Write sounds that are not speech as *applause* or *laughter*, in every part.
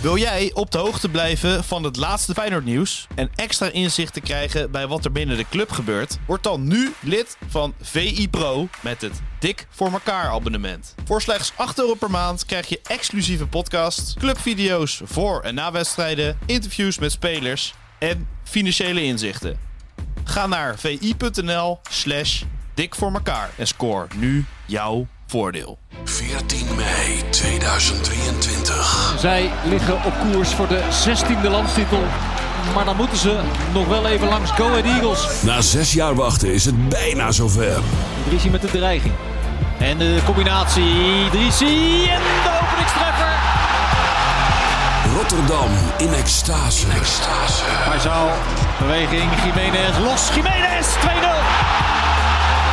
Wil jij op de hoogte blijven van het laatste Feyenoord nieuws en extra inzicht te krijgen bij wat er binnen de club gebeurt? Word dan nu lid van VI Pro met het Dik voor elkaar abonnement. Voor slechts 8 euro per maand krijg je exclusieve podcasts, clubvideo's voor en na wedstrijden, interviews met spelers en financiële inzichten. Ga naar vi.nl slash dik voor elkaar en score nu jouw voordeel. 14 mei 2023. Zij liggen op koers voor de 16e landstitel. Maar dan moeten ze nog wel even langs Go Ahead Eagles. Na zes jaar wachten is het bijna zover. Idrissi met de dreiging. En de combinatie Idrissi en de openingstreffer. Rotterdam in extase. Hij zou beweging Jiménez los. Jiménez 2-0.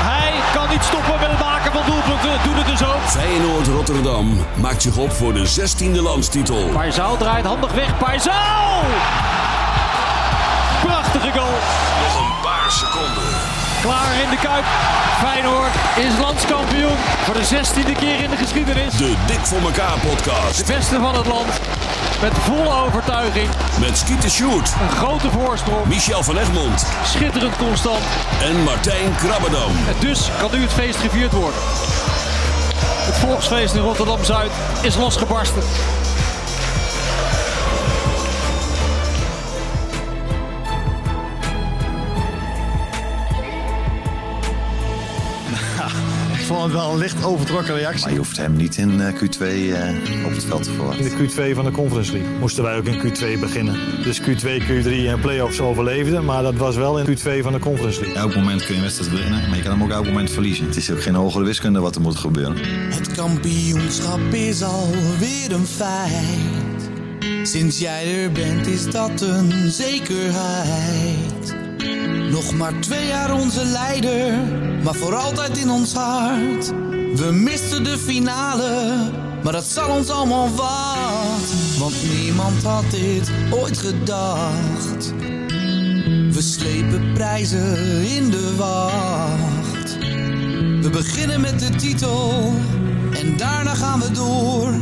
Hij kan niet stoppen met het maken van doelpunten. Doet het dus ook. Feyenoord Rotterdam maakt zich op voor de 16e landstitel. Parzal draait handig weg. Parzal! Prachtige goal. Nog een paar seconden. Klaar in de Kuip. Feyenoord is landskampioen voor de 16e keer in de geschiedenis. De Dik voor elkaar podcast Beste van het land. Met volle overtuiging. met Skeeter Sjoerd, Een grote voorsprong. Michel van Egmond Schitterend constant. en Martijn Krabbedam. En dus kan nu het feest gevierd worden. Het volksfeest in Rotterdam-Zuid is losgebarsten. Ik vond het wel een licht overtrokken reactie. Maar je hoeft hem niet in eh, Q2 eh, op het veld te verwachten. In de Q2 van de Conference League moesten wij ook in Q2 beginnen. Dus Q2, Q3 en playoffs overleefden, maar dat was wel in Q2 van de Conference League. Elk moment kun je een wedstrijd winnen, maar je kan hem ook elk moment verliezen. Het is ook geen hogere wiskunde wat er moet gebeuren. Het kampioenschap is alweer een feit. Sinds jij er bent is dat een zekerheid. Nog maar twee jaar onze leider, maar voor altijd in ons hart. We misten de finale, maar dat zal ons allemaal wat. Want niemand had dit ooit gedacht. We slepen prijzen in de wacht. We beginnen met de titel en daarna gaan we door.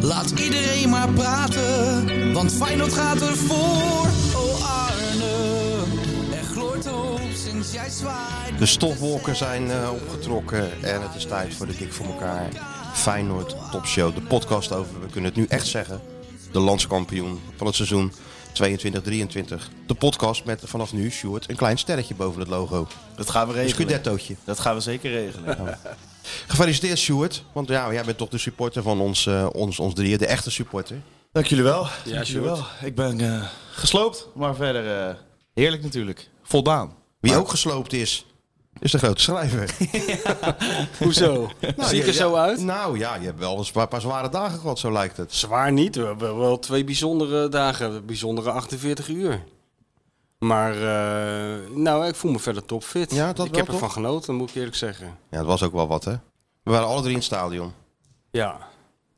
Laat iedereen maar praten, want Feyenoord gaat ervoor. Oh Arne, er gloort hoop sinds jij zwaait. De stofwolken zijn eh, opgetrokken en het is tijd voor de Dik voor elkaar Feyenoord Topshow. De podcast over, we kunnen het nu echt zeggen, de landskampioen van het seizoen 22-23. De podcast met vanaf nu, Sjoerd, een klein sterretje boven het logo. Dat gaan we Een regelen. scudettootje. Dat gaan we zeker regelen. Gefeliciteerd Sjoerd, want ja, jij bent toch de supporter van ons, eh, ons, ons drieën, de echte supporter. Dank jullie wel. Ja, wel. Ik ben eh, gesloopt, maar verder eh, heerlijk natuurlijk. Voldaan. Wie ook gesloopt is, is de *laughs* grote schrijver. Hoezo? Zie ik er ja, zo ja. uit? Nou ja, je hebt wel eens een paar- paar zware dagen gehad, zo lijkt het. Zwaar niet. We hebben wel twee bijzondere dagen. Bijzondere 48 uur. Maar eh, nou, ik voel me verder topfit. Ja, dat ik wel, heb toch? ervan genoten, moet ik eerlijk zeggen. Ja, het was ook wel wat, hè? We waren alle drie in het stadion. Ja.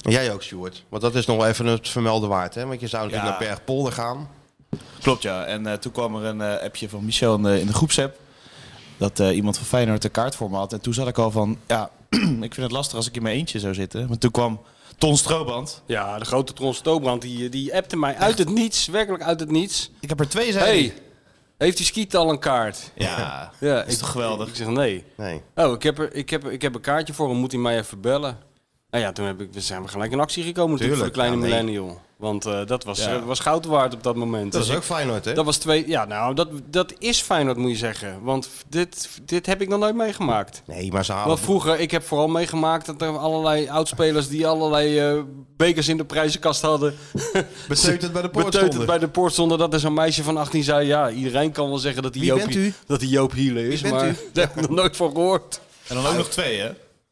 En jij ook, Stuart. Want dat is nog wel even het vermelden waard, hè? Want je zou natuurlijk Ja. naar Bergpolder gaan. Klopt ja. En eh, toen kwam er een eh, appje van Michel in de, in de groepsapp. Dat eh, iemand van Feyenoord een kaart voor me had. En toen zat ik al van, ja, *clears throat* ik vind het lastig als ik in mijn eentje zou zitten. Maar toen kwam Ton Strooband. ja, de grote Tron Stobrand die, die appte mij uit het niets. Werkelijk uit het niets. Ik heb er twee, zei Hé, hij. hey, heeft die skiet al een kaart? Ja, Ja, is toch geweldig? Ik zeg nee. Nee. Oh, ik heb, er, ik, heb, ik heb een kaartje voor hem, moet hij mij even bellen? Nou ja, toen heb ik, we zijn we gelijk in actie gekomen natuurlijk voor de Tuurlijk, kleine ja, nee. millennial. Want eh, dat was, Ja. eh, was goud waard op dat moment. Dat is Dus ook Feyenoord, hè? Dat was twee. Ja, nou, dat, dat is Feyenoord, moet je zeggen. Want dit, dit heb ik nog nooit meegemaakt. Nee, maar ze halen... Want vroeger, ik heb vooral meegemaakt dat er allerlei oudspelers die allerlei eh, bekers in de prijzenkast hadden. *laughs* Beteuterd bij de poort Beteuterd stonden. bij de poort stonden dat er zo'n meisje van 18 zei... Ja, iedereen kan wel zeggen dat die Wie Joop, bent u? Dat die Joop Hielen is, bent maar u? *laughs* daar heb ik nog nooit van gehoord. En dan ook nog twee, hè?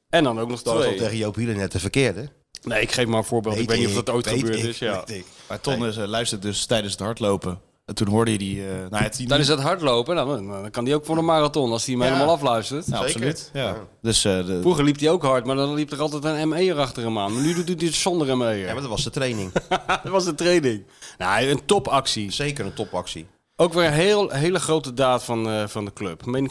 En dan ook nog Dat was al twee. tegen Joop Hielen net de verkeerde. Nee, ik geef maar een voorbeeld. ik weet niet of dat ooit weet gebeurd ik, is. Ja. weet ik. Maar Ton is, eh, luistert dus tijdens het hardlopen. En toen hoorde je die... eh nou, het, Dan is dat hardlopen. Nou, dan kan die ook voor een marathon als hij hem helemaal afluistert. Ja, Zeker. absoluut. Ja. Ja. Dus eh, Nou, de, Vroeger liep hij ook hard, maar dan liep er altijd een ME'er achter hem aan. Maar nu doet hij het zonder E *laughs* ME'er. Ja, maar dat was de training. dat was de training. Nou, een topactie. Zeker een topactie. Ook weer een heel, hele grote daad van, eh, van de club. Meen ik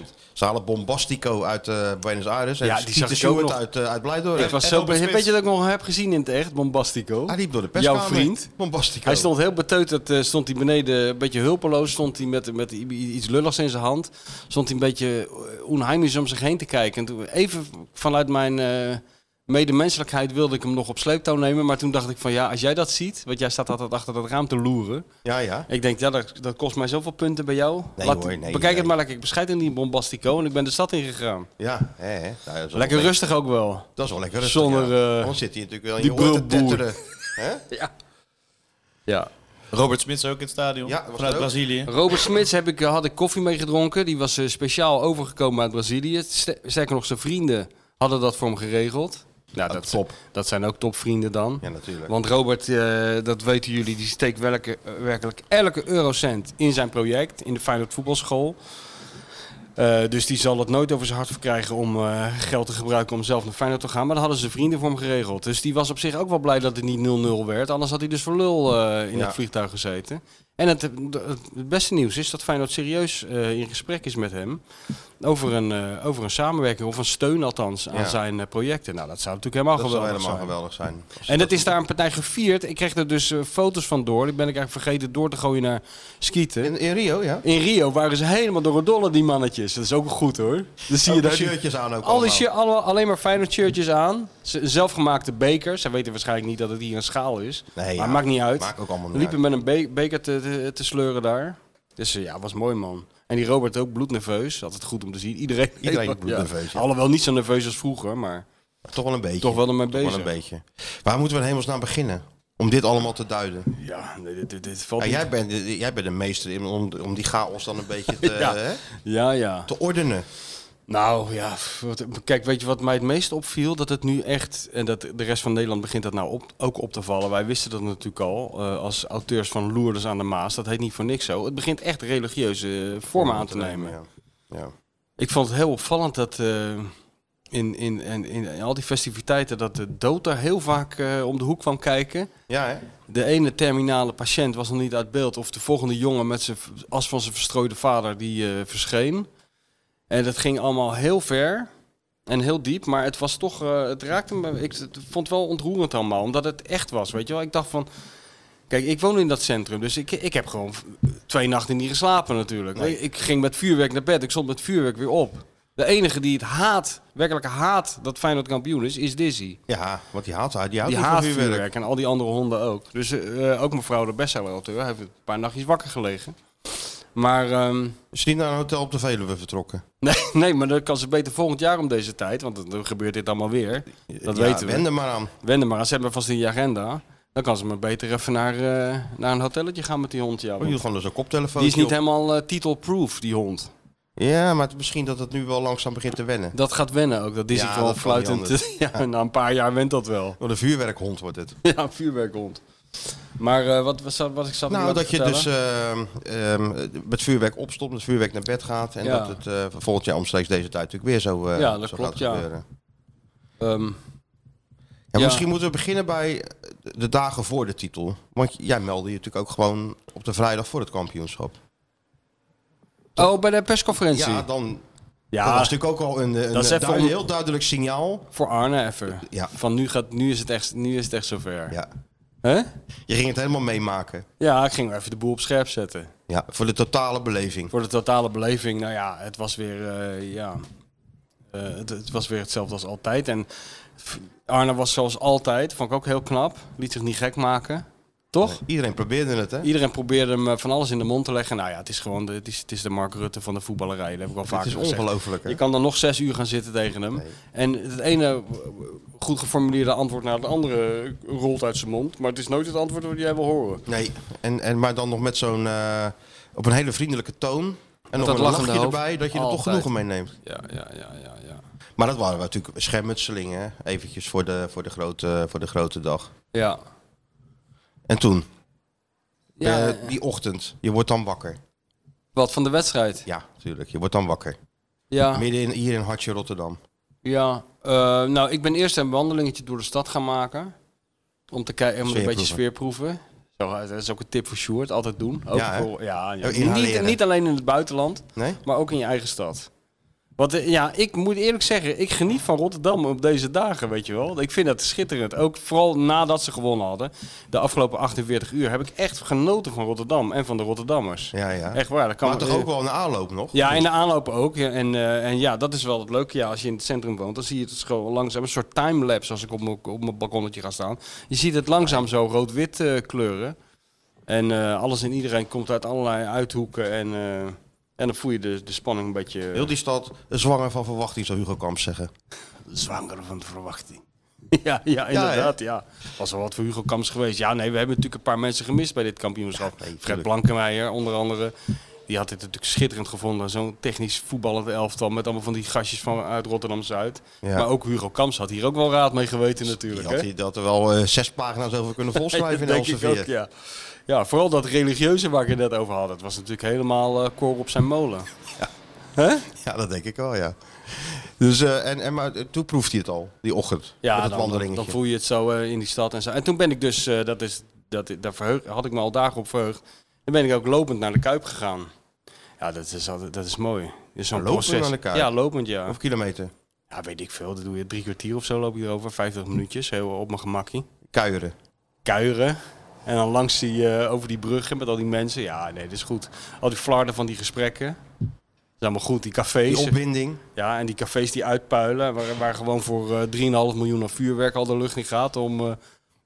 100%. Ze halen Bombastico uit eh, Buenos Aires. En Ja, ja, die die zag ik ook Stewart nog. uit, eh, uit Blijdorp. Ik was En zo Robert be- Smith. Weet je dat ik nog heb gezien in het echt? Bombastico. Hij liep door de Jouw perskamer. vriend. Bombastico. Hij stond heel beteuterd, eh, stond hij beneden, een beetje hulpeloos, stond hij met, met i- i- iets lulligs in zijn hand. Stond hij een beetje eh, onheimisch om zich heen te kijken. En toen, even vanuit mijn eh, medemenselijkheid wilde ik hem nog op sleeptouw nemen. Maar toen dacht ik van ja, als jij dat ziet, want jij staat altijd achter dat raam te loeren. Ja, ja. Ik denk, ja, dat, dat kost mij zoveel punten bij jou. Nee, hoor, nee, bekijk nee. het maar lekker. Ik bescheid in die bombastico en ik ben de stad ingegaan. ja hè, hè. Nou, dat is wel Lekker lekker- rustig ook wel. Dat is wel lekker rustig. Zonder, ja. eh, Anders zit hij natuurlijk wel in die je oor te brulboer. tetteren. Hè? Ja. Robert Smits ook in het stadion. Ja, was dat vanuit ook? Brazilië. Robert Smits heb ik, eh, had ik koffie mee gedronken. Die was eh, speciaal overgekomen uit Brazilië. Ste- Sterker nog, zijn vrienden hadden dat voor hem geregeld. Nou, dat, top. dat zijn ook topvrienden dan. Ah, Ja, natuurlijk. Want Robert, eh, dat weten jullie, die steekt welke, eh, werkelijk elke eurocent in zijn project. In de Feyenoord Voetbalschool. Eh, dus die zal het nooit over zijn hart verkrijgen om eh, geld te gebruiken om zelf naar Feyenoord te gaan. Maar dat hadden ze vrienden voor hem geregeld. Dus die was op zich ook wel blij dat het niet 0-0 werd. Anders had hij dus voor lul eh, in Ja. het vliegtuig gezeten. En het, het beste nieuws is dat Feyenoord serieus eh, in gesprek is met hem. Over een, eh, over een samenwerking of een steun althans aan Ja. zijn eh, projecten. Nou, dat zou natuurlijk helemaal dat zou geweldig helemaal zijn. geweldig zijn. En dat is daar een partij gevierd. Ik kreeg er dus eh, foto's van door. Die ben ik eigenlijk vergeten door te gooien naar Skieten. In, in Rio, ja. In Rio waren ze helemaal door het dolle, die mannetjes. Dat is ook goed hoor. Dan zie je Ook de dat die- shirtjes aan ook Al die allemaal. shir- alle, alleen maar fijne shirtjes aan. Z- Zelfgemaakte bekers. Zij weten waarschijnlijk niet dat het hier een schaal is. Nee, maar ja. maakt niet uit. Maakt ook allemaal We niet liepen met een be- beker te, te, te sleuren daar. Dus eh, ja, was mooi man. En die Robert ook bloednerveus. Altijd goed om te zien. Iedereen, Iedereen *laughs* Ja. bloednerveus, ja. Alhoewel niet zo nerveus als vroeger, maar Toch wel een beetje. toch wel ermee Toch bezig. wel een beetje. Waar moeten we in hemelsnaam beginnen? Om dit allemaal te duiden. Ja, nee, dit, dit, dit valt Ja, niet. jij, bent, jij bent de meester in, om, om die chaos dan een beetje te, *laughs* Ja. hè, Ja, ja. te ordenen. Nou ja, f- wat- kijk, weet je wat mij het meest opviel? Dat het nu echt, en dat de rest van Nederland begint dat nou op, ook op te vallen. Wij wisten dat natuurlijk al, eh, als auteurs van Loerders aan de Maas. Dat heet niet voor niks zo. Het begint echt religieuze eh, vormen aan te nemen. Ja. Ja. Ik vond het heel opvallend dat eh, in, in, in, in, in al die festiviteiten dat de dood daar heel vaak eh, om de hoek kwam kijken. Ja, hè? De ene terminale patiënt was nog niet uit beeld. Of de volgende jongen met zijn as van zijn verstrooide vader die eh, verscheen. En dat ging allemaal heel ver en heel diep. Maar het was toch, eh, het raakte me. Ik het vond het wel ontroerend allemaal. Omdat het echt was, weet je wel. Ik dacht van. Kijk, ik woon in dat centrum, dus ik, ik heb gewoon v- twee nachten niet geslapen natuurlijk. Ik ging met vuurwerk naar bed, ik stond met vuurwerk weer op. De enige die het haat, werkelijk haat dat Feyenoord kampioen is, is Dizzy. ja, want die haat die haat Die niet van haat vuurwerk. vuurwerk en al die andere honden ook. Dus eh, eh, ook mevrouw de bestsellerauteur heeft een paar nachtjes wakker gelegen. Maar, ehm, *laughs* Is die naar een hotel op de Veluwe vertrokken? nee, nee, maar dan kan ze beter volgend jaar om deze tijd. Want dan- dan gebeurt dit allemaal weer. Dat Ja, weten we. Wend er maar aan. Wende maar aan, zet maar vast in je agenda. Dan kan ze maar beter even naar, eh, naar een hotelletje gaan met die hond. Ja, Oh, je doet want gewoon dus een koptelefoon. die is niet helemaal eh, titelproof, die hond. Ja, maar het- misschien dat het nu wel langzaam begint te wennen. Dat gaat wennen ook. Dat is Ja, ik wel dat kan niet fluitend. anders. *laughs* Ja, na een paar jaar went dat wel. *laughs* Wat een vuurwerkhond wordt het. Ja, een vuurwerkhond. Maar eh, wat, wat, zat- wat ik zat Nou, net te dat je vertellen? dus ehm, ehm, met vuurwerk opstopt, met vuurwerk naar bed gaat. En Ja. dat het eh, volgend jaar omstreeks deze tijd natuurlijk weer zo, eh, Ja, dat zo klopt, gaat ja. gebeuren. eh, Ehm, Ja, Ja. Misschien moeten we beginnen bij de dagen voor de titel. Want jij meldde je natuurlijk ook gewoon op de vrijdag voor het kampioenschap. Oh, bij de persconferentie. Ja, Ja, dan dat was natuurlijk ook al een, een Ah. Dat is even duid- om- heel duidelijk signaal. voor Arne even. Ja. Van nu, gaat, nu, is het echt, nu is het echt zover. Ja. Hè? Je ging het helemaal meemaken. ja, ik ging even de boel op scherp zetten. Ja, voor de totale beleving. Voor de totale beleving, nou ja, het was weer, eh, ja, eh, het, het was weer hetzelfde als altijd. En f- Arne was zoals altijd, vond ik ook heel knap. Liet zich niet gek maken, toch? Iedereen probeerde het, hè? Iedereen probeerde hem eh, van alles in de mond te leggen. Nou ja, het is gewoon de, het is, het is de Mark Rutte van de voetballerij. Dat heb ik al vaak is gezegd. ongelooflijk, hè? Je kan dan nog zes uur gaan zitten tegen hem. En het ene eh, goed geformuleerde antwoord naar het andere eh, rolt uit zijn mond. Maar het is nooit het antwoord wat jij wil horen. Nee, en, en, maar dan nog met zo'n... eh, op een hele vriendelijke toon. En nog dat een lachende lachje hoofd. erbij, dat je er toch Altijd. genoegen mee neemt. Ja, ja, ja, ja, ja. Maar dat waren we natuurlijk schermutselingen, hè? Eventjes voor de, voor, de grote, voor de grote dag. Ja. En toen, ja eh, die ochtend, je wordt dan wakker. wat van de wedstrijd? Ja, tuurlijk. Je wordt dan wakker. Ja. Midden in, hier in Hartje Rotterdam. Ja, eh, nou, ik ben eerst een wandelingetje door de stad gaan maken. Om te kijken, om een beetje Sfeerproeven. sfeerproeven. eh, Dat is ook een tip voor Sjoerd, altijd doen. Ook Ja, hè? voor, ja, ja. Ook inhaleren. Niet, niet alleen in het buitenland, Nee? maar ook in je eigen stad. Want eh, ja, ik moet eerlijk zeggen, ik geniet van Rotterdam op deze dagen, weet je wel. Ik vind dat schitterend. Ook vooral nadat ze gewonnen hadden, de afgelopen 48 uur, heb ik echt genoten van Rotterdam en van de Rotterdammers. Ja, ja. Echt waar, dat kan Maar toch eh, ook wel een aanloop nog? ja, in de aanloop ook. Ja, En, eh, en ja, dat is wel het leuke. Ja, als je in het centrum woont, dan zie je het gewoon langzaam. Een soort timelapse als ik op mijn- op mijn balkonnetje ga staan. Je ziet het langzaam zo rood-wit eh, kleuren. En eh, alles en iedereen komt uit allerlei uithoeken. En, eh, en dan voel je de, de spanning een beetje... eh, Heel die stad zwanger van verwachting, zou Hugo Kamp zeggen. zwanger van de verwachting. Ja, ja, inderdaad, ja. Was wel wat voor Hugo Kamps geweest. Ja, nee, we hebben natuurlijk een paar mensen gemist bij dit kampioenschap. Fred tuurlijk. Blankenmeijer, onder andere. Die had dit natuurlijk schitterend gevonden. Zo'n technisch voetballend elftal met allemaal van die gastjes van, uit Rotterdam-Zuid. Ja. Maar ook Hugo Kamps had hier ook wel raad mee geweten natuurlijk. Die had hè? *laughs* hij dat er wel eh, zes pagina's over kunnen volschrijven in Dat denk ik ook, Elsevier. ja. ja, vooral dat religieuze waar ik het net over had. Het was natuurlijk helemaal eh, koor op zijn molen. Ja, dat denk ik wel, ja. Dus, eh, en, en maar toen proeft hij het al, die ochtend. Ja, met het dan, dan, wandelingetje. voel je het zo eh, in die stad en zo. En toen ben ik dus, eh, dat is, dat, daar verheug, had ik me al dagen op verheugd. Dan ben ik ook lopend naar de Kuip gegaan. Ja, dat is, altijd, dat is mooi. Is zo'n Lopend proces. naar de Kuip? Ja, lopend, ja. Of kilometer. Ja, weet ik veel. Dat doe je drie kwartier of zo loop je erover. Vijftig minuutjes, heel op mijn gemakkie. Kuieren. Kuieren. En dan langs die, eh, over die bruggen met al die mensen. Ja, nee, dat is goed. Al die flarden van die gesprekken. Dat is allemaal goed. Die Die cafés. opwinding. Ja, en die cafés die uitpuilen, waar, waar gewoon voor eh, 3,5 miljoen aan vuurwerk al de lucht in gaat om, eh,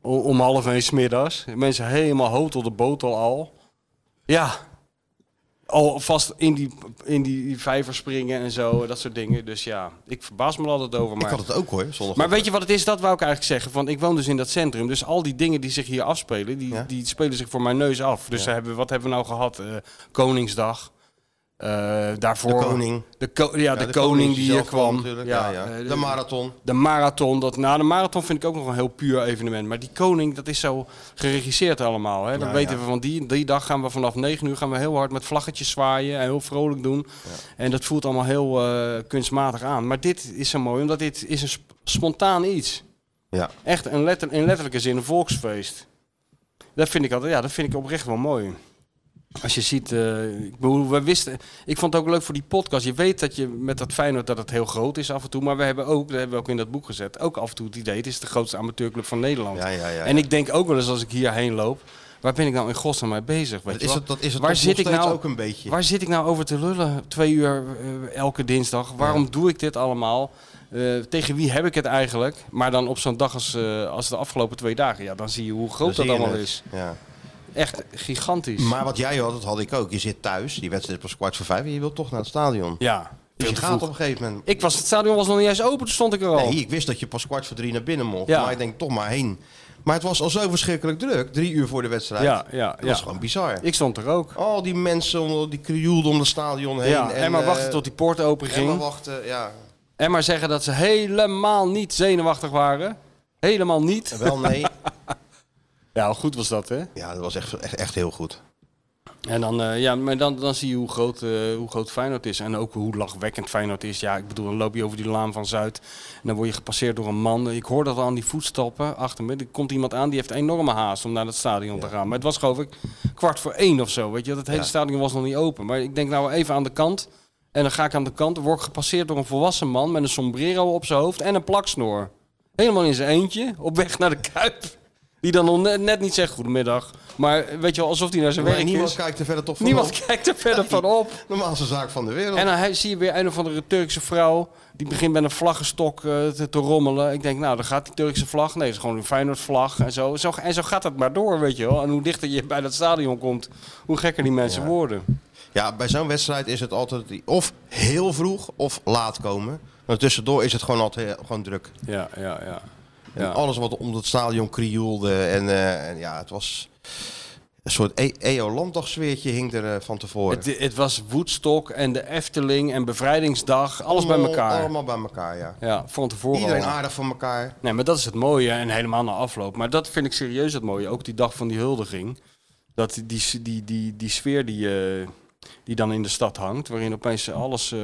o- om half één 's middags. Mensen helemaal hoog tot de botel al. Ja, al vast in die, in die vijver springen en zo, dat soort dingen. Dus ja, ik verbaas me er altijd over. Ik Maar, had het ook hoor, zondag. maar weet je wat het is? Dat wou ik eigenlijk zeggen. Van, ik woon dus in dat centrum, dus al die dingen die zich hier afspelen, die, Ja. die spelen zich voor mijn neus af. Dus daar hebben, we- wat hebben we nou gehad? Eh, Koningsdag. Eh, daarvoor de koning. de, ko- ja, de, koning, die hier zelf kwam. natuurlijk. ja, Ja, eh, ja. de, De marathon. de marathon. Dat, nou, de marathon vind ik ook nog een heel puur evenement. Maar die koning, dat is zo geregisseerd allemaal. Hè? Dat Nou, weten ja. we van die, die dag gaan we vanaf 9 uur gaan we heel hard met vlaggetjes zwaaien en heel vrolijk doen. En dat voelt allemaal heel eh, kunstmatig aan. Maar dit is zo mooi, omdat dit is een sp- spontaan iets. Ja. Echt een letter, in letterlijke zin een volksfeest. Dat vind ik altijd, ja, dat vind ik oprecht wel mooi. Als je ziet, eh, ik bedoel, we wisten, ik vond het ook leuk voor die podcast. Je weet dat je met dat Feyenoord dat het heel groot is af en toe, maar we hebben ook, dat hebben we ook in dat boek gezet, ook af en toe het idee, het is de grootste amateurclub van Nederland. Ja, ja, ja, En ja. ik denk ook wel eens als ik hierheen loop, waar ben ik nou in godsnaam mee bezig? Weet Dat is je wel? het, dat is het Waar toch zit nog ik steeds nou- ook een beetje. Waar zit ik nou over te lullen? Twee uur eh, elke dinsdag. Waarom doe ik dit allemaal? Eh, tegen wie heb ik het eigenlijk? Maar dan op zo'n dag als, eh, als de afgelopen twee dagen. Ja, dan zie je hoe Dan groot zie dat je allemaal het. is. Ja. Echt gigantisch. Maar wat jij had, dat had ik ook. Je zit thuis, die wedstrijd was kwart voor vijf en je wilt toch naar het stadion. ja, Dus veel je te gaat vroeg. op een gegeven moment. Ik was, het stadion was nog niet eens open, toen stond ik er al. Nee, ik wist dat je pas kwart voor drie naar binnen mocht. Ja. Maar ik denk toch maar heen. Maar het was al zo verschrikkelijk druk. Drie uur voor de wedstrijd. ja, ja, Dat ja. was gewoon bizar. Ik stond er ook. Al die mensen onder die krioelden om het stadion heen. ja, en, maar eh, wachten tot die poort open En maar ging. wachten, ja. En maar zeggen dat ze helemaal niet zenuwachtig waren. Helemaal niet. Wel nee. Ja, goed was dat, hè? ja, dat was echt, echt, echt heel goed. En dan, eh, ja, maar dan, dan zie je hoe groot, eh, hoe groot Feyenoord is. En ook hoe lachwekkend Feyenoord is. Ja, ik bedoel, dan loop je over die laan van Zuid. En dan word je gepasseerd door een man. Ik hoor dat al aan die voetstappen achter me. Er komt iemand aan die heeft enorme haast om naar dat stadion te gaan. Maar het was geloof ik kwart voor één of zo. Weet je, dat hele stadion was nog niet open. Maar ik denk nou even aan de kant. En dan ga ik aan de kant. Dan word ik gepasseerd door een volwassen man met een sombrero op zijn hoofd en een plaksnoor. Helemaal in zijn eentje, op weg naar de Kuip. Die dan nog net, net niet zegt goedemiddag. Maar weet je wel, alsof hij naar zijn Maar werk niemand is. kijkt er verder toch van Niemand op. kijkt er verder van op. De normaalste zaak van de wereld. En dan hij- zie je weer een of andere Turkse vrouw. Die begint met een vlaggenstok eh, te, te rommelen. Ik denk, nou, dan gaat die Turkse vlag. Nee, dat is gewoon een Feyenoord vlag. En zo, zo, en zo gaat dat maar door, weet je wel. En hoe dichter je bij dat stadion komt, hoe gekker die mensen worden. Ja, bij zo'n wedstrijd is het altijd die- of heel vroeg of laat komen. Maar tussendoor is het gewoon altijd heel- gewoon druk. Ja, ja, ja. En Ja. alles wat om het stadion krioelde. En, eh, en ja, het was een soort E- EO-landdagsfeertje hing er eh, van tevoren. Het, het was Woodstock en de Efteling en Bevrijdingsdag. Alles bij elkaar. Allemaal bij elkaar, ja. Ja, van tevoren Iedereen al. aardig van elkaar. Nee, maar dat is het mooie en helemaal na afloop. Maar dat vind ik serieus het mooie. Ook die dag van die huldiging. Dat die, die, die, die, die sfeer die, eh, die dan in de stad hangt. Waarin opeens alles... eh,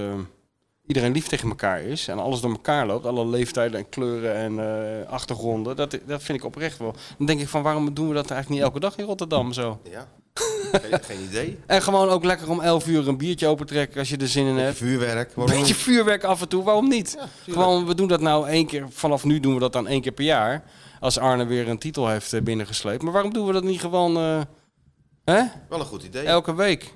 iedereen lief tegen elkaar is en alles door elkaar loopt, alle leeftijden en kleuren en eh, achtergronden, dat, dat vind ik oprecht wel. Dan denk ik van waarom doen we dat eigenlijk niet elke dag in Rotterdam zo? *laughs* Ja. Geen, geen idee. En gewoon ook lekker om 11 uur een biertje opentrekken als je er zin in hebt. Vuurwerk. Een Waarom? beetje vuurwerk af en toe, waarom niet? Gewoon, we doen dat nou één keer, vanaf nu doen we dat dan één keer per jaar. Als Arne weer een titel heeft eh, binnengesleept. Maar waarom doen we dat niet gewoon eh, hè? Wel een goed idee. elke week?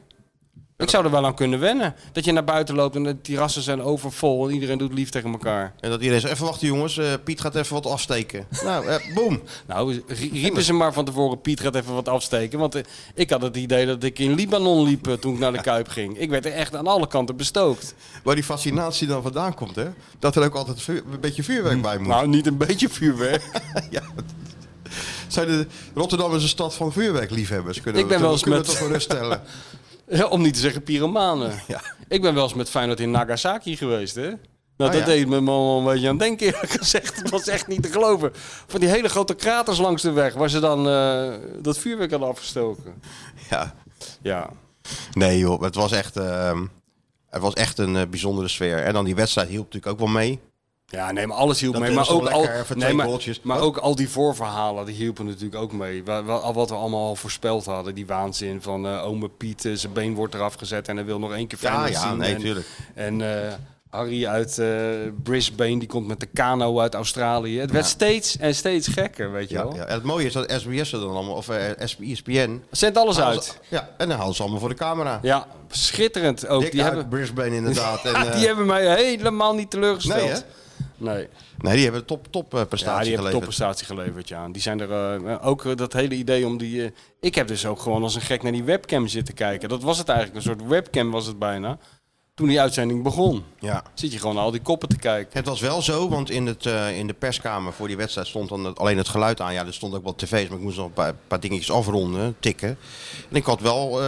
Ik zou er wel aan kunnen wennen. Dat je naar buiten loopt en de terrassen zijn overvol en iedereen doet lief tegen elkaar. En dat iedereen zegt, even wachten jongens, eh, Piet gaat even wat afsteken. *laughs* nou, eh, boom. Nou, rie- riepen ze maar van tevoren, Piet gaat even wat afsteken. Want eh, ik had het idee dat ik in Libanon liep eh, toen ik naar *laughs* de Kuip ging. Ik werd er echt aan alle kanten bestookt. Waar die fascinatie dan vandaan komt, hè? Dat er ook altijd vuur- een beetje vuurwerk bij moet. Nou, niet een beetje vuurwerk. ja. Zijn de, Rotterdam is een stad van vuurwerkliefhebbers. Kunnen Ik ben we, wel eens kunnen met- we toch geruststellen. *laughs* *laughs* Ja, om niet te zeggen pyromanen. Ja. Ik ben wel eens met Feyenoord in Nagasaki geweest, hè? Nou, Ah, dat ja. deed me wel een beetje aan denken, eerlijk gezegd. Het was echt niet te geloven. Van die hele grote kraters langs de weg, waar ze dan eh, dat vuurwerk hadden afgestoken. ja. Ja. Nee joh, het was echt, ehm, het was echt een eh, bijzondere sfeer. En dan die wedstrijd hielp natuurlijk ook wel mee. Ja, nee, maar alles hielp Dat mee. is Maar, wel ook al, lekker, even nee, twee maar, goaltjes. maar Wat? ook al die voorverhalen, die hielpen natuurlijk ook mee. Wa- wa- Wat we allemaal al voorspeld hadden. Die waanzin van eh ome Piet, eh, zijn been wordt eraf gezet en hij wil nog één keer Ja, Feyenoord ja, zien. nee, en, tuurlijk. En eh, Harry uit eh, Brisbane, die komt met de kano uit Australië. Het werd steeds en steeds gekker, weet je Ja, wel. ja. En het mooie is dat SBS er dan allemaal, of eh, SP ESPN... Zend alles halen ze- uit. Ja, en dan halen ze allemaal voor de camera. Ja, schitterend ook. Dik Die uit hebben, Brisbane *laughs* inderdaad. En, eh, die hebben mij helemaal niet teleurgesteld. Nee, hè? Nee. Nee, die hebben een top, top eh, Ja, prestatie die geleverd. hebben topprestatie geleverd, ja. Die zijn er eh, ook eh, dat hele idee om die... eh, ik heb dus ook gewoon als een gek naar die webcam zitten kijken. Dat was het eigenlijk, een soort webcam was het bijna. Toen die uitzending begon, Ja. zit je gewoon naar al die koppen te kijken. Het was wel zo, want in, het, eh, in de perskamer voor die wedstrijd stond dan het- alleen het geluid aan. Ja, er stond ook wat tv's, maar ik moest nog een paar, paar dingetjes afronden, tikken. En ik had wel, eh,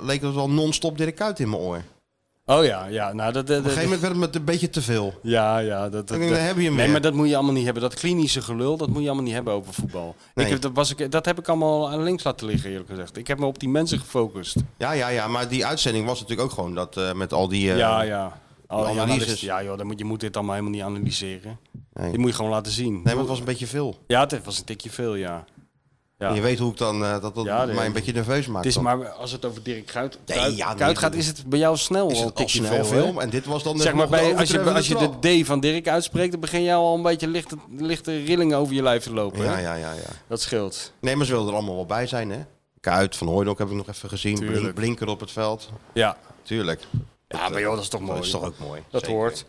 leek het wel non-stop Dirk Kuyt in mijn oor. Op een Oh ja, ja, nou dat... dat, dat- gegeven moment werd het een beetje te veel. ja, ja, dat, dat, Ik denk, dat- daar heb je hem Nee, weer. maar dat moet je allemaal niet hebben. Dat klinische gelul, dat moet je allemaal niet hebben over voetbal. Nee. Ik heb, dat, was ik, dat heb ik allemaal aan links laten liggen, eerlijk gezegd. Ik heb me op die mensen gefocust. Ja, ja, ja, maar die uitzending was natuurlijk ook gewoon dat eh, met al die... eh, Ja, ja. Oh, ja, nou, dat analyses. is- ja, joh, dan moet, je moet dit allemaal helemaal niet analyseren. Nee. Die moet je gewoon laten zien. Nee, maar het was een beetje veel. Ja, het was een tikje veel, ja. Ja. En je weet hoe ik dan, eh, dat dat Ja, nee. mij een beetje nerveus maakt. Het is dan. maar als het over Dirk Kuyt, Nee, Kuyt, ja, nee, Kuyt gaat, nee. is het bij jou snel is al het een al tikje snel veel, veel, hè? en dit was dan net Zeg maar, nog de bij, als, je, als je overtreffende de D van Dirk uitspreekt, dan begin jou al een beetje lichte, lichte rillingen over je lijf te lopen. trap. hè? Ja, ja, ja, ja. Dat scheelt. Nee, maar ze wilden er allemaal wel bij zijn, hè? Kuit, Van Hooydonk heb ik nog even gezien. Tuurlijk. Blinker op het veld. Ja. Tuurlijk. Ja, maar joh, dat is toch mooi. Dat is toch ook mooi. Dat Zeker. hoort.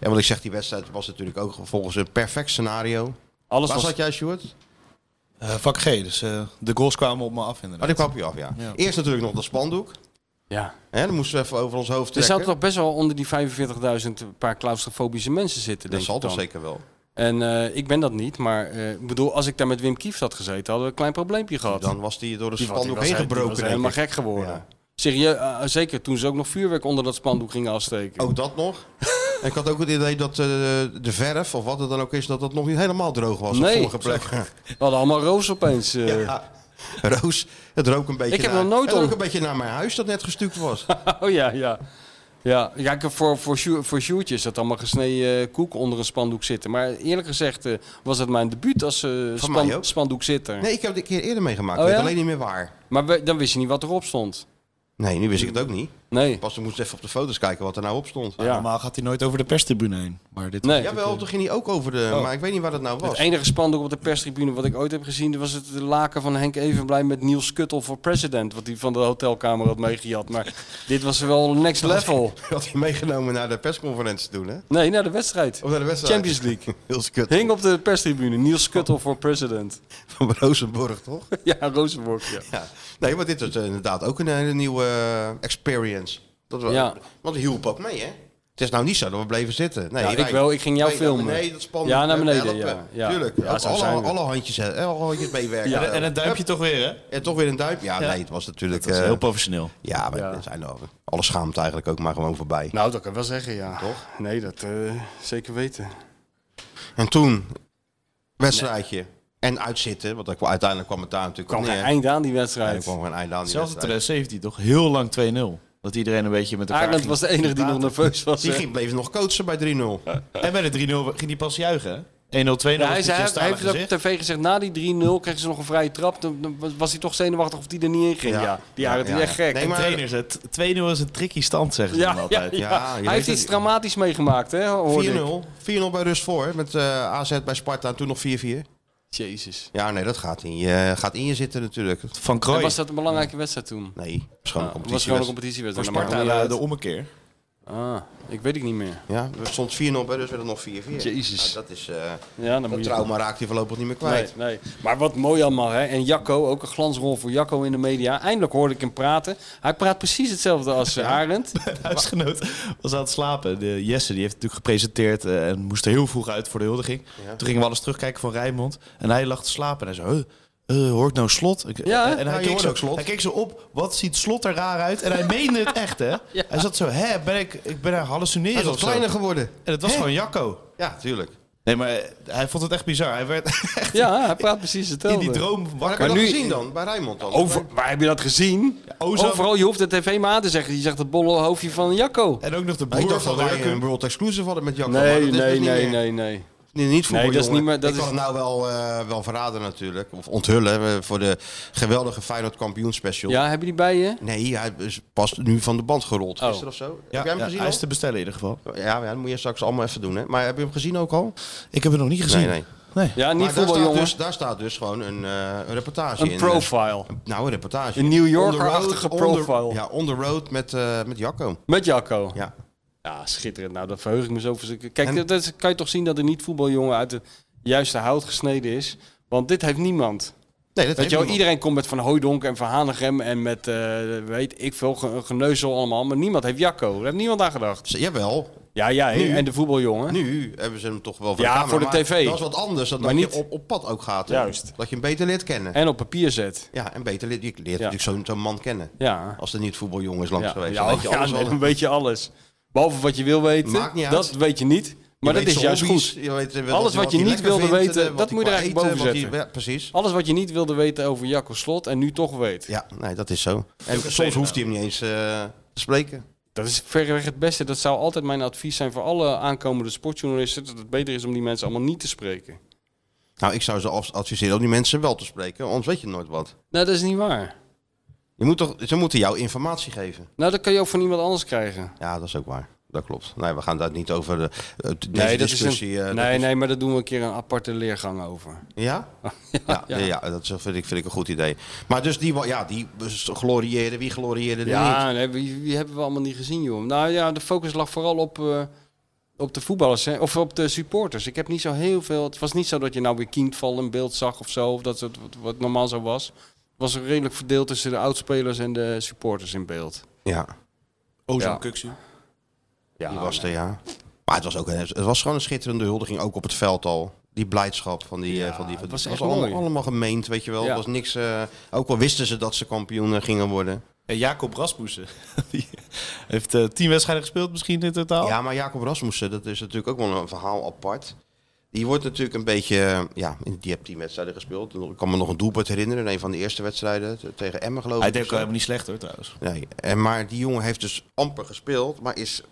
En wat ik zeg, die wedstrijd was natuurlijk ook volgens een perfect scenario. Alles Waar was... zat jij, Sjoerd? Oh, Eh, vak G, dus eh, de goals kwamen op me af Oh, inderdaad. die kwam je af, ja. Ja. Eerst natuurlijk nog dat spandoek. Ja. Hè, dat moesten we even over ons hoofd Er trekken. zouden toch best wel onder die 45.000 een paar claustrofobische mensen zitten, dat denk zal ik toch dan. zeker wel. En eh, ik ben dat niet, maar eh, ik bedoel, als ik daar met Wim Kieft had gezeten, hadden we een klein probleempje gehad. Dan was die door de Die was- die spandoek was- heen die gebroken. was denk helemaal ik. gek geworden. Ja. Serieus, eh, zeker toen ze ook nog vuurwerk onder dat spandoek gingen afsteken. Ook dat nog. *laughs* En ik had ook het idee dat eh, de verf, of wat het dan ook is, dat dat nog niet helemaal droog was Nee. op sommige plekken. We hadden allemaal roos *laughs* opeens. eh. Ja. Roos, het rook een beetje Ik heb naar, nog nooit het rook om- een beetje naar mijn huis dat net gestuukt *laughs* was. Oh ja, ja. Ja, ja ik heb voor, voor, Sjoe- voor Sjoerdje zat allemaal gesneden eh, koek onder een spandoek zitten. Maar eerlijk gezegd eh, was het mijn debuut als eh, span- mij ook. spandoekzitter. Nee, ik heb het een keer eerder meegemaakt. Oh, ik weet ja? alleen niet meer waar. Maar we- dan wist je niet wat erop stond. Nee, nu wist ik het ook niet. Nee. Pas toen moest ik even op de foto's kijken wat er nou op stond. Ja. Normaal gaat hij nooit over de perstribune heen. Maar dit Nee. Jawel, toen ging hij ook over de... Maar ik weet niet waar dat nou was. Oh. Het enige spandoek op de perstribune wat ik ooit heb gezien, was het laken van Henk Evenblij met Niels Kuttel voor president. Wat hij van de hotelkamer had meegejat. Maar dit was wel next level. *laughs* had hij meegenomen naar de persconferentie toen, hè? Nee, naar de wedstrijd. Of naar de wedstrijd. Champions *laughs* League. Heel skut. Hing op de perstribune. Niels Kuttel voor president. *laughs* Van Rozenborg, toch? Ja, Rozenborg. Ja. Ja. Nee, maar dit was eh, inderdaad ook een hele nieuwe eh, experience. Dat we, Ja. Want het hielp ook mee, hè? Het is nou niet zo dat we bleven zitten. Nee, Ja, ik wij- wel. Ik ging jou wij filmen. Nee, dat spannend. Ja, naar eh, beneden, helpen. ja. Ja. Tuurlijk. Ja, Ook zo alle, zijn we. alle handjes, hè, alle handjes meewerken. En, en het duimpje toch weer, hè? Hup. En toch weer een duimpje. Ja, nee, het was natuurlijk... Dat is eh, heel professioneel. Ja, maar Ja. er zijn al, alle schaamte eigenlijk ook maar gewoon voorbij. Nou, dat kan ik wel zeggen, ja. Toch? Nee, dat eh, zeker weten. En toen, wedstrijdje en uitzitten, want daar- uiteindelijk kwam het daar natuurlijk kwam op geen neer. eind aan die Nee, er wedstrijd. kwam geen einde aan die Zelfde wedstrijd. Teres 17 toch? Heel lang 2-0. Dat iedereen een beetje met elkaar Arend ging. was de enige die nog nerveus was. Die hè? ging, bleef nog coachen bij 3-0. En bij de 3-0 ging hij pas juichen. hè? 1-0, 2-0 Ja, hij was hij zei, hij heeft stalig het op gezicht. tv gezegd, na die 3-0 kregen ze nog een vrije trap. Dan, dan was- was hij toch zenuwachtig of die er niet in ging. Ja, Ja. die Arend Ja, is ja. echt gek. Nee, De maar- trainers, het 2-0 is een tricky stand, zeggen ze ja, dan ja, altijd. ja. Ja, je Hij weet heeft het. iets dramatisch meegemaakt, hè? hoorde ik. 4-0. 4-0 bij rust voor. hè, Met eh, AZ bij Sparta en toen nog 4-4. Jezus. Ja, nee, dat gaat in je, gaat in je zitten natuurlijk. Van En Krooi. was dat een belangrijke wedstrijd toen? Nee, het is gewoon een Ah, was gewoon competitie. een competitiewedstrijd. Voor dat eh, maakt Sparta me de, niet de uit. ommekeer. Ah, ik weet het niet meer. Ja, er stond 4-0 bij rust werd het nog 4-4. Jezus. Nou, dat is, eh, Ja, dan dat moet je- trauma raakt hij voorlopig niet meer Nee, kwijt. nee. Maar wat mooi allemaal, hè? En Jacco, ook een glansrol voor Jacco in de media. Eindelijk hoorde ik hem praten. Hij praat precies hetzelfde als eh, Arend. De *laughs* huisgenoot was aan het slapen. De Jesse die heeft natuurlijk gepresenteerd eh, en moest er heel vroeg uit voor de huldiging. Toen gingen we alles terugkijken van Rijnmond. En hij lag te slapen en hij zo... "Huh, eh, hoort nou slot? Ik- Ja, hè? en Ja, hij, je keek hoort zo, ook Slot. hij keek zo op. Wat ziet slot er raar uit? En hij meende het echt, hè? Hij zat zo, hè, ben ik, ik ben aan hallucineren Hij is wat of zo. kleiner geworden. En het was gewoon Jacco. Ja, tuurlijk. Nee, maar eh, hij vond het echt bizar. Hij werd *laughs* Ja, hij praat precies hetzelfde. in die droom Maar heb wakker. je dat nu- gezien dan? Bij Rijnmond dan? Over, waar heb je dat gezien? Ozan- Overal, je hoeft de tv maar aan te zeggen. Je zegt het bolle hoofdje van Jacco. En ook nog de Maar ik broer dacht van dat wij een Werken. World Exclusive hadden met Jacco. maar Nee, dat is dus nee, niet nee, meer. nee, nee. Nee, niet voor Nee, dat is jongen. niet meer- dat ik is- kan het nou wel, eh, wel verraden natuurlijk. Of onthullen eh, voor de geweldige Feyenoord kampioen special. Ja, heb je die bij je? Nee, hij is pas nu van de band gerold. Oh. Gisteren of zo. heb jij hem ja, gezien eh, hij is al? te bestellen in ieder geval. Ja, maar ja, dat moet je straks allemaal even doen. Hè? Maar heb je hem gezien ook al? Ik heb het nog niet gezien. Nee, nee. Ja, Ah, niet Maar daar voetbal, staat, jongens. dus, daar staat dus gewoon een, eh, een reportage in. Een profile. Nou, een reportage. Een New Yorker-achtige achtige profile. ja, on the road met, eh, met Jacco. Met Jacco. Ja. Ja. schitterend. Nou, daar verheug ik me zo voor. Kijk, En- dat, dat kan je toch zien dat een niet-voetbaljongen uit de juiste hout gesneden is. Want dit heeft niemand. Nee, dat Weet heeft je wel, niemand. iedereen komt met Van Hooydonk en Van Hanegem en met, eh, weet ik veel, ge- geneuzel allemaal. Maar niemand heeft Jacco. Daar heeft niemand aan gedacht. Z- Jawel. Ja, jij Nu- en de voetbaljongen. Nu hebben ze hem toch wel voor de Ja, camera. voor de maar tv. Dat is wat anders dan Maar dat niet- je op, op pad ook gaat. hè. Juist. Dat je een beter leert kennen. En op papier zet. Ja, en beter leert. Je leert natuurlijk zo'n zo'n man kennen. Ja. Als er niet voetbaljongen is langs ja. geweest. ja, dan weet je ja, alles nee, wel. een beetje alles. Behalve wat je wil weten, Maakt niet uit. dat weet je niet. Maar Je weet dat is zijn juist hobby's, goed. je weet wel Alles hij- wat je hij niet lekker wilde vindt, weten, eh, wat dat hij moet je er qua eigenlijk eten, boven wat hij- ja, precies. Alles wat je niet wilde weten over Jacco Slot en nu toch weet. Ja, nee, dat is zo. En soms hoeft hij hem niet eens eh, te spreken. Dat is verreweg het beste. Dat zou altijd mijn advies zijn voor alle aankomende sportjournalisten. Dat het beter is om die mensen allemaal niet te spreken. Nou, ik zou ze af- adviseren om die mensen wel te spreken. Anders weet je nooit wat. Nou, dat is niet waar. Je moet toch, ze moeten jou informatie geven. Nou, dat kan je ook van iemand anders krijgen. Ja, dat is ook waar. Dat klopt. Nee, we gaan daar niet over de, eh, deze discussie. is eh, een, dat nee, is- nee, maar daar doen we een keer een aparte leergang over. Ja? Ja, ja. dat is- vind ik, vind ik een goed idee. Maar dus die, wa- ja, die glorieerden, wie glorieerde er niet? Ja, nee, wie, wie hebben we allemaal niet gezien, joh. Nou ja, de focus lag vooral op, eh, op de voetballers, hè? of op de supporters. Ik heb niet zo heel veel... Het was niet zo dat je nou weer Kindval in beeld zag of zo, of dat soort- wat, wat normaal zo was. Het was redelijk verdeeld tussen de oudspelers en de supporters in beeld. Ja, Ozan Ja. Kuksu. Ja, die was er, ja. Maar het was, ook een, het was gewoon een schitterende huldiging, ook op het veld al. Die blijdschap van die... eh, van die het het was was, echt allemaal, mooi. allemaal gemeend, weet je wel. Ja. Het was niks... eh, ook al wisten ze dat ze kampioen eh, gingen worden. En Jacob Rasmussen. Die heeft eh, tien wedstrijden gespeeld misschien in totaal. Ja, maar Jacob Rasmussen, dat is natuurlijk ook wel een verhaal apart. Die wordt natuurlijk een beetje, eh, ja, die heeft tien wedstrijden gespeeld. Ik kan me nog een doelpunt herinneren in een van de eerste wedstrijden t- tegen Emmen geloof Hij ik. deed ook of zo. helemaal niet slecht hoor trouwens. Nee, en maar die jongen heeft dus amper gespeeld, maar is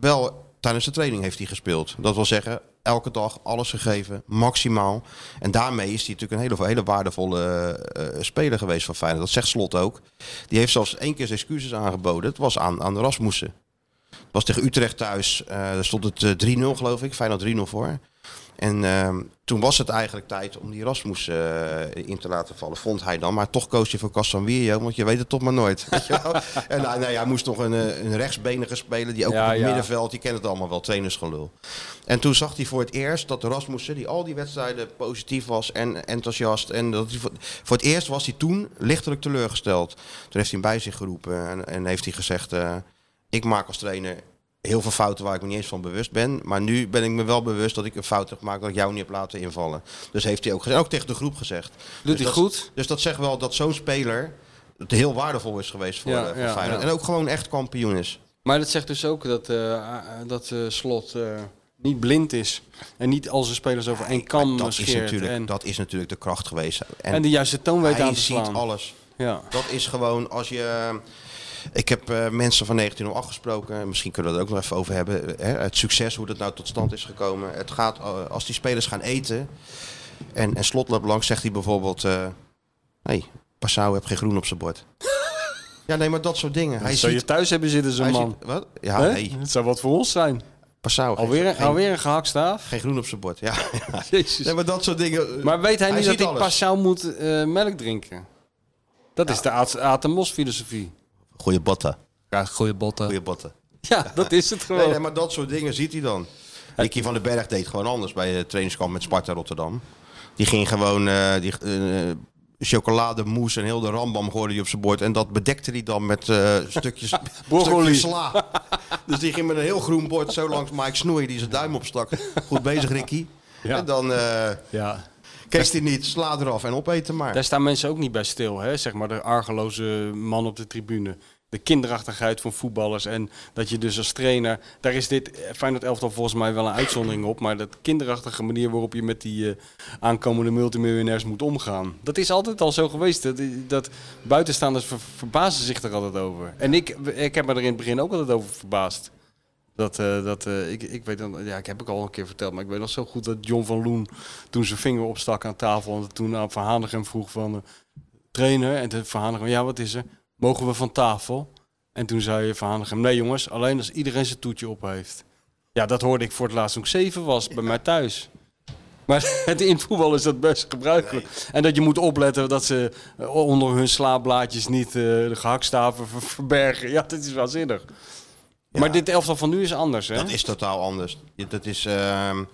wel tijdens de training heeft hij gespeeld. Dat wil zeggen, elke dag alles gegeven, maximaal. En daarmee is hij natuurlijk een hele, hele waardevolle eh, eh, speler geweest van Feyenoord. Dat zegt Slot ook. Die heeft zelfs één keer zijn excuses aangeboden. Het was aan, aan Rasmussen. Het was tegen Utrecht thuis. eh, daar stond het eh, 3-0 geloof ik, Feyenoord 3-0 voor. En ehm, toen was het eigenlijk tijd om die Rasmus eh, in te laten vallen, vond hij dan. Maar toch koos hij voor Casemiro, want je weet het toch maar nooit. *laughs* weet je wel? en nou, nou ja, hij moest nog een, eh, een rechtsbenige spelen, die ook Ja, op het ja. middenveld, die kent het allemaal wel, trainersgelul. En toen zag hij voor het eerst dat Rasmussen, die al die wedstrijden positief was en enthousiast. En dat hij voor, voor het eerst was hij toen lichtelijk teleurgesteld. Toen heeft hij hem bij zich geroepen en, en heeft hij gezegd... eh, ik maak als trainer heel veel fouten waar ik me niet eens van bewust ben. Maar nu ben ik me wel bewust dat ik een fout heb gemaakt dat ik jou niet heb laten invallen. Dus heeft hij ook gezegd, en ook tegen de groep gezegd. Doet Dus hij dat- goed? Dus dat zegt wel dat zo'n speler het heel waardevol is geweest voor, Ja, eh, voor ja, Feyenoord. ja. En ook gewoon echt kampioen is. Maar dat zegt dus ook dat, eh, ah, ah, dat eh, Slot eh, niet blind is. En niet al zijn spelers over één kam dat, is scheert. natuurlijk, en, dat is natuurlijk de kracht geweest. En, en de juiste toon weet hij aan te ziet slaan. alles. Ja. Dat is gewoon als je. eh, Ik heb eh, mensen van 1908 gesproken. Misschien kunnen we het ook nog even over hebben. eh, Hè? Het succes, hoe dat nou tot stand is gekomen. Het gaat, eh, als die spelers gaan eten. En, en Slot loopt langs, zegt hij bijvoorbeeld... eh nee, Passau heeft geen groen op zijn bord. ja, nee, maar dat soort dingen. Hij Zou je ziet... thuis hebben zitten zo'n hij man? ziet- wat? Ja, Hè? nee. Het zou wat voor ons zijn. Passau heeft Alweer, geen, alweer een gehakstaaf. geen groen op zijn bord. *laughs* Ja. Jezus. nee, maar dat soort dingen. Maar weet hij, Hij niet dat ziet hij alles. passaal moet eh, melk drinken? Dat is de Aad- Aad en Mos filosofie. Goeie botten. Ja, goede botten. Goeie botten. Ja, dat is het Nee, gewoon. nee, maar dat soort dingen ziet hij dan. Ricky van den Berg deed gewoon anders bij de trainingskamp met Sparta Rotterdam. Die ging gewoon eh die, eh, chocolademousse en heel de rambam gooide hij op zijn bord. En dat bedekte hij dan met eh, stukjes, *laughs* Broccoli. stukjes sla. Dus die ging met een heel groen bord zo langs Mike Snoei die zijn duim opstak. Goed bezig, Ricky. Ja. En dan eh ja. kees hij niet, sla eraf en opeten maar. Daar staan mensen ook niet bij stil, hè? zeg maar de argeloze man op de tribune. De kinderachtigheid van voetballers en dat je dus als trainer... Daar is dit eh, Feyenoord elftal volgens mij wel een uitzondering op. Maar dat kinderachtige manier waarop je met die eh, aankomende multimiljonairs moet omgaan. Dat is altijd al zo geweest. Dat, dat buitenstaanders ver- verbazen zich er altijd over. En ik, ik heb me er in het begin ook altijd over verbaasd. Dat, eh, dat, eh, ik, ik weet dan, ja, ik heb ik al een keer verteld, maar ik weet nog zo goed dat John van Loen toen zijn vinger opstak aan tafel en toen aan Van Hanegem vroeg van eh, trainer en toen Van Hanegem, ja wat is er? Mogen we van tafel? En toen zei Van Hanegem, nee jongens, alleen als iedereen zijn toetje op heeft. Ja, dat hoorde ik voor het laatst toen ik zeven was bij mij thuis. Maar *laughs* het, in voetbal is dat best gebruikelijk. En dat je moet opletten dat ze eh, onder hun slaapblaadjes niet eh, de gehakstaven ver- verbergen. Ja, dat is waanzinnig. Maar dit elftal van nu is anders, hè? Dat is totaal anders. Ja, Dat is, ehm,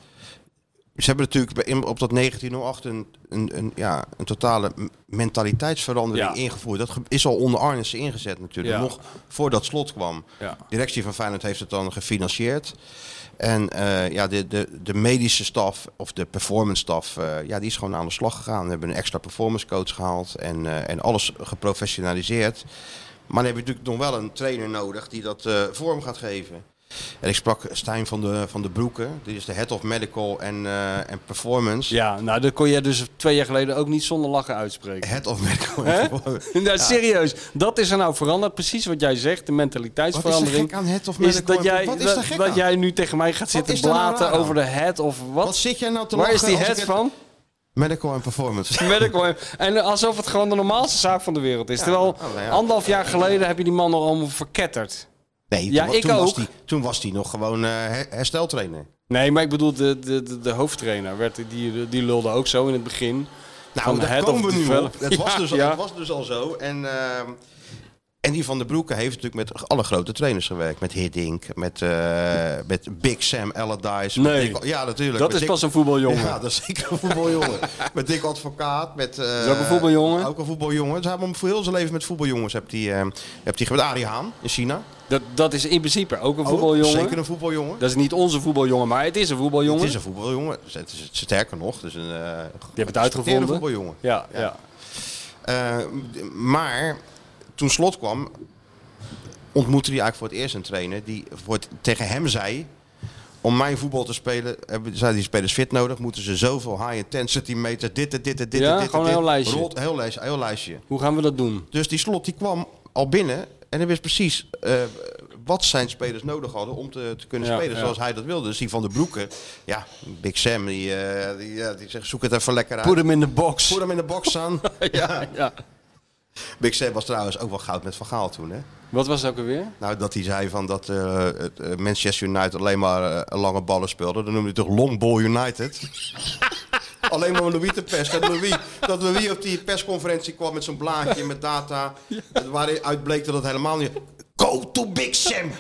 ze hebben natuurlijk bij- in- op dat 1908 een, een, een, ja, een totale m- mentaliteitsverandering Ja. ingevoerd. Dat ge- is al onder Arnissen ingezet natuurlijk, Ja. nog voordat slot kwam. Ja. De directie van Feyenoord heeft het dan gefinancierd. En eh, ja, de, de, de medische staf of de performance staf, eh, ja, die is gewoon aan de slag gegaan. We hebben een extra performance coach gehaald en, eh, en alles geprofessionaliseerd. Maar dan heb je natuurlijk nog wel een trainer nodig die dat eh, vorm gaat geven. En ik sprak Stijn van de, van de Broeken, die is de head of medical en, eh, en performance. Ja, nou, dat kon jij dus twee jaar geleden ook niet zonder lachen uitspreken. Head of medical Hè? en performance. *laughs* Nou, serieus, dat is er nou veranderd. Precies wat jij zegt, de mentaliteitsverandering. Wat is er gek aan head of is medical dat en- jij, wat is dat, er gek dat aan? jij nu tegen mij gaat zitten is daar nou blaten raar aan? over de head of wat? Wat zit jij nou te Waar lachen is die als ik head het- van? *laughs* Medical en performance. Medical. En alsof het gewoon de normaalste zaak van de wereld is. Terwijl nou ja. anderhalf jaar geleden heb je die man nog allemaal verketterd. Nee, toen, Ja, wa- ik toen Was ook. die, toen was hij nog gewoon eh, her- hersteltrainer. Nee, maar ik bedoel, de, de, de, de hoofdtrainer werd, die, die lulde ook zo in het begin. Nou, Van dat head komen of we nu develop- *laughs* op. Dat, was Ja, dus, ja. dat was dus al zo. En, ehm, en die van de Broeke heeft natuurlijk met alle grote trainers gewerkt. Met Hiddink, met, eh, met Big Sam Allardyce. met Nee. Dick- ja, natuurlijk. Dat Met is Dick- pas een voetbaljongen. Ja, dat is zeker een *laughs* voetbaljongen. met Dick Advocaat. Met, eh, Is ook een voetbaljongen. Ook een voetbaljongen. Dus hij heeft hem voor heel zijn leven met voetbaljongens. Hebt hij, ehm, hebt hij gewerkt. Arie Haan in China. Dat, dat is in principe ook een Ook voetbaljongen. Zeker een voetbaljongen. Dat is niet onze voetbaljongen, maar het is een voetbaljongen. Het is een voetbaljongen. Het is sterker nog. Dus een, eh hebt het uitgevonden. Een voetbaljongen. Ja, ja. Eh, d- maar toen Slot kwam, ontmoette hij eigenlijk voor het eerst een trainer die voor het- tegen hem zei... Om mijn voetbal te spelen, hebben, zijn die spelers fit nodig? Moeten ze zoveel high intensity meter, dit en dit en dit en Ja, dit en gewoon een dit. heel lijstje. Rolt, heel lijstje. Heel lijstje. Hoe gaan we dat doen? Dus die Slot die kwam al binnen en hij wist precies eh, wat zijn spelers nodig hadden om te, te kunnen Ja, spelen ja. zoals hij dat wilde. Dus die Van de Broeken, ja, Big Sam, die, eh, die, ja, die zegt zoek het even lekker uit. Put hem in de box. Voer hem in de box aan. *laughs* ja, ja. Big Sam was trouwens ook wel goud met Van Gaal toen, hè? Wat was het ook alweer? Nou, dat hij zei van dat eh, het, eh, Manchester United alleen maar eh, lange ballen speelde. Dan noemde hij toch Long Ball United? *laughs* alleen maar om Louis te pesten. Dat Louis, dat Louis op die persconferentie kwam met zo'n blaadje met data. Waaruit bleek dat het helemaal niet... Go to Big Sam!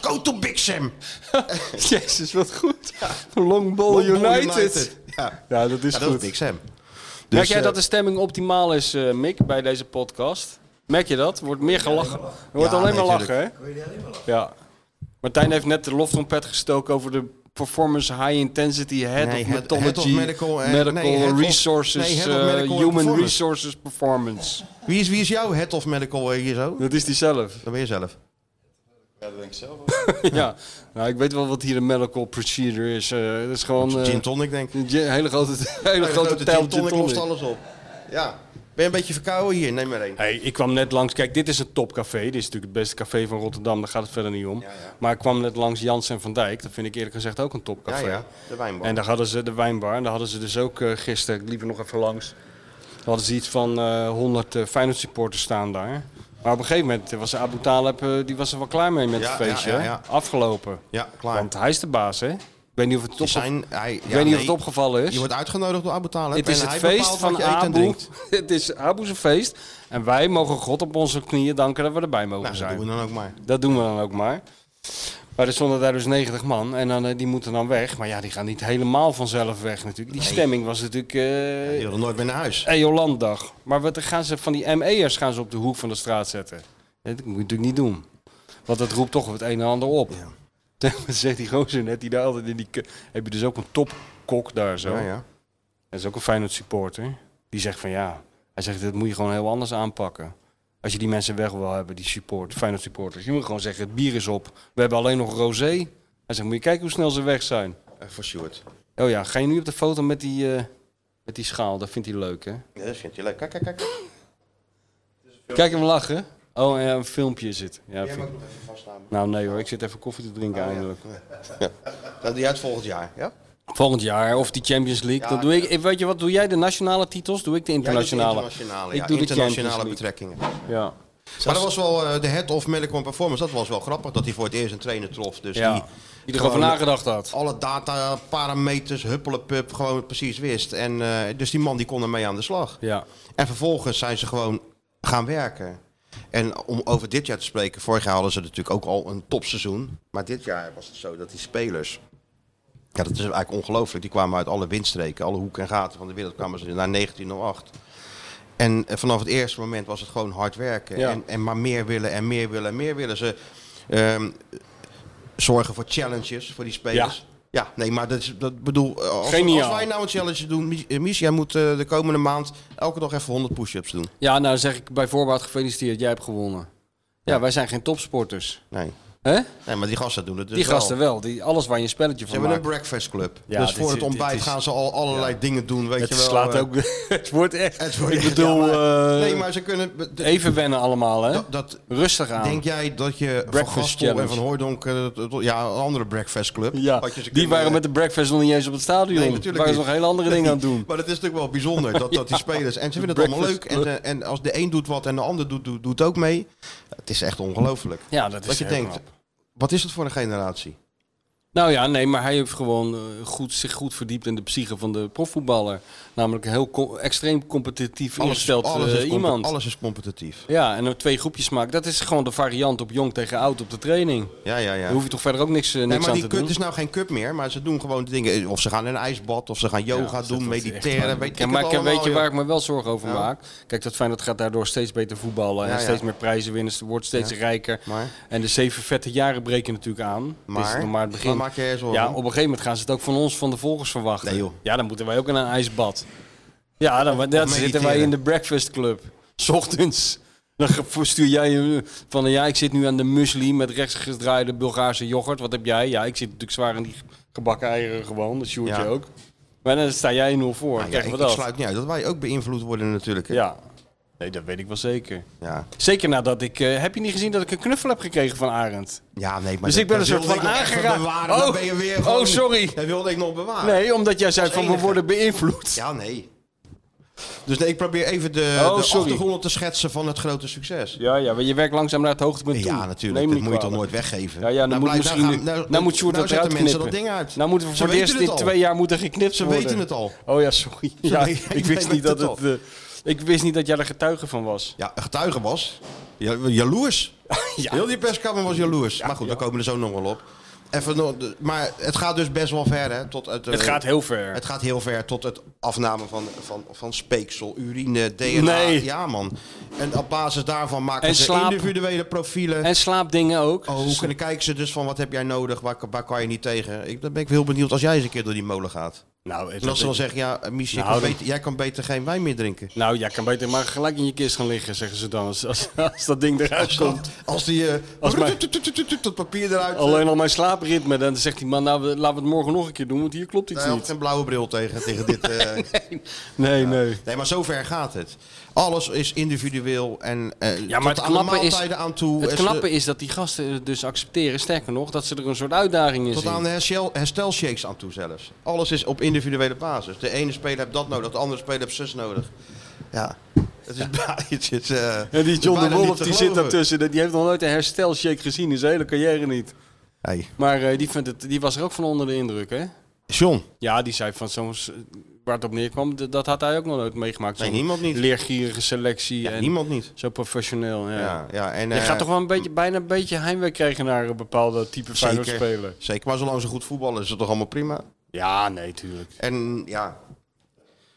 Go to Big Sam! *laughs* Jezus, wat goed. Long Ball Long United. Dus, Ball Ja. Ja, dat is Ja, dat goed. is Big Sam. Merk jij eh, dat de stemming optimaal is, eh, Mick, bij deze podcast? Merk je dat? Wordt meer gelachen. Er wordt Ja, alleen maar nee, lachen, hè? Ja. Martijn heeft net de loftrompet gestoken over de performance high intensity head Nee, of head- methodology, head of medical, eh, medical nee, head of- resources, nee, head of eh, medical en human performance. resources performance. Wie is, wie is jouw head of medical eh, hier zo? Dat is die zelf. Dat ben je zelf. *laughs* Ja, nou, ik weet wel wat hier een medical procedure is. eh dat is gewoon eh, Gin tonic, denk ik. een gin- hele grote, *laughs* hele Hele grote grote gin tel gin tonic lost tonic. alles op. Ja. Ben je een beetje verkouden hier? Neem maar één. Hey, ik kwam net langs, kijk, dit is een topcafé. Dit is natuurlijk het beste café van Rotterdam, daar gaat het verder niet om. Maar ik kwam net langs Jans en Van Dijk, dat vind ik eerlijk gezegd ook een Ja, topcafé. ja. De wijnbar. En daar hadden ze de wijnbar, en daar hadden ze dus ook eh, gisteren, ik liep er nog even langs, daar hadden ze iets van eh 100 eh Feyenoord supporters staan daar. Maar op een gegeven moment was Abu Taleb, eh, die was er wel klaar mee met Ja, het feestje. ja, hè? ja, ja. Afgelopen. Ja, klaar. Want hij is de baas, hè? Ik weet niet of het, Ze op... zijn, hij, ik weet niet of het opgevallen is. Je wordt uitgenodigd door Abu Talib. Het is en het hij feest bepaalt wat van je eet en Abu. Nou, drinkt. *laughs* Het is Abu's feest. En wij mogen God op onze knieën danken dat we erbij mogen Nou, dat zijn. doen we dan ook maar. Dat doen we dan ook maar. Maar er stonden daar dus 90 man en dan, eh, die moeten dan weg. Maar ja, die gaan niet helemaal vanzelf weg natuurlijk. Die stemming was natuurlijk Je eh wil er nooit meer naar huis. Eolanddag. Maar wat gaan ze van die ME'ers gaan ze op de hoek van de straat zetten? Dat moet je natuurlijk niet doen. Want dat roept toch het een en ander op. *laughs* Dat zegt die gozer net, die daar altijd in die... ke- Heb je dus ook een topkok daar zo. Ja, ja. Dat is ook een Feyenoord supporter. Die zegt van ja, hij zegt dit moet je gewoon heel anders aanpakken. Als je die mensen weg wil hebben, die support, Feyenoord supporters. Je moet gewoon zeggen, het bier is op. We hebben alleen nog rosé. Hij zegt, moet je kijken hoe snel ze weg zijn. Eh, Voor Sjoerd. Oh ja, ga je nu op de foto met die, eh, met die schaal? Dat vindt hij leuk, hè? Ja, dat vindt hij leuk. Kijk, kijk, kijk. Kijk hem lachen. Oh, en ja, een filmpje zit. Ja, Jij vind- mag nog even Oh, vaststaan. Nou nee hoor, ik zit even koffie te drinken eindelijk. Dat die uit volgend jaar, ja? Volgend jaar, of die Champions League. Ja, dan doe ik, weet je wat, doe jij de nationale titels? Doe ik de Ja, dat is internationale? internationale, Ik ja. doe de internationale Champions betrekkingen. ja. Maar dat was wel eh, de head of Medical Performance. Dat was wel grappig dat hij voor het eerst een trainer trof. Dus ja. die Die er over gewoon nagedacht had. alle data, parameters, huppelenpup, gewoon precies wist. En, eh, dus die man die kon ermee aan de slag. Ja. En vervolgens zijn ze gewoon gaan werken. En om over dit jaar te spreken, vorig jaar hadden ze natuurlijk ook al een topseizoen. Maar dit jaar was het zo dat die spelers. Ja, dat is eigenlijk ongelooflijk. Die kwamen uit alle windstreken, alle hoeken en gaten van de wereld kwamen ze naar 1908. En eh, vanaf het eerste moment was het gewoon hard werken. Ja. En, en maar meer willen en meer willen en meer willen. Ze ehm, zorgen voor challenges voor die spelers. Ja. nee, maar dat, is, dat bedoel, eh, als, Geniaal. als wij nou een challenge doen, Mich- eh, Mies, jij moet eh, de komende maand elke dag even 100 push-ups doen. Ja, nou zeg ik bij voorbaat gefeliciteerd, jij hebt gewonnen. Ja, wij zijn geen topsporters. Nee. Hè? nee, maar die gasten doen het dus die wel. gasten wel, die, alles waar je een spelletje Ze van hebben een maakt. breakfast club. Ja, dus dit voor is- het ontbijt dit is- gaan ze al allerlei dingen doen, weet Het je wel. slaat eh, ook, *laughs* het wordt echt, Het wordt ik echt- bedoel, ja, maar- eh, nee, maar ze kunnen... de- even wennen allemaal hè. dat, dat, Rustig aan. Denk jij dat je van Breakfast Gastel en challenge. van Hooijdonk... eh, tot- Ja, een andere breakfast club. ja, had je ze die kunnen- eh, waren met de breakfast nog niet eens op het stadion. Nee, natuurlijk waren ze niet. nog hele andere dingen aan het doen. Maar het is natuurlijk wel bijzonder dat, dat die spelers... En ze vinden het allemaal leuk. Breakfast En, eh, en als de een doet wat en de ander doet, doet, doet ook mee. Het is echt ongelooflijk. Ja, dat is Dat je heel denkt, knap. wat is het voor een generatie? Nou ja, nee, maar hij heeft gewoon eh, goed, zich goed verdiept in de psyche van de profvoetballer. Namelijk een heel co- extreem competitief ingesteld eh, is compe- iemand. alles is competitief. Ja, en dan twee groepjes maken. Dat is gewoon de variant op jong tegen oud op de training. Ja, ja, ja. Daar hoef je toch verder ook niks, eh, niks Nee, maar aan die te cup doen. is nou geen cup meer, maar ze doen gewoon de dingen. Eh, Of ze gaan in een ijsbad, of ze gaan yoga Ja, doen, dat is echt mediteren. waar. Weet Ja, ik maar het ik- weet je allemaal, waar joh. ik me wel zorgen over Ja. maak? Kijk, dat Feyenoord gaat daardoor steeds beter voetballen. Ja, en ja. steeds meer prijzen winnen. Ze wordt steeds rijker. Maar? En de zeven vette jaren breken natuurlijk aan. Maar, Dit is Maar? nog maar het begin. Maar maak je je zorgen? Ja, op een gegeven moment gaan ze het ook van ons, van de volgers verwachten. Nee, joh. Ja, dan moeten wij ook in een ijsbad. Ja, dan, dan zitten wij mediteren. in de breakfast club. 's ochtends. Dan ge- stuur jij je van ja, ik zit nu aan de muesli met rechtsgedraaide Bulgaarse yoghurt. Wat heb jij? Ja, ik zit natuurlijk zwaar in die gebakken eieren gewoon. Dat sjoertje Ja. ook. Maar dan sta jij 0 voor. Nou ja, Kijk ik, wat ik dat. sluit niet uit dat wij ook beïnvloed worden natuurlijk. hè. Ja. Nee, dat weet ik wel zeker. Ja. Zeker nadat ik... eh, heb je niet gezien dat ik een knuffel heb gekregen van Arend? Ja, nee, maar Dus dat- ik ben dat een soort wilde van ik nog even aangeraakt. bewaren. Dan Oh, ben je weer oh, gewoon- sorry. Dat wilde ik nog bewaren. Nee, omdat jij zei Als van Nou, we enige. worden beïnvloed. Ja, nee. Dus nee, ik probeer even de, Oh, de sorry. achtergronden te schetsen van het grote succes. Ja, ja, maar je werkt langzaam naar het hoogtepunt toe. Ja, natuurlijk. Neem me dat moet niet je toch kwalijk. nooit weggeven. Ja, ja, dan Nou, moet blijf- misschien... nou nu- gaan- nou- nou moet Sjoerd nou dat eruit zetten mensen knippen. dat ding uit. Nou moeten we Ze voor het weten eerst het dit al. twee jaar moeten geknipt Ze worden. weten het al. Oh ja, sorry. Ja, weten- ik wist weten niet dat het het... eh, ik wist niet dat jij er getuige van was. *laughs* Ja, een getuige was. Ja, Jaloers. Ja. Heel die perskamer was jaloers. maar goed, daar komen we er zo nog wel op. Even nog, de- maar het gaat dus best wel ver, hè? Tot het, eh, Het gaat heel ver. het gaat heel ver tot het afname van, van, van speeksel, urine, DNA. Nee. Ja, man. En op basis daarvan maken En ze slaap. individuele profielen. En slaapdingen ook. Oh, en dan kijken ze dus van wat heb jij nodig, waar, waar kan je niet tegen. Ik, dan ben ik heel benieuwd als jij eens een keer door die molen gaat. Nou, het- En als ze dan zeggen, ja, eh, Mies, jij Nou, kan dan- beter- jij kan beter geen wijn meer drinken. Nou, jij kan beter maar gelijk in je kist gaan liggen, zeggen ze dan. Als, als, als dat ding eruit Als, komt. dat, als die... eh Als mijn- dat papier eruit... eh, Alleen al mijn slaapritme. Dan zegt die man, nou, we- laten we het morgen nog een keer doen, want hier Nou klopt iets Hij had niet. geen blauwe bril tegen, tegen dit. eh. Nee, nee. Nee, maar zover gaat het. Alles is individueel en eh Ja, maar tot het aan de knappe is- maaltijden aan toe. Het is de- knappe is dat die gasten het dus accepteren. Sterker nog, dat ze er een soort uitdaging in Tot zien. aan de herstel, herstelshakes aan toe zelfs. Alles is op individuele basis. De ene speler heeft dat nodig, de andere speler heeft zus nodig. Ja, het *laughs* is, bijna- het is, eh, Ja, die het is John de bijna niet Wolf te die zit geloven. daartussen. Die heeft nog nooit een herstelshake gezien in zijn hele carrière niet. Hey, Maar eh, die, vindt het, die was er ook van onder de indruk, hè? John, Ja, die zei van zo'n... s- Waar het op neerkwam, d- dat had hij ook nog nooit meegemaakt. Nee, Zo'n niemand niet. Leergierige selectie ja, en niemand niet. zo professioneel. Ja. Ja, ja, en, Je eh, gaat toch wel een beetje, bijna een beetje heimwee krijgen naar een bepaalde type Zeker. Feyenoord speler. Zeker, maar zolang ze goed voetballen is het toch allemaal prima. Ja, nee, tuurlijk. En ja,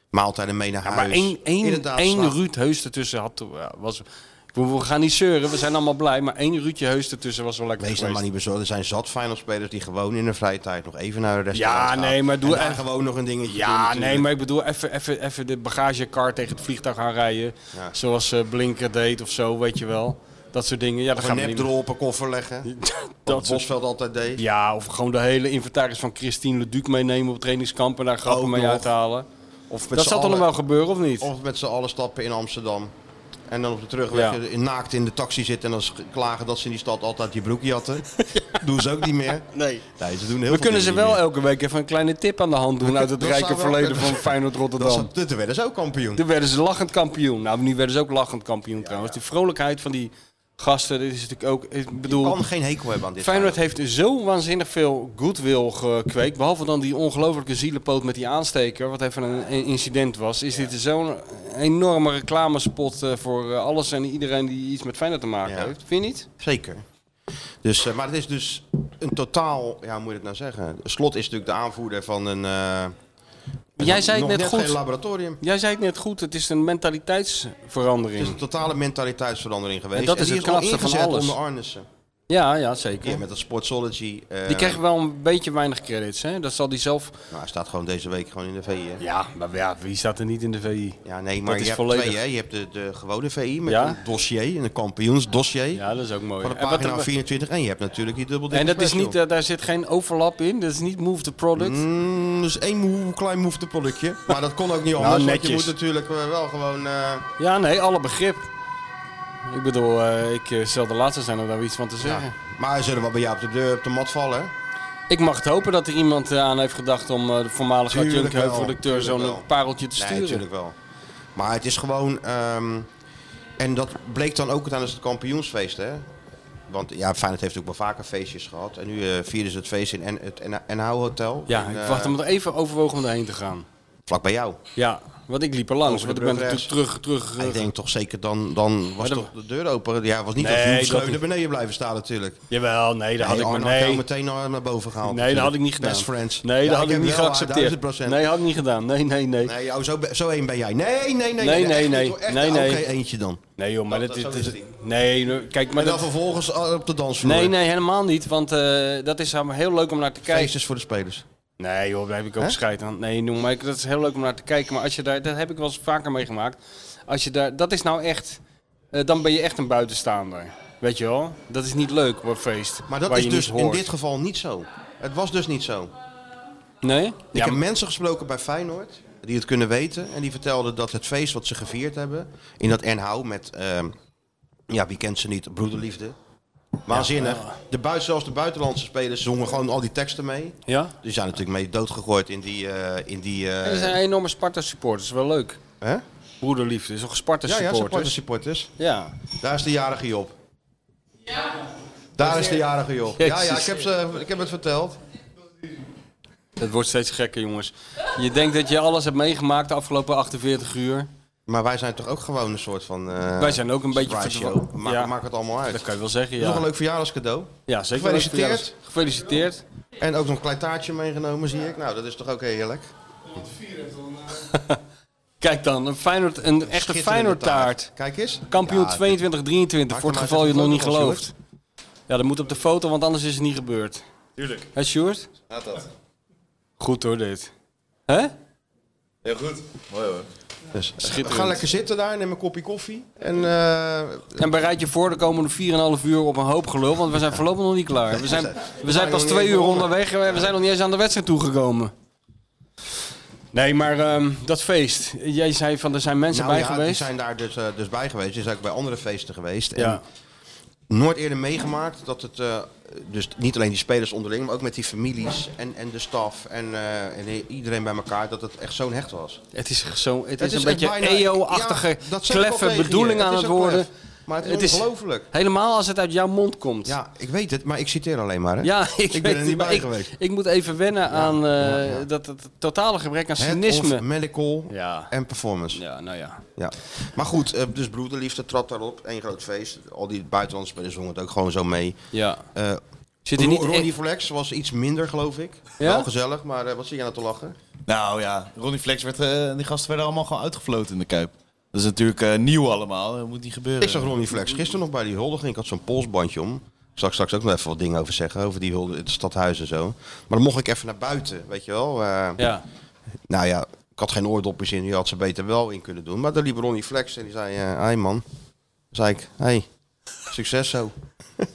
maaltijden mee naar Ja, huis. maar één, één, Inderdaad, één slaap. Ruud Heus ertussen had... to- ja, Was, ik bedoel, we gaan niet zeuren, we zijn allemaal blij. Maar één Ruudje Heus ertussen was wel lekker Wees nou geweest. maar niet bezorgd. Er zijn zat finalspelers die gewoon in hun vrije tijd nog even naar de Ja, restaurant gaan. nee, maar doe en daar echt- gewoon nog een dingetje doen Ja, natuurlijk. nee, maar ik bedoel, even- even even de bagagekar tegen het vliegtuig gaan rijden. Ja. Zoals eh, Blinker deed of zo, weet je wel. Dat soort dingen. Ja, dan Gewoon gaan we nep niet erop een koffer leggen. dat Dat soort... Bosveld altijd deed. Ja, of gewoon de hele inventaris van Christine Leduc meenemen op trainingskamp en daar grappen Ook mee nog. uithalen. Of dat z'n zal toch allen- nog wel gebeuren, of niet? Of met z'n allen stappen in Amsterdam. En dan op de terugweg Ja. in- naakt in de taxi zitten en dan sch- klagen dat ze in die stad altijd die broekje *laughs* hadden. Doen ze ook niet meer. nee. Nee, ze doen heel We veel kunnen ze dingen wel niet meer. elke week even een kleine tip aan de hand doen uit het Dat rijke zou wel verleden kunnen. van Feyenoord Dat Rotterdam. is, toen werden ze dus ook kampioen. Toen werden ze lachend kampioen. Nou, nu werden ze ook lachend kampioen trouwens. Die vrolijkheid van die gasten, dit is natuurlijk ook... Ik bedoel, kan geen hekel hebben aan dit. Feyenoord heeft zo waanzinnig veel goodwill gekweekt. Behalve dan die ongelofelijke zielenpoot met die aansteker, wat even een een incident was. Is dit zo'n enorme reclamespot eh, voor eh, alles en iedereen die iets met Feyenoord te maken Ja. heeft. Vind je niet? Zeker. Dus, eh, maar het is dus een totaal, ja, hoe moet je het nou zeggen? Slot is natuurlijk de aanvoerder van een. eh, Jij zei het nog net goed. Geen laboratorium. Jij zei het net goed, het is een mentaliteitsverandering. Het is een totale mentaliteitsverandering geweest. En dat is die het knapste al van ingezet alles. onder Arnissen. Ja, ja, zeker. Ja, met dat Sportsology. eh, Die kreeg wel een beetje weinig credits, hè? Dat zal die zelf... Nou, hij staat gewoon deze week gewoon in de VI. Hè? Ja. Ja, maar ja, wie staat er niet in de VI? nee, maar is je hebt volledig. twee, hè? Je hebt de, de gewone VI met Ja. een dossier, een kampioensdossier Ja, dat is ook mooi. van de En wat pagina er- 24. En je hebt natuurlijk die dubbel en dat is niet, eh, daar zit geen overlap in. Dat is niet move the product. Mm, dus één moe, klein moefde productje. Maar dat kon ook niet anders. want je netjes. moet natuurlijk eh, wel gewoon. eh, Ja, nee, alle begrip. Ik bedoel, eh, ik eh, zal de laatste zijn om daar iets van te ja. zeggen. Maar hij zullen wel bij jou op de, deur, op de mat vallen. hè? Ik mag het hopen dat er iemand eh, aan heeft gedacht om eh, de voormalige Tuurlijk wel, adjunct-hoofdredacteur tuurlijk wel. zo'n pareltje te Nee, sturen. natuurlijk wel. Maar het is gewoon. ehm, en dat bleek dan ook tijdens het kampioensfeest, hè? Want ja, Feyenoord heeft ook wel vaker feestjes gehad. En nu eh, vierden ze het feest in en, het NH Hotel. ja, in, ik eh, wacht hem er even overwogen om daarheen te gaan. Vlak bij jou. Ja, want ik liep er langs. Over de Want ik ben brug rechts. natuurlijk terug, terug. eh, Ik denk toch zeker dan, dan was Maar dan- toch de deur open. Ja, het was niet Nee, dat dat Joep Schreuder niet. beneden blijven staan natuurlijk. Jawel, nee, dat had Nee, ik maar Arno had jou nee. meteen naar naar boven gehaald. Nee, dat had ik niet gedaan. Best friends. Nee, Ja, dat had ik heb niet wel, geaccepteerd. 1000%. Nee, had ik niet gedaan. Nee, nee, nee. Nee, joh, zo, be- zo één ben jij. Nee, nee, nee. Nee, echt nee, niet, nee. hoor. Echt, eh, Nee, nee. Oké, eentje dan. Nee, joh, maar Dat- dat, dat is. is het nee, nee, kijk, maar En dan dat. vervolgens ah, op de dansvloer. Nee, nee, helemaal niet. Want eh, dat is heel leuk om naar te kijken. Feestjes voor de spelers. Nee joh, daar heb ik Hè? ook scheid aan. Nee, noem maar. ik- Dat is heel leuk om naar te kijken. Maar als je daar, dat heb ik wel eens vaker meegemaakt. Als je daar, dat is nou echt, eh, dan ben je echt een buitenstaander. Weet je wel? Dat is niet leuk op een feest. Maar dat waar is je dus niet hoort. in dit geval niet zo. Het was dus niet zo. Nee? Ik Ja, heb maar- mensen gesproken bij Feyenoord die het kunnen weten. En die vertelden dat het feest wat ze gevierd hebben in dat NH met, ehm, ja, wie kent ze niet, broederliefde. Waanzinnig. De buiten, zelfs de buitenlandse spelers zongen gewoon al die teksten mee. ja? Die zijn natuurlijk mee doodgegooid in die... eh, in die eh, Er zijn enorme Sparta supporters, wel leuk. hè? Broederliefde, is toch Sparta Ja, ja, supporters, supporters? supporters. Ja, Daar is de jarige Job. Daar is de jarige Job. Ja, ja, Jezus. ik heb, ze, ik heb het verteld. het wordt steeds gekker jongens. Je denkt dat je alles hebt meegemaakt de afgelopen 48 uur. Maar wij zijn toch ook gewoon een soort van... eh, Wij zijn ook een beetje surprise verdwa- show. Maak, Ja. maak het allemaal uit. Dat kan je wel zeggen, Dat is nog ja. een leuk verjaardagscadeau. Ja, zeker. leuk Gefeliciteerd. verjaardag. Gefeliciteerd. En ook nog een klein taartje meegenomen, zie ik. Nou, dat is toch ook heerlijk. Kijk dan, een, Feyenoord, een echte Schitterende Feyenoord taart. Kijk eens. Kampioen Ja, 22-23, voor hem het uit geval op je de het nog foto niet van gelooft. Ja, dat moet op de foto, want anders is het niet gebeurd. Tuurlijk. Hé, Sjoerd? Gaat dat. Goed hoor, dit. Hè? Heel goed. Mooi hoor. Dus, eh, Schitterend. ga lekker zitten daar, neem een kopje koffie. En eh, En bereid je voor de komende 4,5 uur op een hoop gelul, want we zijn voorlopig nog niet klaar. We zijn, we zijn nog pas niet twee eens uur begonnen. onderweg en we zijn nog niet eens aan de wedstrijd toegekomen. Nee, maar ehm, dat feest. Jij zei van er zijn mensen Nou bij ja, geweest. Die zijn daar dus, eh, dus bij geweest. Die zijn ook bij andere feesten geweest. Ja. En nooit eerder meegemaakt dat het. eh, dus niet alleen die spelers onderling, maar ook met die families en, en de staf en, eh, en iedereen bij elkaar, dat het echt zo'n hecht was. Het is zo, het, is, echt een beetje bijna- EO-achtige, Ja, dat zeg ik al kleffe tegen bedoeling je. aan is het ook worden. klef. Maar het is ongelooflijk. Helemaal als het uit jouw mond komt. Ja, ik weet het, maar ik citeer alleen maar. Hè? Ja, *laughs* ik, ben weet er het, niet maar bij ik- geweest. Ik, moet even wennen aan eh, ja, ja. Dat, dat totale gebrek aan Head of cynisme. medical Ja. en performance. Ja. Ja, nou ja. Maar goed, eh, dus broederliefde trad daarop. Eén groot feest. Al die buitenlandse spelers zongen het ook gewoon zo mee. ja. Eh, Zit er niet Ro- Ronnie in? Flex was iets minder, geloof ik. Ja? Wel gezellig, maar eh, wat zie je nou te lachen? Nou ja, Ronnie Flex werd, eh, die gasten werden allemaal gewoon uitgefloten in de Kuip. Dat is natuurlijk eh, nieuw allemaal, dat moet niet gebeuren. Ik zag Ronnie Flex gisteren nog bij die huldiging. Ik had zo'n polsbandje om. Ik zal ik straks ook nog even wat dingen over zeggen, over die hulde, het stadhuis en zo. Maar dan mocht ik even naar buiten, weet je wel. Eh, Ja. Nou ja, ik had geen oordopjes in, je had ze beter wel in kunnen doen. Maar daar liep Ronnie Flex en die zei, eh hey man. Toen zei ik, hey, succes zo. *laughs* en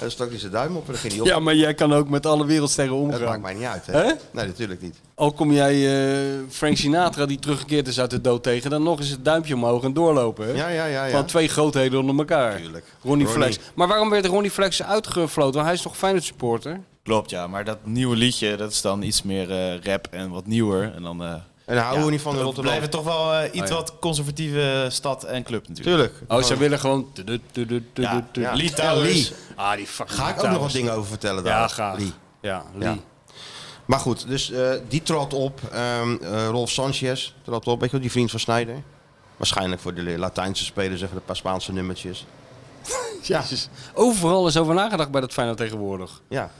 dan stak hij zijn duim op en dan ging hij op. ja, maar jij kan ook met alle wereldsterren dat maakt omgaan. mij niet uit, hè? Hè? Nee, natuurlijk niet. Al kom jij eh, Frank Sinatra, die teruggekeerd is uit de dood tegen, dan nog eens het duimpje omhoog en doorlopen. hè? Ja, ja, ja. ja. Van twee grootheden onder elkaar. Tuurlijk. Ronnie, Ronnie. Flex. Maar waarom werd Ronnie Flex uitgefloten? Want hij is toch Feyenoord supporter? Klopt, ja. Maar dat nieuwe liedje, dat is dan iets meer eh, rap en wat nieuwer. En dan eh En daar houden ja, we niet van in we Rotterdam. blijven toch wel eh, iets Oh, ja. wat conservatieve stad en club natuurlijk. Tuurlijk. Oh, zij willen gewoon... tudu, tudu, tudu, Ja, tudu. ja. Lee Lee. Towers. Ah, die fucking Ga ik ook nog Towers. wat dingen over vertellen daar. Ja, graag. Lee. Ja, Lee. Ja. Maar goed, dus eh, die trad op. Ehm, eh, Rolf Sanchez trad op. Weet je wel, die vriend van Snijder. Waarschijnlijk voor de Latijnse spelers even een paar Spaanse nummertjes. Jezus. Overal is over nagedacht bij dat Feyenoord tegenwoordig. Ja.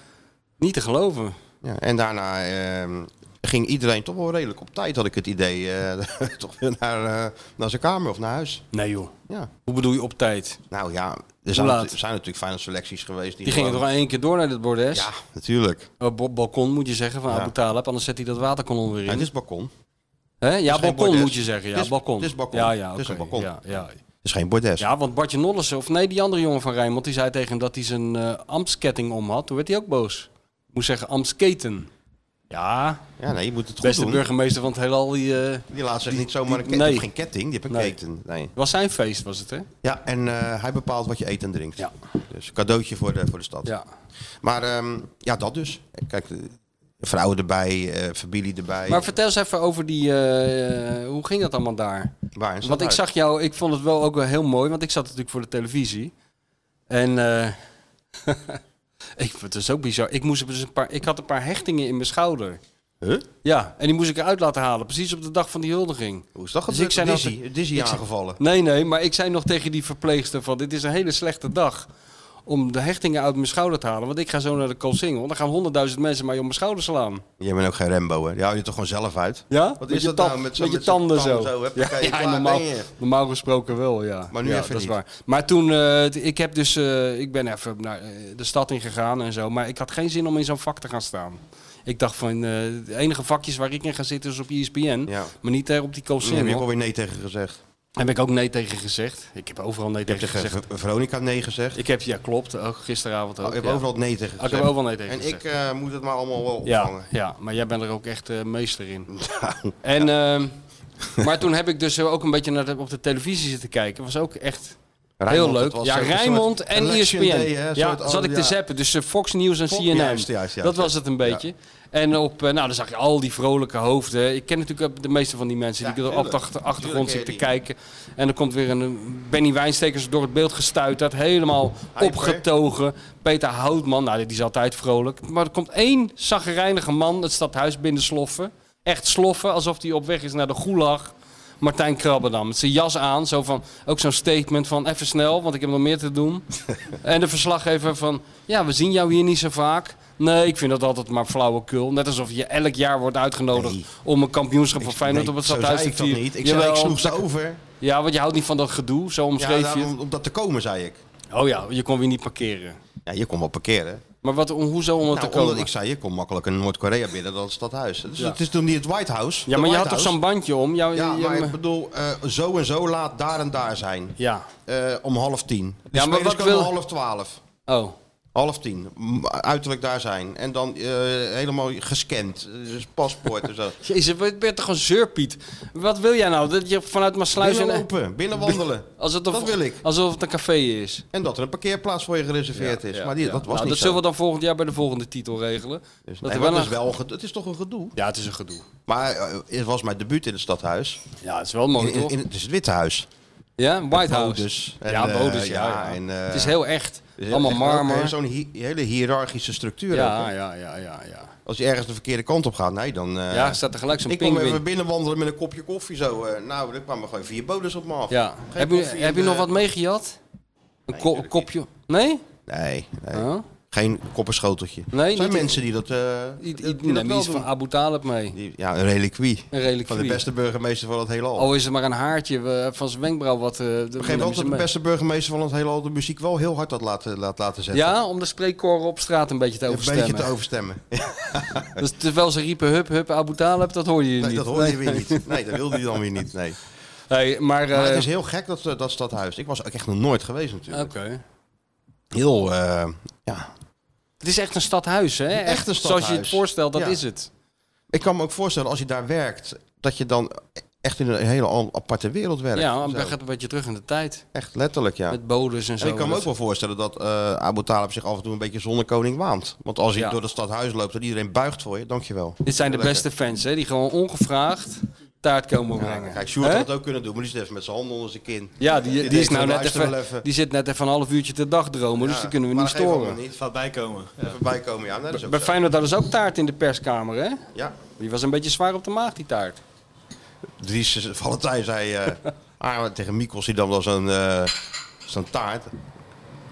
Niet te geloven. ja. En daarna ehm, ging iedereen toch wel redelijk op tijd, had ik het idee. eh, *laughs* toch weer naar, eh, naar zijn kamer of naar huis. Nee joh. Ja. Hoe bedoel je op tijd? Nou ja, er zijn, laat? natu- er zijn natuurlijk fijne selecties geweest. Die, Die gingen toch gewoon- al één keer door naar dit bordes? Ja, natuurlijk. Oh, ba- balkon moet je zeggen van Ja. Abu Talib, anders zet hij dat waterkanon weer En in. dit is balkon. Hè? Ja, is geen balkon bordes. moet je zeggen. Ja, Het is- balkon. het is balkon. Ja, ja, Het is oké. een balkon. Ja, ja. Het is geen bordes. ja, want Bartje Nollissen, of nee, die andere jongen van Rijnmond, die zei tegen hem dat hij zijn eh ambtsketting om had. Toen werd hij ook boos. Ik moet zeggen, ambtsketen. Ja, Ja, nee, je moet het goed beste doen. burgemeester van het heelal, die... eh, Die laat zich niet zomaar een die- ketting. Die heeft nee. geen ketting, die heeft een Nee. keten. Nee. was zijn feest, was het hè? Ja, en eh, hij bepaalt wat je eet en drinkt. Ja. Dus cadeautje voor de, voor de stad. Ja. Maar ehm, ja, dat dus. Kijk, de vrouwen erbij, eh, familie erbij. Maar vertel eens even over die... eh, eh, hoe ging dat allemaal daar? Waar is Want ik dat uit? zag jou, ik vond het wel ook wel heel mooi, want ik zat natuurlijk voor de televisie. En eh, *laughs* ik vond het dus ook bizar. Ik, moest dus een paar, ik had een paar hechtingen in mijn schouder. Huh? Ja, en die moest ik eruit laten halen, precies op de dag van die huldiging. Hoe is dat Dus gebeurd? ik zei Dizzy, nog- Dizzy ik zei- aangevallen. Nee, nee, maar ik zei nog tegen die verpleegster van... dit is een hele slechte dag om de hechtingen uit mijn schouder te halen. Want ik ga zo naar de Koolsingel, dan gaan honderdduizend mensen mij om mijn schouder slaan. Jij bent ook geen Rembo, hè? Die hou je toch gewoon zelf uit? Ja? Wat Met is je dat tand- nou met, zo, met je zo'n tanden tand zo? Huppakee, Ja, klaar normaal, ben je. normaal gesproken wel, ja. Maar nu ja, even dat is niet. waar. Maar toen, eh, t- ik, heb dus, eh, ik ben even naar eh, de stad in gegaan en zo. Maar ik had geen zin om in zo'n vak te gaan staan. Ik dacht van, eh, de enige vakjes waar ik in ga zitten is op E ESPN. Ja. Maar niet eh, op die Daar heb je ook co-single. alweer nee tegen gezegd. Daar heb ik ook nee tegen gezegd. Ik heb overal nee Je hebt tegen tegen gezegd. Ver- Veronica nee gezegd. Ik heb, ja klopt, ook gisteravond ook. Oh, ik heb ja. overal nee tegen Ah, ik gezegd. heb overal nee tegen en gezegd. ik eh, moet het maar allemaal wel Ja, opvangen. ja, maar jij bent er ook echt eh, meester *laughs* in. Nou, En, ehm, maar toen heb ik dus ook een beetje naar de- op de televisie zitten kijken. was ook echt Rijnmond, heel dat leuk. was Ja, zo'n soort Rijnmond en E ESPN. election day, hè, soort ja, al- zat ik te ja. zappen. Dus eh, Fox News en Fox, CNN. juist, juist, juist, dat was het een beetje. En op, eh, nou, dan zag je al die vrolijke hoofden. Ik ken natuurlijk ook de meeste van die mensen Ja, die er op de tuurlijk. achter- achtergrond Tuurlijk zitten ken kijken. En dan komt weer een eh, Benny Wijnstekers door het beeld gestuiterd. Helemaal Hyper. opgetogen. Peter Houtman, nou, die is altijd vrolijk. Maar er komt één zagrijnige man het stadhuis binnensloffen. Echt sloffen, alsof hij op weg is naar de gulag. Martijn Krabbe dan, met zijn jas aan. Zo van, ook zo'n statement van, even snel, want ik heb nog meer te doen. *laughs* en de verslaggever van, ja, we zien jou hier niet zo vaak. Nee, ik vind dat altijd maar flauwekul. Net alsof je elk jaar wordt uitgenodigd Nee. om een kampioenschap van Ik- Feyenoord nee, op het zo stadhuis zei te ik dat vieren. niet. Ik, Jawel, zei, ik sloeg ze over. Ja, want je houdt niet van dat gedoe, eh, zo Ja, omschreef je daarom- om dat te komen, zei ik. het. Oh ja, je kon weer niet parkeren. Ja, je kon wel parkeren. Maar wat, om, hoezo om het Nou, te komen? omdat ik zei, je komt makkelijk in Noord-Korea binnen dan het stadhuis. Dus Ja. het is toen niet het White House. ja, de maar je White had toch House. zo'n bandje om? Jou, Ja, je- maar je- ik bedoel, eh, zo en zo laat daar en daar zijn. ja. Eh, om half tien. De Ja, maar spelers wat komen wil- om half twaalf. Oh. Half tien, m- uiterlijk daar zijn. En dan eh, helemaal gescand, eh, dus paspoort *laughs* en zo. Jezus, wat ben je toch een zeurpiet? Wat wil jij nou? Dat je vanuit Maasluis... Binnen en lopen, binnen wandelen. Als het een- Dat wil ik. Alsof het een café is. En dat er een parkeerplaats voor je gereserveerd is. maar die, dat was Nou, niet dat zo. zullen we dan volgend jaar bij de volgende titel regelen. Dus, dat nee, maar er wel het, is een- wel een gedoe- het is toch een gedoe. Ja, het is een gedoe. Maar eh, het was mijn debuut in het stadhuis. Ja, het is wel mooi, In, in, toch? in- het is het Witte Huis. ja, White House. Bodes. En, ja, eh, Bodes, ja. ja. en, het eh, is heel echt. Dus Allemaal echt ook, eh, marmer. Zo'n hi- hele hiërarchische structuur. ook, Ja, hè. ja, ja, ja, ja. Als je ergens de verkeerde kant op gaat, nee, dan... eh, Ja, staat er gelijk zo'n ik kom pinguïn. even binnenwandelen met een kopje koffie zo. eh, nou, daar kwamen gewoon vier bodes op me af. Ja. Geen Heb je, koffie eh, in heb je de- nog wat meegejat? Een ko- natuurlijk kopje? Nee? Nee, nee. Huh? geen kopperschoteltje. Nee, Er zijn niet- mensen die dat, eh I- I- die, die neem dat wel iets van doen. Abu Talib mee. Die- ja, een reliquie. Een reliquie. Oh, Van de beste burgemeester van het hele land. Al is het maar een haartje eh, van zijn wenkbrauw wat... eh, de- Ik geef wel nemen ze dat de mee. beste burgemeester van het hele land de muziek wel heel hard had laten, laat, laten zetten. Ja, om de spreekkoren op straat een beetje te Een overstemmen. beetje te *laughs* overstemmen. Dus terwijl ze riepen hup, hup, Abu Talib, dat hoorde je Nee, niet. dat hoorde je weer niet. Nee, dat wilde hij dan weer niet. Nee. Hey, maar... eh, Maar het is heel gek dat, eh, dat stadhuis. Ik was ook echt nog nooit geweest Oké. natuurlijk. Heel, eh, ja. Het is echt een stadhuis, hè? Echt, een Zoals je het stadhuis. voorstelt, dat Ja. is het. Ik kan me ook voorstellen, als je daar werkt, dat je dan echt in een hele an- aparte wereld werkt. Ja, maar Zo. het gaat een beetje terug in de tijd. Echt letterlijk, ja. Met bodes en zo. En ik kan me Dat- ook wel voorstellen dat eh Abu Talib zich af en toe een beetje zonnekoning waant. Want als je Ja. door het stadhuis loopt en iedereen buigt voor je, dankjewel. Dit zijn de Lekker. beste fans, hè? Die gewoon ongevraagd taart komen brengen. Kijk, Sjoerd Hè? had dat ook kunnen doen, maar die zit even met zijn handen onder zijn kin. Ja, die, die, is denkt, nou we net luisteren even, wel even. Die zit net even een half uurtje te dagdromen, dus die kunnen we niet storen. Niet. Gaat bijkomen. Even bijkomen, ja. nee, dat is ook Bij zo. Feyenoord hadden ze ook taart in de perskamer, hè? Ja. Die was een beetje zwaar op de maag, die taart. Dries Valentijn zei eh *laughs* ah, tegen Mikos die dan wel zo'n eh, zo'n taart.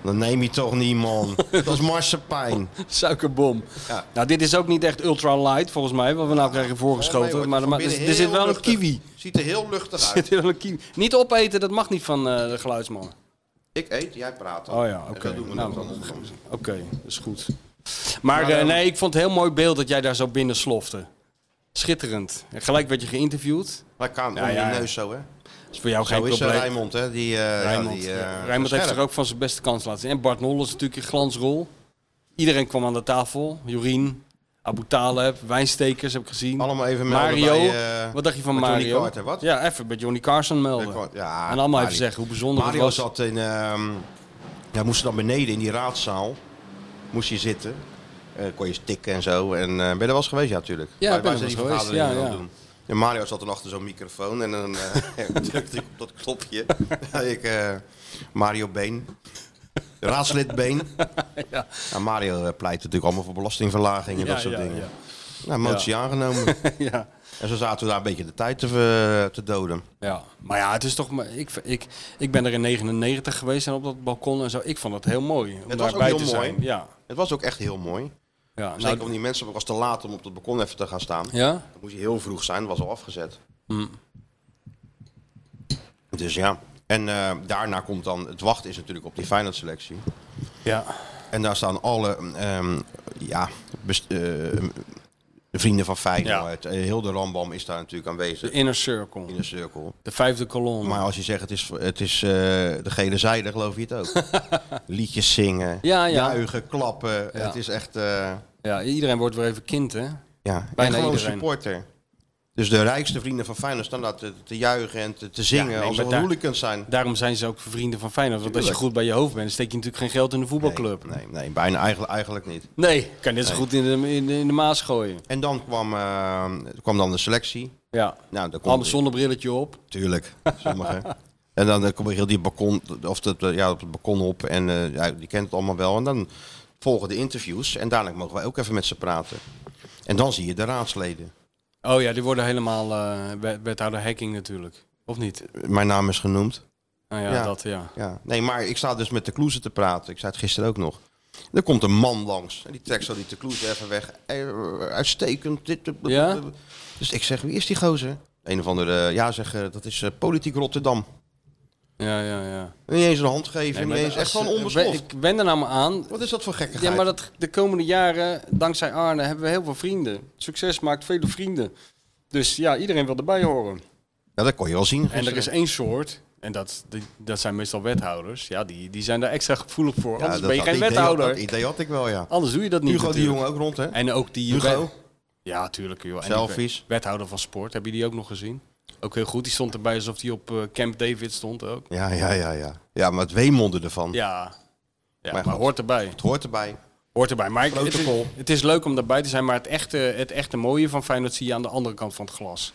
Dan neem je toch niet, *laughs* man. Dat is marsepein. Suikerbom. Ja. Nou, dit is ook niet echt ultra light, volgens mij, wat we nou krijgen *laughs* voorgeschoten. Nee, hoor, maar van maar- binnen er, er zit heel wel een luchtig. kiwi. Ziet er heel luchtig Er *laughs* zit uit. wel een kiwi. Niet opeten, dat mag niet van eh, de geluidsman. Ik eet, jij praat dan. Oh ja, En oké. Dat doen we Nou, dan ondergrond. Oké, dat is goed. Maar, eh, nee, ik vond het heel mooi beeld dat jij daar zo binnen slofte. Schitterend. En gelijk werd je geïnterviewd. Maar kan, Ja, om ja. je neus zo, hè. Dat is voor jou Zo geen is eh, probleem. Rijnmond, hè. Die, eh, ja, Rijnmond, die, eh, ja. Rijnmond heeft scherp. zich ook van zijn beste kans laten zien. En Bart Nolles natuurlijk in glansrol. Iedereen kwam aan de tafel. Jorien, Abu Taleb, Wijnstekers heb ik gezien. Allemaal even melden Mario. bij, eh, wat dacht je van met Johnny Mario? Carter, wat? Ja, even bij Johnny Carson melden. Ja, ja, en allemaal Mario. even zeggen hoe bijzonder Mario het was. zat in... ehm ja, moest dan beneden in die raadzaal. Moest je zitten. Eh, kon je stikken en zo. En eh, ben je er wel eens geweest? Ja, natuurlijk. Ja, ik ben er zijn die wel eens geweest. vergaderingen Ja, dan ja. doen. En Mario zat dan achter zo'n microfoon en dan eh, *laughs* drukte ik op dat *laughs* knopje. Ja, ik, eh, Mario Been. Raadslid Been. *laughs* Ja. Nou, Mario eh, pleit natuurlijk allemaal voor belastingverlaging en Ja, dat soort ja, dingen. ja. Nou, motie *laughs* aangenomen. ja. en zo zaten we daar een beetje de tijd te, ver- te doden. Ja, maar ja, het is toch. maar Ik, ik, ik ben er in 99 geweest en op dat balkon en zo. Ik vond het heel mooi. was Om daarbij ook te heel mooi. zijn. Ja, Het was ook echt heel mooi. ja. Zeker nou, om die mensen, ik was te laat om op het balkon even te gaan staan. ja? Mm. Dan moest je heel vroeg zijn, was al afgezet. Dus ja. En eh, daarna komt dan, het wachten is natuurlijk op die Feyenoord selectie. ja. En daar staan alle ehm, ja, best- eh, de vrienden van Feyenoord. Eh, Heel de rambam is daar natuurlijk aanwezig De inner circle. in de cirkel. De vijfde kolom. Maar als je zegt het is, het is eh, de gele zijde, geloof je het *laughs* ook. Liedjes zingen, Ja, ja. juichen, klappen. Het is echt... eh, Ja, iedereen wordt weer even kind, hè? Ja, Bijna en gewoon iedereen. supporter. Dus de rijkste vrienden van Feyenoord staan daar te, te juichen en te, te zingen Ja, nee, als maar het daar- hooligans zijn. Daarom zijn ze ook vrienden van Feyenoord. Want als je Tuurlijk. goed bij je hoofd bent, dan steek je natuurlijk geen geld in de voetbalclub. Nee, nee, nee, bijna eigenlijk, eigenlijk niet. Nee, kan net zo goed in de, in, de- in de maas gooien. En dan kwam, eh, kwam dan de selectie. Ja. Nou, daar Allemaal komt zonnebrilletje op. Tuurlijk, sommigen. *laughs* en dan eh, kom je heel die balkon, of dat, eh, ja, op het balkon op en eh, ja, die kent het allemaal wel. En dan volgen de interviews en dadelijk mogen wij ook even met ze praten. En dan zie je de raadsleden. Oh ja, die worden helemaal eh, wet- wethouder hacking natuurlijk. Of niet? Mijn naam is genoemd. Nou ja, Ja. dat ja. Ja, nee, maar ik sta dus met de kloezen te praten. Ik zei het gisteren ook nog. Er komt een man langs en die trekt zo die te kloezen even weg. Eh, Uitstekend. Dit, dit, dit. Ja? Dus ik zeg, wie is die gozer? Een of andere, ja zeg, eh, dat is eh, politiek Rotterdam. Ja, ja, ja. Niet eens een hand geven, niet eens, echt gewoon onbeschoft. eh, Ik ben er nou maar aan. Wat is dat voor gekkigheid? Ja, maar dat, de komende jaren, dankzij Arne, hebben we heel veel vrienden. Succes maakt vele vrienden. Dus ja, iedereen wil erbij horen. Ja, dat kon je wel zien En gisteren. er is één soort. En dat, die- dat zijn meestal wethouders. Ja, die, die zijn daar extra gevoelig voor. Ja, Anders dat- ben je dat geen idee- wethouder. Dat idee had ik wel, ja. Anders doe je dat niet. Hugo die natuurlijk. jongen ook rond, hè? En ook die Hugo? Ja, tuurlijk. Joh. En die Selfies. wet- Wethouder van sport, heb je die ook nog gezien? Ook heel goed. Die stond erbij alsof hij op eh, Camp David stond ook. Ja, ja, ja, ja. Ja, maar het weemonde ervan. Ja, Maar ja maar, goed. hoort erbij. Het hoort erbij. Hoort erbij. Maar ik- het is, Protocol. het is leuk om daarbij te zijn, maar het echte, het echte mooie van Feyenoord zie je aan de andere kant van het glas.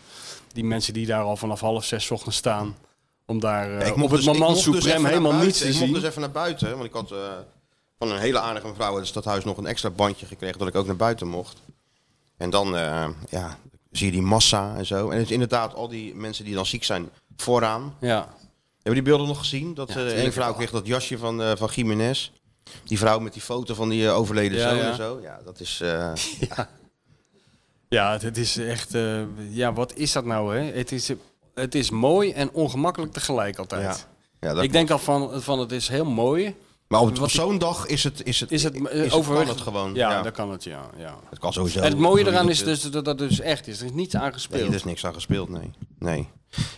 Die mensen die daar al vanaf half zes 's ochtends staan, om daar eh, Ik mocht op het dus- ik moment mocht dus even suprem naar helemaal buiten. niets te Ik mocht zien. dus even naar buiten, want ik had eh, van een hele aardige mevrouw uit het stadhuis nog een extra bandje gekregen dat ik ook naar buiten mocht. En dan eh, ja, zie je die massa en zo. En het is inderdaad al die mensen die dan ziek zijn vooraan. *laughs* Ja, Hebben die beelden nog gezien? Dat Ja, eh, één tuurlijk. vrouw kreeg dat jasje van, eh van Jiménez. Die vrouw met die foto van die eh, overleden Ja, zoon ja. en zo. Ja, dat is... eh, ja het, het is echt, eh, ja, wat is dat nou? Hè? Het, is, het is mooi en ongemakkelijk tegelijk ja. altijd. Ja, dat, ik denk al van, van het is heel mooi. maar op, op wat- zo'n dag is het, is het, Is het, is eh, het, overweg- kan het gewoon. Ja, Ja, dat kan het, ja. ja. Het kan sowieso. En het mooie Ik eraan bedoel, is dus dat dat dus echt is. Er is niets Nee, aangespeeld. er is dus niks aan gespeeld, nee. nee.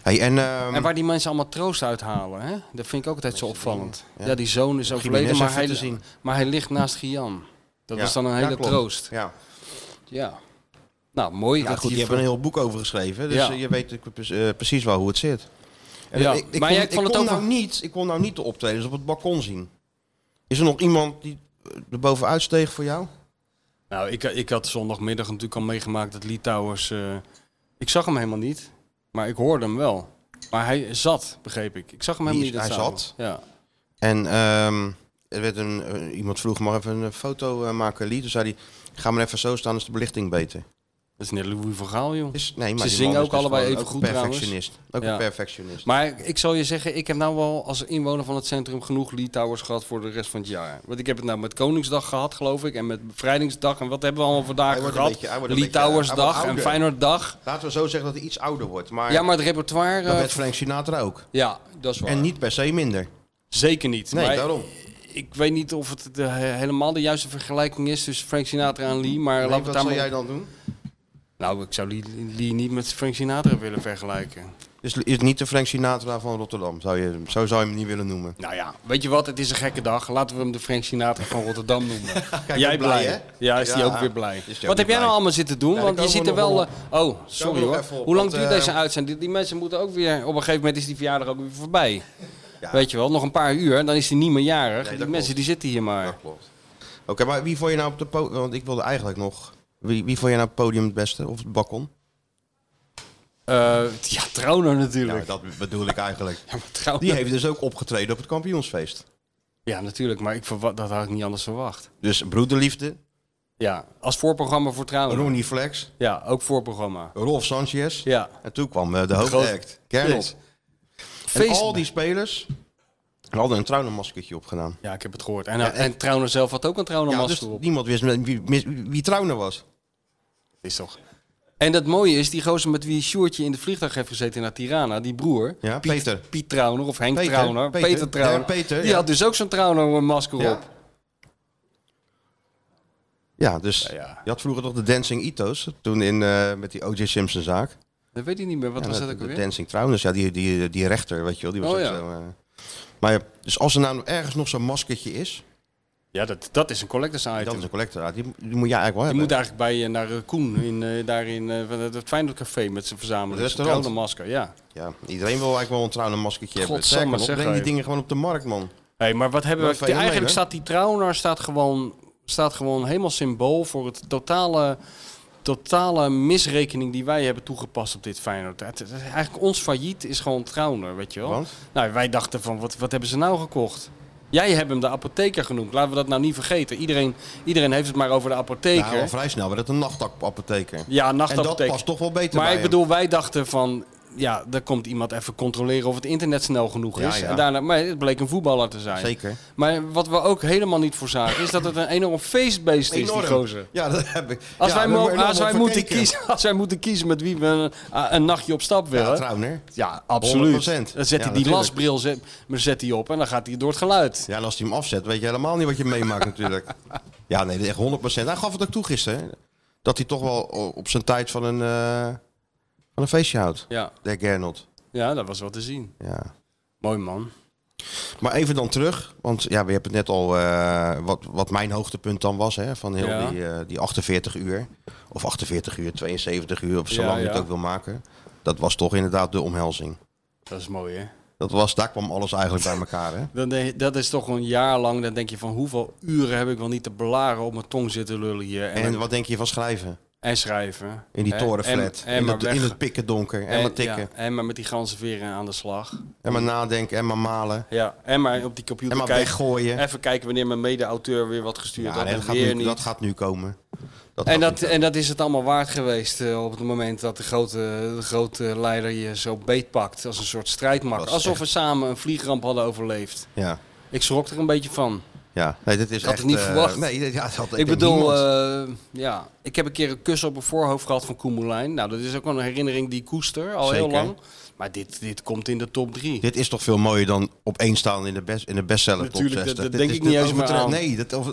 Hey, en, ehm, En waar die mensen allemaal troost uithalen, hè? dat vind ik ook altijd zo opvallend. ja. Ja, die zoon is overleden, Jiménez maar even hij, te zien. maar hij ligt naast Gian. Dat Ja, was dan een ja, hele klopt. troost. Ja. Ja, Nou, mooi. ja dat goed, hij je hebt een heel boek over geschreven, dus Ja. eh, je weet eh, pre- eh, precies wel hoe het zit. En Ja, ik, ik maar kon, jij vond het kon ook nou wel- niet, ik kon nou niet de optredens op het balkon zien. Is er nog iemand die eh, er bovenuit steeg voor jou? Nou, ik, ik had zondagmiddag natuurlijk al meegemaakt dat Litouwers... eh, ik zag hem helemaal niet, maar ik hoorde hem wel. Maar hij zat, begreep ik. Ik zag hem Die helemaal is- niet. dat hij zaterdag. zat. Ja. En ehm, er werd een, eh, iemand vroeg, mag even een foto eh, maken, Lee? Toen zei hij, ga maar even zo staan, is de belichting beter. Dat is net Louis van Gaal, joh. Is, nee, maar Ze die zingen man is ook dus allebei gewoon even ook goed een trouwens. perfectionist. Ook Ja. een perfectionist. Maar ik zal je zeggen, ik heb nou wel als inwoner van het centrum genoeg Litouwers gehad voor de rest van het jaar. Want ik heb het nou met Koningsdag gehad, geloof ik. En met Bevrijdingsdag. En wat hebben we allemaal vandaag Hij wordt een gehad? beetje- hij wordt een beetje, hij Litouwersdag wordt en ouder. Feyenoorddag. Laten we zo zeggen dat hij iets ouder wordt, maar, Ja, maar het repertoire... dat eh, werd Frank Sinatra ook. ja, dat is waar. En niet per se minder. Zeker niet. Nee, Maar daarom. Ik weet niet of het de, he- helemaal de juiste vergelijking is tussen Frank Sinatra en Lee. Maar laten Nee, we het wat daar zou maar- jij dan doen? Nou, ik zou Lee, Lee niet met Frank Sinatra willen vergelijken. Dus is niet de Frank Sinatra van Rotterdam, zou je, zo zou je hem niet willen noemen. Nou ja, weet je wat? Het is een gekke dag. Laten we hem de Frank Sinatra van *laughs* Rotterdam noemen. ook jij blij, blij, hè? hè? Ja, is die Ja, ook weer blij. is die ook Wat weer heb jij blij. nou allemaal zitten doen? Ja, want daar je komen zit we er wel... nog eh, oh, sorry nog hoor. even op, Hoe lang want, duurt eh, deze uitzending? Die, die mensen moeten ook weer... Op een gegeven moment is die verjaardag ook weer voorbij. Weet je wel, nog een paar uur en dan is hij niet meer jarig. die dat mensen klopt. die zitten hier maar. klopt. Oké, maar wie vond je nou op de podium? Want ik wilde eigenlijk nog. Wie, wie vond je nou op het podium het beste? Of het balkon? Eh, ja, Trouwner natuurlijk. Ja, dat bedoel ik eigenlijk. *laughs* maar Trauner- *laughs* Die heeft dus ook opgetreden op het kampioensfeest. ja natuurlijk, maar ik verwa- dat had ik niet anders verwacht. Dus Broederliefde, Ja, als voorprogramma voor Trouwner. Ronnie Flex, Ja, ook voorprogramma. Rolf Sanchez. Ja. En toen kwam eh, de grote- hoofdact, Kernel. Yes. En Feest- al die spelers hadden een trouwenmaskertje opgedaan. Ja, ik heb het gehoord. En, eh, en, Trauner zelf had ook een Ja, Trauner-masker dus op. niemand wist met- wie, mis- wie Trouwner was. Is toch. En dat mooie is, die gozer met wie Sjoertje in de vliegtuig heeft gezeten naar Tirana, die broer. Ja, Piet, Peter. Piet Trauner of Henk Peter, Trauner. Peter. Peter, Trauner. Ja, Peter, die ja. had dus ook zo'n Trauner-masker Ja. op. Ja, dus Ja, ja. je had vroeger toch de Dancing Ito's, toen in, eh, met die O.J. Simpson zaak. Dat weet ik niet meer. Wat was Ja, dat de- ook de alweer? Dancing Trouwens, ja, die, die, die rechter, weet je wel, die was Oh, ook ja. zo. eh. maar ja, dus als er nou ergens nog zo'n maskertje is, Ja, dat, dat is een collectors item. dat is een collector, ja, die, die moet je eigenlijk wel Je hebben. moet eigenlijk bij eh, naar eh, Koen, in, eh, daar in eh, van het het Feyenoord Café met zijn verzameling. Het Zijn restaurant. Trauner-masker, ja. Ja, iedereen wil eigenlijk wel een trouwens maskertje hebben. Godsamme, Sterker nog, zeg, breng die hè. dingen gewoon op de markt, man. Hey, maar wat hebben we... Wat vind je Eigenlijk mee, hè? staat die Trauner staat gewoon, staat gewoon helemaal symbool voor het totale, totale misrekening die wij hebben toegepast op dit Feyenoord. Het, het- eigenlijk ons failliet is gewoon Trauner, weet je wel. Want? Nou, wij dachten van, wat, wat hebben ze nou gekocht? Jij hebt hem de apotheker genoemd. Laten we dat nou niet vergeten. Iedereen, iedereen heeft het maar over de apotheker. Nou, al vrij snel werd het een nachtapotheker. ja, En dat nachtapotheker. past toch wel beter Maar bij ik bedoel, wij dachten van... Ja, daar komt iemand even controleren of het internet snel genoeg Ja, is. ja. En daarna, maar het bleek een voetballer te zijn. hem. Zeker. Maar wat we ook helemaal niet voorzagen is dat het een enorm feestbeest is, die gozer. Ja, dat heb ik. Als Ja, wij, daar mo- word je als, nog wij wel moeten verkeken. kiezen, als wij moeten kiezen met wie we een, eh, een nachtje op stap Ja, willen. Ja, Trouwner. absoluut. 100%. Dan zet Ja, hij die natuurlijk. lasbril zet, maar zet hij op en dan gaat hij door het geluid. Ja, en als hij hem afzet, weet je helemaal niet wat je meemaakt natuurlijk. *laughs* Ja, nee, echt 100%. Hij gaf het ook toe gisteren. hè. Dat hij toch wel o- op zijn tijd van een, eh, van een feestje houdt. Ja, De Gernot. ja, dat was wel te zien. Ja. Mooi man. Maar even dan terug, want ja, we hebben het net al eh, wat, wat mijn hoogtepunt dan was, hè, van heel Ja. die, eh, die 48 uur. Of 48 uur, 72 uur, of zo Ja, lang je ja. het ook wil maken. Dat was toch inderdaad de omhelzing. Dat is mooi, hè? Dat was, daar kwam alles eigenlijk bij *laughs* elkaar. Hè? Dan denk je- dat is toch een jaar lang. Dan denk je van hoeveel uren heb ik wel niet te blaren op mijn tong zitten lullen hier. En, En wat denk je van schrijven? en schrijven. In die Hè? torenflat. En, en in, maar het, weg. in het pikken donker. En, maar tikken. ja, en maar met die ganse veren aan de slag. En maar nadenken. En maar malen. Ja, en maar op En die computer maar kijken. weggooien. Even kijken wanneer mijn mede-auteur weer wat gestuurd Ja, had. nee, en dat, gaat weer nu, niet. dat gaat nu komen. Dat en, gaat dat, nu komen. en dat is het allemaal waard geweest eh, op het moment dat de grote, de grote leider je zo beetpakt als een soort strijdmak. Dat is Alsof echt- we samen een vliegramp hadden overleefd. Ja, Ik schrok er een beetje van. ja. Nee, dit is eh, had het echt, niet eh, verwacht. Nee, dit- ja, dat had, ik denk bedoel, niemand. eh, ja, ik heb een keer een kus op mijn voorhoofd gehad van Koen Moulijn. Nou, dat is ook wel een herinnering die ik koester, al heel Zeker. lang. Maar dit, dit komt in de top drie. Dit is toch veel mooier dan op één staan in de, best, in de bestseller top Natuurlijk, dat- 60. dat Dit denk is- ik niet dit eens meer overtreft- aan. Nee, dat, of,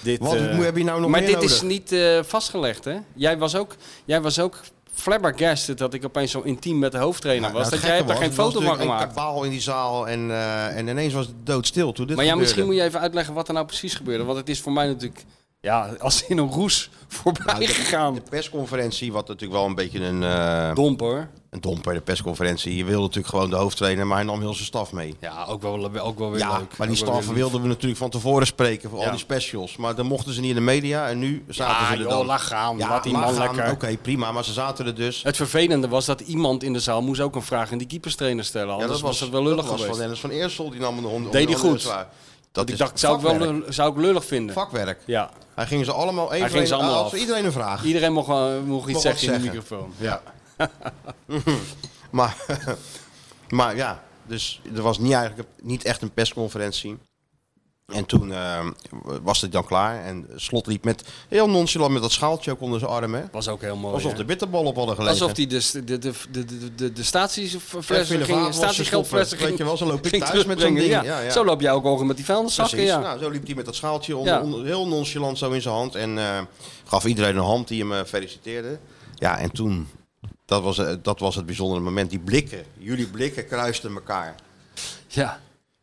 Dit, wat eh, moet- heb je nou nog Maar meer dit is nodig? niet eh, vastgelegd, hè? Jij was ook, jij was ook flabbergasted dat ik opeens zo intiem met de hoofdtrainer Nou, was. het dat jij gekke hebt daar was, geen er was foto van natuurlijk gemaakt. Een kabaal in die zaal en, eh, en ineens was het doodstil toen dit Maar ja, misschien moet gebeurde. je even uitleggen wat er nou precies gebeurde. Want het is voor mij natuurlijk ja, als in een roes *laughs* voorbij Nou, de- gegaan. De persconferentie, wat natuurlijk wel een beetje een, eh Domper. een domper, de persconferentie. Je wilde natuurlijk gewoon de hoofdtrainer, maar hij nam heel zijn staf mee. Ja, ook wel, ook wel weer Ja, leuk. maar die Ook wel weer staffen lief. wilden we natuurlijk van tevoren spreken voor Ja. al die specials. Maar dan mochten ze niet in de media en nu zaten Ah, ze er joh, dan. laat gaan. laat die laat man gaan. lekker. Oké, prima, maar ze zaten er dus. Het vervelende was dat iemand in de zaal moest ook een vraag aan die keeperstrainer stellen. Ja, Anders was, het wel lullig dat was geweest. van Dennis van Eersel, die nam de hond. Deed hij onder- goed. zwaar. dat ik is dacht, zou ik, wel vakwerk. lul- zou ik lullig vinden. Vakwerk. Ja, Hij ging ze allemaal één Hij voor ging ze één- allemaal hij had af. voor iedereen een vraag. iedereen mocht, wel- mocht iets wat zeggen in de zeggen. microfoon. Ja. *laughs* maar, *laughs* maar ja, dus er was niet, eigenlijk, niet echt een persconferentie. En toen eh, was het dan klaar. En Slot liep met heel nonchalant met dat schaaltje ook onder zijn arm. Hè? Was ook heel mooi. Alsof hè? de bitterbal op hadden gelegen. Alsof die de, st- de, de, de, de, de, de Ja, Philip statieflessen Haag ging, was gestopt, statiegeldflessen ging, Weet je wel, zo loop ik ging thuis met zo'n terugbrengen. ding. Ja. Ja, ja. Zo loop jij ook over met die vuilniszakken. Precies. Ja. Nou, zo liep hij met dat schaaltje onder, Ja. onder- heel nonchalant zo in zijn hand. En eh, gaf iedereen een hand die hem eh, feliciteerde. Ja, en toen, dat was, eh, dat was het bijzondere moment. Die blikken, jullie blikken kruisten elkaar. ja.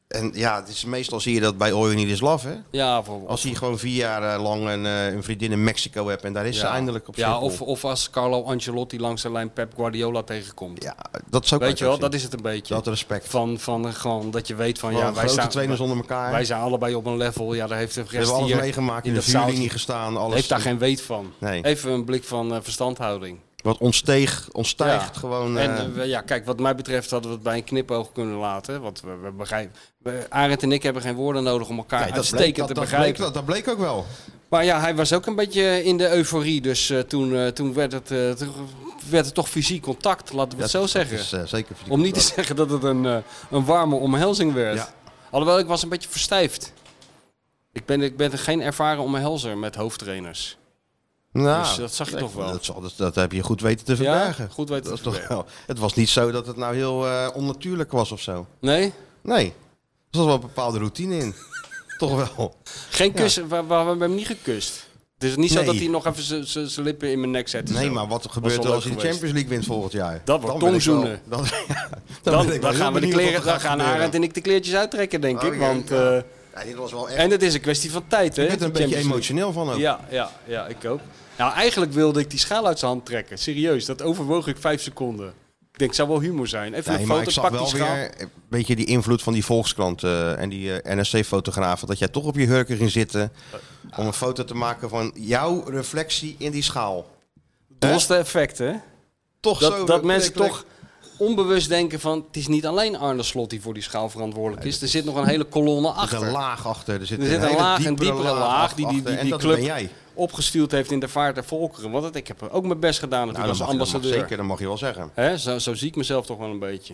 En ja, het is, meestal zie je dat bij All You Need Is Love, hè? ja voor, Als hij gewoon vier jaar eh, lang een, eh, een vriendin in Mexico hebt en daar is ze ja. eindelijk op Ja, Schiphol. of, of als Carlo Ancelotti langs de lijn Pep Guardiola tegenkomt. ja, dat is ook Weet je wel, dat is het een beetje. Dat respect. van, van eh, gewoon dat je weet van, Gewoon ja, wij grote staan, trainers onder elkaar. wij zijn allebei op een level. Ja, daar heeft de rest We hebben alles hier meegemaakt, in, dat de zaaltje- vuurlinie gestaan, alles. heeft daar geen weet van. Nee. Even een blik van eh, verstandhouding. Wat ontsteeg, ontstijgt Ja. gewoon... En eh, eh, we- ja, kijk, wat mij betreft hadden we het bij een knipoog kunnen laten. Want we, we begrijpen. we- Arend en ik hebben geen woorden nodig om elkaar Nee, dat bleek, uitstekend dat, te dat begrijpen. bleek- dat, dat bleek ook wel. Maar ja, hij was ook een beetje in de euforie. Dus eh, toen, eh, toen werd, het, eh, toen werd het toch fysiek contact, laten we het zo Dat- zeggen. dat is, eh, zeker fysiek om niet te contact. zeggen dat het een, eh, een warme omhelzing werd. Ja. Alhoewel, ik was een beetje verstijfd. Ik ben, ik ben geen ervaren omhelzer met hoofdtrainers. Nou, Dus dat zag je toch wel. Dat, zal- dat, dat heb je goed weten te verbergen. goed weten Dat te is toch verbergen. wel- het was niet zo dat het nou heel eh, onnatuurlijk was of zo. Nee? Nee, er zat wel een bepaalde routine *laughs* in. toch wel. Geen kussen. We, we hebben hem niet gekust. Het is niet zo Nee. dat hij nog even zijn lippen in mijn nek zet. en Nee, zo. maar wat er wel gebeurt er leuk als je de geweest. Champions League wint volgend jaar? Dat wordt Dan ben ik wel- tongzoenen. Dan, *laughs* ja, dan ben Dan, ik dan wel heel gaan we de benieuwd wat er kleren, dan gaat gaan gebeuren. Arend en ik de kleertjes uittrekken, denk Oh, ik. ja, Want, ja. eh, Ja, dit was wel echt... en het is een kwestie van tijd, hè? ik werd er een die beetje Champions League. emotioneel van ook. Ja, ja, ja, ik ook. Nou, eigenlijk wilde ik die schaal uit zijn hand trekken. Serieus, dat overwoog ik vijf seconden. Ik denk, het zou wel humor zijn. Even Nee, een maar ik foto, zag pak die wel schaal. weer een beetje die invloed van die Volkskrant eh, en die eh NSC-fotografen. Dat jij toch op je hurken ging zitten om een foto te maken van jouw reflectie in die schaal. Droste effect, hè? Toch zo. Dat, dat eh, mensen klik, toch onbewust denken van... het is niet alleen Arne Slot die voor die schaal verantwoordelijk is. Er zit nog een hele kolonne klik. Er zit achter. een laag achter. Er zit, Er zit een hele laag, een diepere laag die die, achter. die, En die dat ben club jij. Nou, opgestuurd heeft in de vaart der volkeren. Want dat, ik heb ook mijn best gedaan Nou, natuurlijk dat mag, je- als dat mag ambassadeur. zeker, dat mag je wel zeggen. Hè, zo, zo zie ik mezelf toch wel een beetje.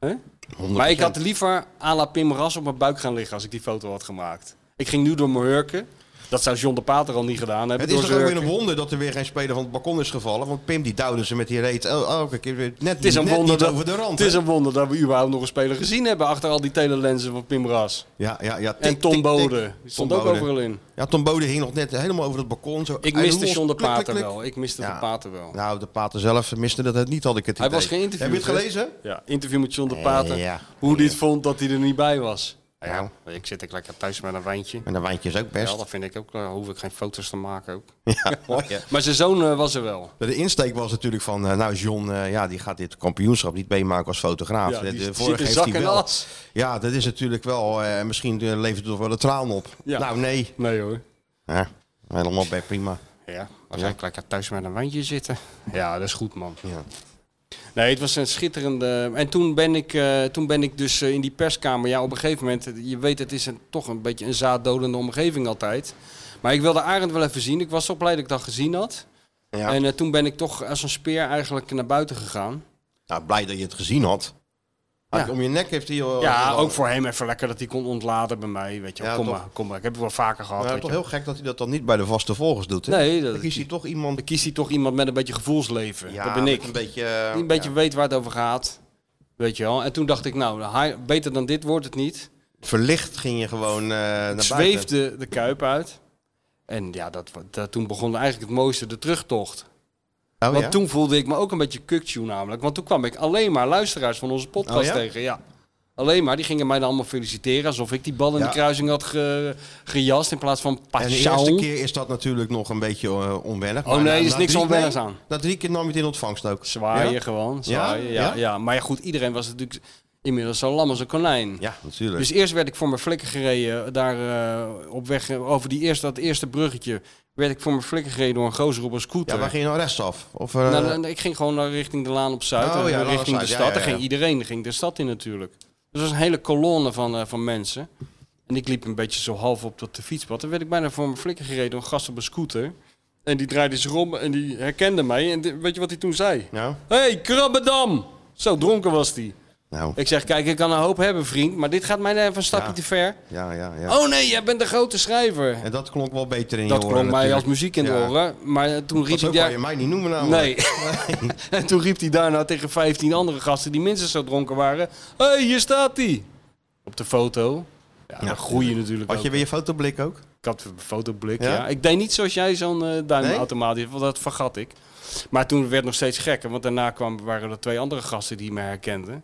Hè? 100%. Maar ik had liever à la Pim Ras op mijn buik gaan liggen als ik die foto had gemaakt. Ik Ik ging nu door mijn hurken. Dat zou John de Pater al niet gedaan hebben. Het is door toch ook zijn weer een hurken. wonder dat er weer geen speler van het balkon is gevallen. Want Pim die duwde ze met die reet el- elke keer weer net, het is een net wonder niet dat, over de rand. Het is hè? een wonder dat we überhaupt nog een speler gezien hebben achter al die telelensen van Pim Raas. ja, ja, ja, tik, En Tom tik, tik. Bode. Die stond Tom ook Bode. overal in. Ja, Tom Bode hing nog net helemaal over het balkon. Zo Ik uit miste los, John de klik, klik, Pater klik. wel. Ik miste Ja. de Pater wel. Nou, de pater zelf miste dat het niet, had ik het Hij idee. was geïnterviewd. Heb je het hè? gelezen? Ja, interview met John de Pater. Ja. Hoe hij het vond dat hij er niet bij was. Ja, Ik zit ik lekker thuis met een wijntje. en de wijntje is ook Ja, best. dat vind ik ook. Daar hoef ik geen foto's te maken ook. *laughs* Ja, hoor je. Maar zijn zoon eh, was er wel. De insteek was natuurlijk van, eh, nou John, eh, ja, die gaat dit kampioenschap niet meemaken als fotograaf. Ja, De- die de zit vorige in heeft zak hij en wel. as. Ja, dat is natuurlijk wel, eh, misschien eh, levert het toch wel een traan op. Ja. Nou nee, Nee hoor. Hè? helemaal bij prima. Ja, als ik lekker thuis met een wijntje zitten. Ja, dat is goed man. Ja. Nee, het was een schitterende. En toen ben ik, eh, toen ben ik dus eh, in die perskamer. Ja, op een gegeven moment. eh, Je weet, het is een, toch een beetje een zaaddodende omgeving altijd. Maar ik wilde Arend wel even zien. Ik was zo blij dat ik dat gezien had. Ja. En eh, toen ben ik toch als een speer eigenlijk naar buiten gegaan. Nou, blij dat je het gezien had. Had je Om je nek heeft hij... eh, al- ja, al- ook voor hem even lekker dat hij kon ontladen bij mij. Weet je, wel. Ja, kom toch. maar, kom maar. Ik heb het wel vaker gehad. Ja, weet toch je. heel gek dat hij dat dan niet bij de vaste volgers doet. Hè? Nee, Dan dat, kiest hij toch iemand... dan kiest hij toch iemand met een beetje gevoelsleven. Ja, dat ben met ik. Een beetje... eh, Die een beetje ja, weet waar het over gaat. Weet je wel. En toen dacht ik, nou, hi- beter dan dit wordt het niet. Verlicht ging je gewoon eh naar Ik buiten. zweefde de kuip uit. En ja, dat, wa- dat, toen begon eigenlijk het mooiste, de terugtocht. Oh, Want ja? toen voelde ik me ook een beetje kuktjoe namelijk. Want toen kwam ik alleen maar luisteraars van onze podcast Oh, ja? tegen. Ja. Alleen maar, die gingen mij dan allemaal feliciteren. Alsof ik die bal in Ja. de kruising had ge- gejast in plaats van En de Pachau. eerste keer is dat natuurlijk nog een beetje eh, onwennig. Oh, nee, na- er is na niks drie- onwennigs nee, aan. Na drie keer nam je het in ontvangst ook. Zwaaien Ja? gewoon. Zwaaien, ja? Ja? Ja, Ja? Maar ja, goed, iedereen was natuurlijk inmiddels zo lam als een konijn. Ja, natuurlijk. Dus eerst werd ik voor mijn flikker gereden. Daar eh, op weg eh, over die eerste, dat eerste bruggetje. werd ik voor mijn flikker gereden door een gozer op een scooter. ja, waar ging je nou rechtsaf? Of, eh, Nou, dan- ik ging gewoon naar richting de Laan op Zuid. Oh, en ja, Laan op richting de Zuid, ja, stad. ja, Daar ja. ging iedereen daar ging de stad in natuurlijk. Dus er was een hele kolonne van, eh, van mensen. En ik liep een beetje zo half op dat de fietspad. Dan werd ik bijna voor mijn flikker gereden door een gast op een scooter. En die draaide zich om en die herkende mij. En di- weet je wat hij toen zei? nou, Hé, hey, Krabbedam! Zo dronken was hij. nou, Ik zeg, kijk, ik kan een hoop hebben, vriend. Maar dit gaat mij even een stapje Ja. te ver. ja, ja, ja. Oh nee, jij bent de grote schrijver. En dat klonk wel beter in dat je klonk oren mij als natuurlijk. muziek in de Ja. oren. Maar eh, toen Dat riep hij zo kan je daar... mij niet noemen namelijk. Nee. en toen riep hij daarna tegen 15 andere gasten die minstens zo dronken waren. Hé, hey, hier staat hij. Op de foto. Ja, dan groei je natuurlijk Had je ook. weer je fotoblik ook? Ik had een fotoblik, Ja? ja? Ik deed niet zoals jij zo'n eh, duim Nee? automatisch, want dat vergat ik. Maar toen werd het nog steeds gekker, want daarna kwam, waren er twee andere gasten die me herkenden.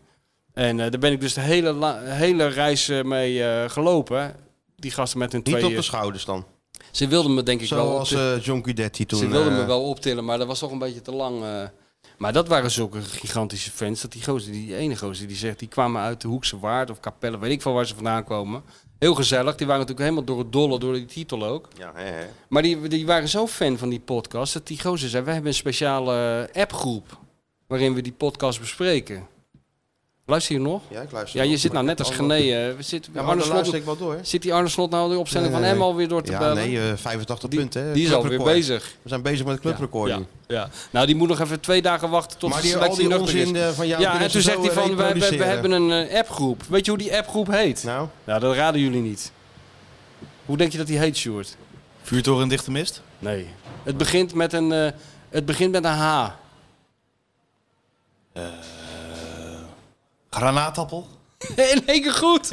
En eh, daar ben ik dus de hele, la- hele reis eh, mee eh, gelopen. Die gasten met hun Niet twee... op de eh, schouders dan. ze wilden me denk ik wel... Zoals opti- eh John Guidetti toen. ze wilden eh, me wel optillen, maar dat was toch een beetje te lang. eh. Maar dat waren zulke gigantische fans, dat die gozer, die ene gozer die zegt... die kwamen uit de Hoekse Waard of Capelle, weet ik van waar ze vandaan komen... Heel gezellig. Die waren natuurlijk helemaal door het dolle, door die titel ook. Ja, hè, hè. Maar die, die waren zo fan van die podcast dat die gozer zei: We hebben een speciale eh, appgroep waarin we die podcast bespreken. Luister je nog? ja, ik luister. Ja, je wel. zit nou net als Gené. eh, We zitten, Ja, maar Arne dan Slot, luister ik wel door. zit die Arne Slot nou de opstelling Nee, van nee, hem alweer door te Ja, bellen? nee, eh, 85 die, punten. Hè. die is alweer Clubrecord. bezig. We zijn bezig met het clubrecord. Ja, nu. ja. Nou, die moet nog even twee dagen wachten tot maar de die al selectie die nuchter is. onzin eh, van jou. ja, kunnen en toen ze zegt zo, hij eh, van, we, we- we reproduceren. hebben een eh, appgroep. Weet je hoe die appgroep heet? Nou. Nou, dat raden jullie niet. Hoe denk je dat die heet, Sjoerd? Vuurtoren in dichte mist? Nee. Het begint met een, eh, het begint met een H. Granaatappel? In één keer goed.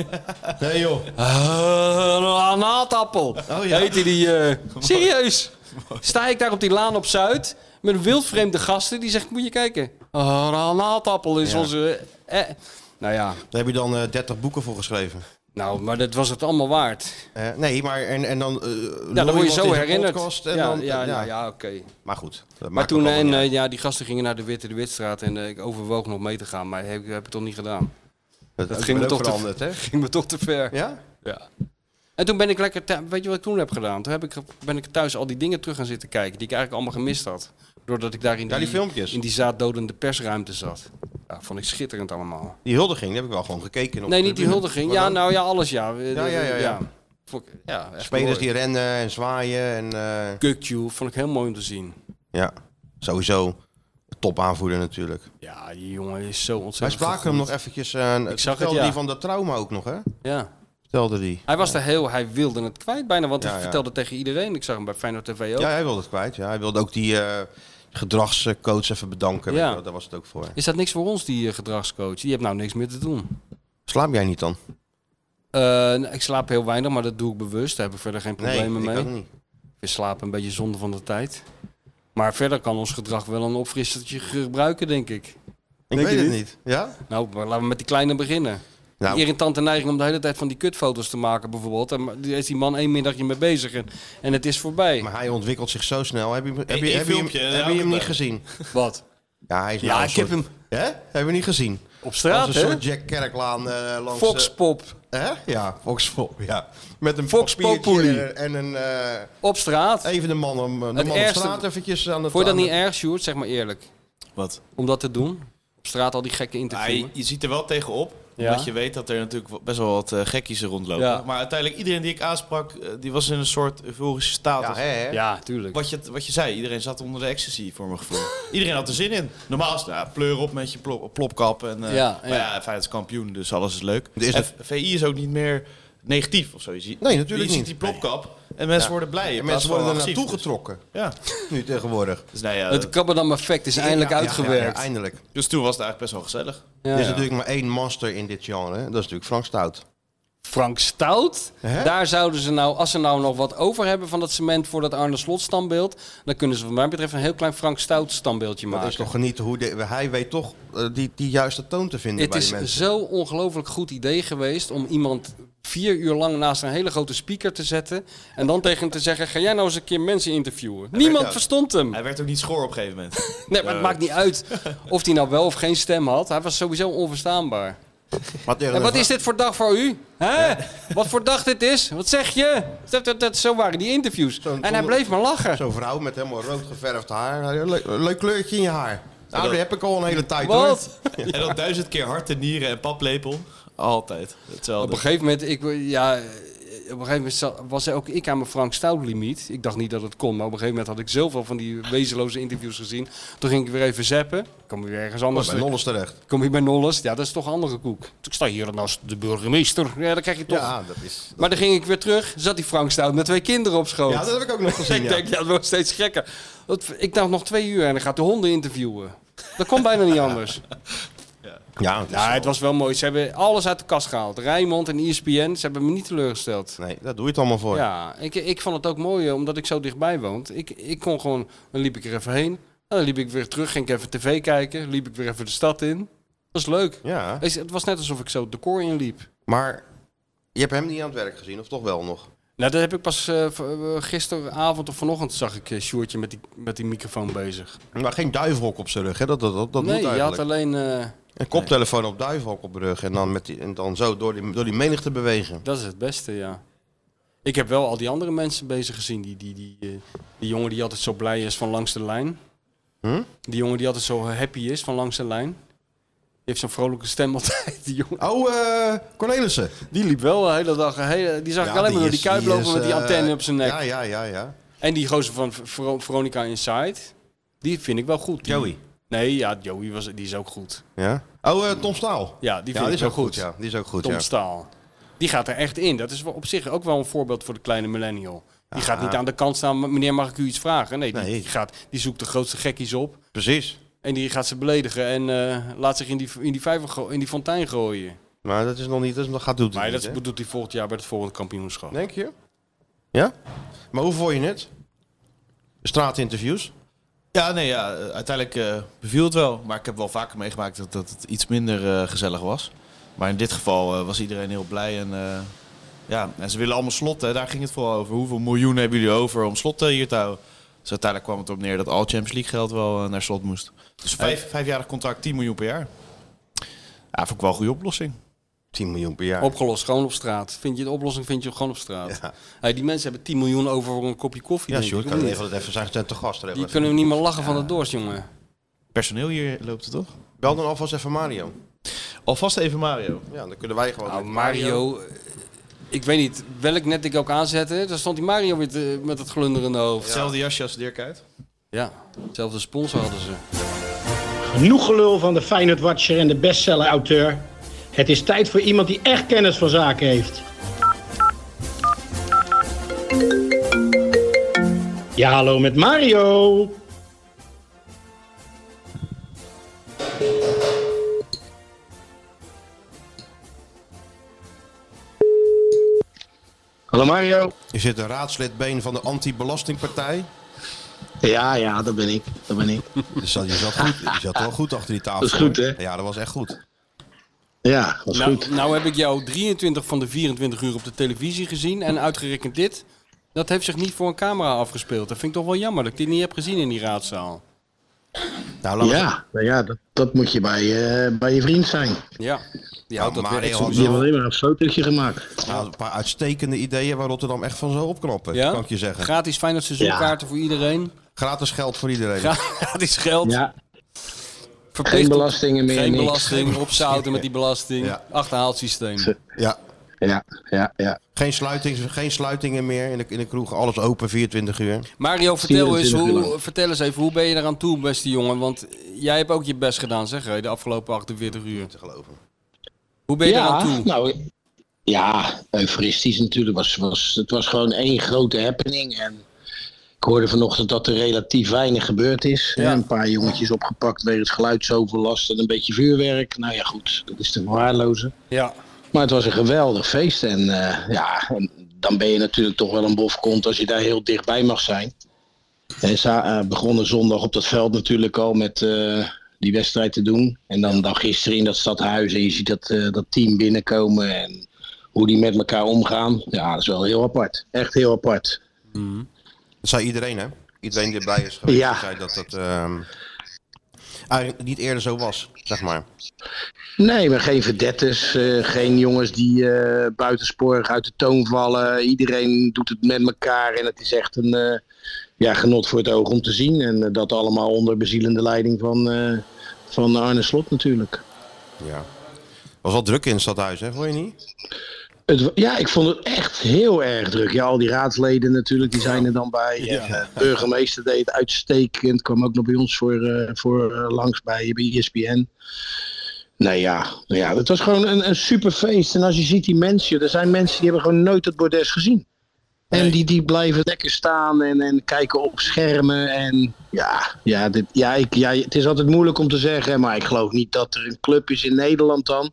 nee joh. Eh, een naatappel. Oh, ja. Heet hij die. eh, serieus. Sta ik daar op die laan op Zuid met een wildvreemde gasten die zegt: Moet je kijken. Eh, Een naatappel is Ja. onze. eh, nou ja, Daar heb je dan eh, 30 boeken voor geschreven. nou, maar dat was het allemaal waard. Eh, nee, maar en, en dan. eh, Ja, lul dan word je wat in zo zo'n herinnerd. podcast en ja, dan- ja, ja. ja, ja, oké. Maar goed. dat Maar maakt toen, ook allemaal en, niet uit. eh, ja, die gasten gingen naar de Witte de Witstraat en eh, ik overwoog nog mee te gaan, maar heb, heb het toch niet gedaan. *laughs* dat ik ging ben me ook toch te- veranderd, hè? Ging me toch te ver. Ja? Ja. En toen ben ik lekker, thu- weet je wat ik toen heb gedaan? Toen heb ik, ben ik thuis al die dingen terug gaan zitten kijken die ik eigenlijk allemaal gemist had. Doordat ik daar in Ja, die, die filmpjes. in die zaaddodende persruimte zat. Ja, vond ik schitterend allemaal. Die huldiging, die heb ik wel gewoon gekeken. op nee, de niet die tribune. huldiging. Maar Ja, dan nou ja, alles ja. ja, ja, ja. Vond ik- ja echt Spelers mooi. die rennen en zwaaien en. eh, Kukju vond ik heel mooi om te zien. Ja, sowieso. Top aanvoerder natuurlijk. Ja, die jongen is zo Wij ontzettend spraken hem nog eventjes. eh, zag het, vertelde ja. die van dat trauma ook nog, hè? Ja. Vertelde Telde die. Hij was er heel, hij wilde het kwijt bijna, want Ja, hij ja. vertelde tegen iedereen. Ik zag hem bij Feyenoord TV ook. Ja, hij wilde het kwijt. Ja. Hij wilde ook die eh, gedragscoach even bedanken. Ja. weet je wel, Daar was het ook voor. Is dat niks voor ons, die eh, gedragscoach? Die hebt nou niks meer te doen. Slaap jij niet dan? Eh, nou, ik slaap heel weinig, maar dat doe ik bewust. Daar heb ik verder geen problemen ik mee. ook niet. We slapen een beetje zonde van de tijd. Maar verder kan ons gedrag wel een opfrissertje gebruiken, denk ik. Ik weet het niet. Ja? Nou, maar laten we met die kleine beginnen. Nou. Die irritante neiging om de hele tijd van die kutfoto's te maken, bijvoorbeeld. En maar daar is die man één middagje mee bezig en, en het is voorbij. Maar hij ontwikkelt zich zo snel. Heb je, heb je, Eén heb je hem, filmpje, heb daar je hou ik hem niet bij. gezien? Wat? Ja, hij is Ja, nou een ik heb soort- Hè? Heb je niet gezien? Op straat, Als een hè? soort Jack Kerklaan eh langs... eh, Foxpop. hè? Ja, Foxpop, ja. Met een Fox papiertje Populi. En een... eh, Op straat. even de man, om, eh, de Het man ergste- op straat eventjes aan het... Vond je aan dat niet het- erg, Sjoerd? Zeg maar eerlijk. Wat? Om dat te doen? Op straat al die gekke interviewen. je, je ziet er wel tegenop. Ja. Omdat je weet dat er natuurlijk wel- best wel wat eh, gekkies rondlopen. Ja. Maar uiteindelijk, iedereen die ik aansprak, eh, die was in een soort euforische status. Ja, hè, hè? Ja, tuurlijk. Wat je, wat je zei, iedereen zat onder de ecstasy voor mijn gevoel. iedereen had er zin in. Normaal is het, nou, pleur op met je plop, plopkap. En, eh, Ja, maar ja. ja, Feyenoord is kampioen, dus alles is leuk. Er is en een- VI is ook niet meer negatief of zo. Je ziet, Nee, natuurlijk je niet. ziet die plopkap en mensen Ja. worden blij. En mensen worden er naartoe getrokken. getrokken. Ja. Nu tegenwoordig. Dus, nou ja, Het Kabbadam-effect is eindelijk Ja, ja, ja, Ja, uitgewerkt. eindelijk. Er dus toen was het eigenlijk best wel gezellig. Ja. is natuurlijk maar één master in dit genre. hè? Dat is natuurlijk Frank Stout. Frank Stout. Hè? Daar zouden ze nou, als ze nou nog wat over hebben van dat cement voor dat Arne Slot standbeeld, dan kunnen ze wat mij betreft een heel klein Frank Stout standbeeldje Dat maken. is toch genieten hoe de- hij weet toch eh, die, die juiste toon te vinden Het bij is die mensen. zo ongelooflijk goed idee geweest om iemand vier uur lang naast een hele grote speaker te zetten en dan tegen hem te zeggen: ga jij nou eens een keer mensen interviewen? Niemand ook. verstond hem. Hij werd ook niet schoor op een gegeven *laughs* moment. Nee, maar het maakt niet uit of hij nou wel of geen stem had. Hij was sowieso onverstaanbaar. Wat, En wat is dit voor dag voor u? Hè? Wat voor dag dit is? Wat zeg je? Dat, dat, dat- zo waren die interviews. Zo'n en hij donder- bleef maar lachen. Zo'n vrouw met helemaal rood geverfd haar. Le- leuk kleurtje in je haar. Nou, dat- die heb ik al een hele tijd hoor. Wat? En dat duizend keer hart en nieren en paplepel. Altijd. Op Hetzelfde. een gegeven moment, ik, ja, eh, op een gegeven moment zat- was ook ik aan mijn Frank Stout limiet. Ik dacht niet dat het kon, maar op een gegeven moment had ik zoveel van die wezenloze interviews gezien. Toen ging ik weer even zappen. Kom weer ergens anders. Oh, Bij Nolles terecht. Kom je bij Nolles? Ja, dat is toch een andere koek. Ik sta hier naast de burgemeester. Ja, dan krijg je toch. Ja, dat is... Maar dan ging ik weer terug, zat die Frank Stout met twee kinderen op schoot. Ja, dat heb ik ook *laughs* nog gezien. Oh. ik ja. denk, ja, dat wordt steeds gekker. Dat, ik dacht nog twee uur en dan gaat de honden interviewen. Dat kon bijna *laughs* niet anders. Ja, het is- Ja, het was wel mooi. Ze hebben alles uit de kast gehaald. Rijnmond en E ESPN, ze hebben me niet teleurgesteld. Nee, daar doe je het allemaal voor. Ja, ik, ik vond het ook mooi, eh, omdat ik zo dichtbij woont. Ik, ik kon gewoon, dan liep ik er even heen. Dan liep ik weer terug, ging ik even tv kijken. Liep ik weer even de stad in. Dat is leuk. Ja. Is- Het was net alsof ik zo het decor inliep. Maar je hebt hem niet aan het werk gezien, of toch wel nog? Nou, dat heb ik pas eh, v- eh, gisteravond of vanochtend zag ik eh, Sjoerdje met die, met die microfoon bezig. Maar geen duivelhok op zijn rug, hè? Dat, dat, dat, dat moet nee, je eigenlijk. had alleen... eh, Een koptelefoon op duivelhok op de rug en dan, met die, en dan zo door die, door die menigte bewegen. Dat is het beste, ja. Ik heb wel al die andere mensen bezig gezien. Die, die, die, eh, die jongen die altijd zo blij is van langs de lijn. Hm? Die jongen die altijd zo happy is van langs de lijn. Die heeft zo'n vrolijke stem *laughs* altijd. Die, jongen, Oh, eh Cornelissen. die liep wel de hele dag. eh, Hele, die zag ik Ja, alleen maar door die is- kuip lopen is, met die eh, antenne op zijn nek. Ja, ja, ja, ja. En die gozer van Ver- Veronica Inside. Die vind ik wel goed. Die- Joey. Nee, ja, Joey was, die is ook goed. ja. Oh, eh, Tom Staal. Ja, die Ja, die vind ik is wel ook goed. goed. Ja, die is ook goed, Tom ja. Staal. Die gaat er echt in. Dat is wel op zich ook wel een voorbeeld voor de kleine millennial. Die gaat niet aan de kant staan, meneer mag ik u iets vragen? Nee, die, Ah. Nee. die gaat, die zoekt de grootste gekkies op Precies. en die gaat ze beledigen en eh, laat zich in die, in, die vijver go- in die fontein gooien. Maar dat is nog niet, dat, is, nog- gaat doet het Maar niet, dat hè? doet hij volgend jaar bij het volgende kampioenschap. Denk je? Ja? Maar hoe vond je het? Straatinterviews? Ja, nee, ja, eh, uiteindelijk eh, beviel het wel. Maar ik heb wel vaker meegemaakt dat, dat het iets minder eh, gezellig was. Maar in dit geval eh, was iedereen heel blij. En, eh, ja, en ze willen allemaal slot, hè. daar ging het vooral over. Hoeveel miljoen hebben jullie over om slot eh, hier te houden? Dus uiteindelijk kwam het op neer dat al Champions League geld wel eh, naar slot moest. Dus vijf, vijfjarig contract, 10 miljoen per jaar. Ja, vond ik wel een goede oplossing. 10 miljoen per jaar. Opgelost, gewoon op straat. Vind je de oplossing vind je gewoon op straat. Ja. Hey, die mensen hebben 10 miljoen over voor een kopje koffie. ja, denk Sjoerd, ik, kan of niet? regelen het even zijn ze te gast. regelen Die even. kunnen we niet meer lachen van de dorst, jongen. Personeel hier loopt het toch? Bel dan alvast even Mario. Alvast even Mario. Ja, dan kunnen wij gewoon... Nou, met Mario, eh, ik weet niet welk net ik ook aanzette. Daar stond die Mario weer te- met het glunderende hoofd. Ja. Hetzelfde jasje als Dirk uit. hetzelfde sponsor hadden ze. Genoeg gelul van de Feyenoord Watcher en de bestseller-auteur. Het is tijd voor iemand die echt kennis van zaken heeft. Ja, hallo met Mario. Hallo Mario. Is dit een raadslidbeen van de anti-belastingpartij? Ja, ja, dat ben ik. Dat ben ik. Dus dat- je zat, goed, je zat wel goed achter die tafel. Dat is goed, hoor. hè? Ja, dat was echt goed. Ja, dat is Nou, goed. nou heb ik jou 23 van de 24 uur op de televisie gezien en uitgerekend dit. Dat heeft zich niet voor een camera afgespeeld. Dat vind ik toch wel jammer dat ik dit niet heb gezien in die raadzaal. Nou, laten we- Ja, nou ja dat, dat moet je bij, eh, bij je vriend zijn. Ja, die Nou, houdt dat Mario weer echt had Die zo hebben alleen maar een fotootje gemaakt. nou, een paar uitstekende ideeën waar Rotterdam echt van zou opknappen. Ja? Kan ik je zeggen. Gratis Feyenoord seizoenkaarten voor iedereen. Gratis geld voor iedereen. Gratis geld. Ja, Verplicht geen belastingen meer. Geen niks. belasting. Opzouten met die belasting. Ja. Achterhaald systeem. Ja. Ja, ja, ja. Geen, sluiting, geen sluitingen meer in de, in de kroeg. Alles open 24 uur. Mario, vertel eens, 24 uur hoe, vertel eens even, hoe ben je eraan toe, beste jongen? Want jij hebt ook je best gedaan, zeg hè, de afgelopen 48 uur. Te geloven. Hoe ben je eraan toe? nou, ja, euforistisch natuurlijk. Was, was, het was gewoon één grote happening. En ik hoorde vanochtend dat er relatief weinig gebeurd is. hè. Een paar jongetjes opgepakt wegens geluidsoverlast en een beetje vuurwerk. Nou ja, goed, dat is te verwaarlozen. Ja. Maar het was een geweldig feest. En eh, ja, en dan ben je natuurlijk toch wel een bofkont als je daar heel dichtbij mag zijn. En ze eh, begonnen zondag op dat veld natuurlijk al met eh, die wedstrijd te doen. En dan, dan gisteren in dat stadhuis. En je ziet dat, eh, dat team binnenkomen en hoe die met elkaar omgaan. Ja, dat is wel heel apart. Echt heel apart. Dat zei iedereen, hè? Iedereen die erbij is geweest, Ja. zei dat dat ehm, eigenlijk niet eerder zo was, zeg maar. Nee, maar geen verdettes, eh, geen jongens die eh, buitensporig uit de toon vallen. Iedereen doet het met elkaar en het is echt een eh, ja, genot voor het oog om te zien. En eh, dat allemaal onder bezielende leiding van, eh, van Arne Slot natuurlijk. Ja. Was wel druk in het stadhuis, hè? Vond je niet? Het, wa- ja, ik vond het echt heel erg druk. Ja, al die raadsleden natuurlijk, die zijn er dan bij. En, eh, de burgemeester deed het uitstekend. Kwam ook nog bij ons voor, eh, voor eh, langs bij, bij ESPN. Nou ja, nou ja, het was gewoon een, een super feest. En als je ziet die mensen, er zijn mensen die hebben gewoon nooit het bordes gezien. En die, die blijven lekker staan en, en kijken op schermen. En ja, ja, dit, ja, ik, ja, het is altijd moeilijk om te zeggen. Maar ik geloof niet dat er een club is in Nederland dan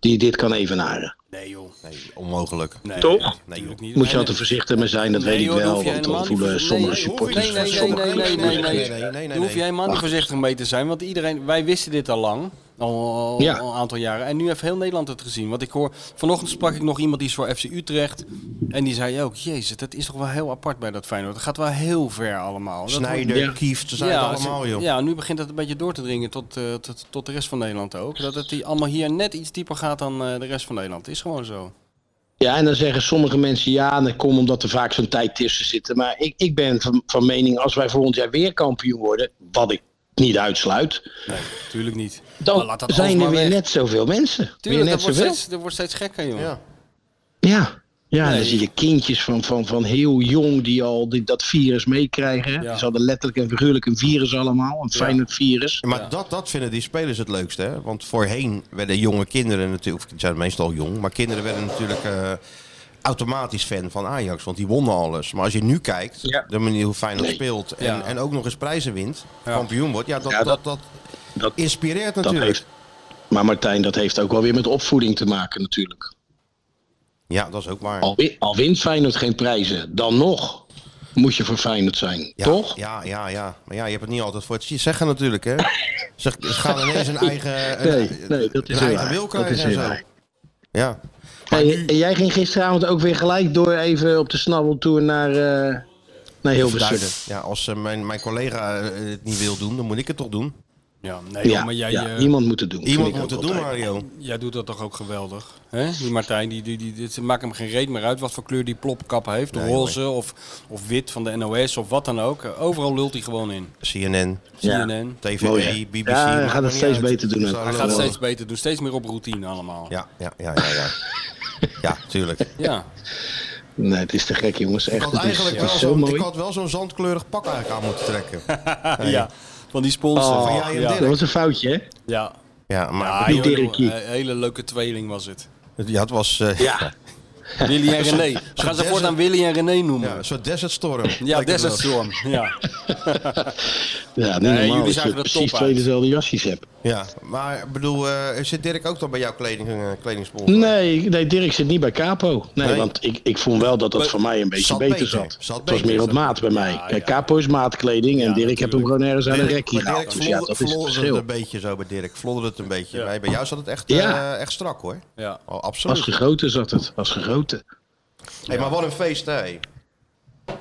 die dit kan evenaren. Nee joh. Nee, onmogelijk. Eh, Nee, Toch? natuurlijk niet. Moet je Nee, altijd voorzichtig mee zijn, dat nee, weet ik joh, daar wel. hoef je Want dan helemaal niet voelen voor- sommige nee, supporters Nee, nee, van nee, sommige nee, nee, clubs nee, nee, niet. nee. nee, nee, Daar hoef je nee. helemaal niet voorzichtig mee te zijn, want iedereen, wij wisten dit al lang. Al, al- Ja. al een aantal jaren. En nu heeft heel Nederland het gezien. Want ik hoor, vanochtend sprak ik nog iemand die is voor FC Utrecht. En die zei ook, jezus, dat is toch wel heel apart bij dat Feyenoord. Dat gaat wel heel ver allemaal. Dat wordt- Snijder, Ja. Kieft, ze zijn het allemaal, ze- joh. ja, nu begint dat een beetje door te dringen tot, eh, tot, tot de rest van Nederland ook. Dat het die allemaal hier net iets dieper gaat dan eh, de rest van Nederland. Is gewoon zo. Ja, en dan zeggen sommige mensen ja, dat komt omdat er vaak zo'n tijd tussen zit. Maar ik, ik ben van, van mening, als wij volgend jaar weer kampioen worden, wat ik niet uitsluit, Nee, tuurlijk niet. Maar dan laat dat zijn alsmaar er weer weg. net zoveel mensen. Tuurlijk, weer net dat wordt, zoveel. steeds, dat wordt steeds gekker, jongen. Ja. Ja. Ja, en Nee. dan zie je kindjes van, van, van heel jong die al die, dat virus meekrijgen. hè. Ja. Ze hadden letterlijk en figuurlijk een virus allemaal, een Feyenoord virus. Maar dat, dat vinden die spelers het leukste, hè? Want voorheen werden jonge kinderen natuurlijk... Of die zijn meestal jong, maar kinderen werden natuurlijk... eh, automatisch fan van Ajax, want die wonnen alles. Maar als je nu kijkt, Ja. de manier hoe Feyenoord speelt... En, Ja. en ook nog eens prijzen wint, Ja. kampioen wordt... Ja, dat, Ja, dat, dat- dat Dat, inspireert dat natuurlijk. heeft, maar Martijn, dat heeft ook wel weer met opvoeding te maken natuurlijk. Ja, dat is ook waar. Al, wi- al wint Feyenoord geen prijzen, dan nog moet je voor Feyenoord zijn, Ja, toch? Ja, ja, ja. Maar ja, je hebt het niet altijd voor het zeggen natuurlijk, hè? Ze, ze gaan ineens *laughs* een eigen, een, Nee, nee, dat is een heel eigen waar. wil Dat krijgen is en heel zo. waar. Ja. Hey, en jij ging gisteravond ook weer gelijk door even op de snabbeltoer naar, eh naar Verduiden. Hilversum. Ja, als eh, mijn, mijn collega eh, het niet wil doen, dan moet ik het toch doen. Ja, nee, Ja, joh, maar jij, ja, eh, iemand moet het doen. vind Iemand ik moet het ook doen, altijd. Mario. jij doet dat toch ook geweldig? Hè? Die Martijn, die, die, die, dit maakt hem geen reet meer uit wat voor kleur die plopkap heeft. roze of, of wit van de NOS of wat dan ook. Overal lult hij gewoon in. CNN, Ja. CNN. Mooi, TVE, hè? BBC. Ja, hij maakt gaat het maar steeds niet uit. beter doen Ze ook. staan Hij Hij er gaat wel- steeds beter doen, steeds meer op routine allemaal. Ja, ja, ja, ja. Ja, ja *laughs* tuurlijk. ja. Nee, het is te gek, jongens. Ik Echt, had het is, eigenlijk het wel is zo zo'n ik mooi. had wel zo'n zandkleurig pak eigenlijk aan moeten *laughs* trekken. ja. Van die sponsor. Oh, jij en ja. Dirk. Dat was een foutje, hè? ja. Ja, maar Ja, ik joh, eh, bedoel- Dirkie. een hele leuke tweeling was het. ja, het was... eh, *laughs* Ja. Willy en René. Zo'n- We zo'n gaan ze desert- voortaan Willy en René noemen. *laughs* Ja, een soort Desert Storm. Ja, Lijkt het Desert wel. Storm. Ja. *laughs* Ja, niet Nee, normaal jullie dat zagen je er precies top twee uit. dezelfde jasjes hebt. Ja, maar ik bedoel, eh, zit Dirk ook dan bij jouw kleding, eh, kledingsponsor? Nee, nee, Dirk zit niet bij Capo. Nee, Nee? want ik, ik vond wel dat dat Maar- voor mij een beetje Zat beter, beter, zat. zat het was beter, meer op zat maat bij mij. Kijk, Capo is maatkleding en Dirk heb hem gewoon ergens aan een Dirk- rekje maar Dirk gehaald. Dus ja, dat is het vlodderde het verschil. een beetje zo bij Dirk. Vlodderde het een beetje. Ja. Bij- Bij jou zat het echt, eh, Ja. echt strak hoor. Ja. Oh, Als absoluut. gegoten zat het, als gegoten. Hey, maar wat een feest, hè?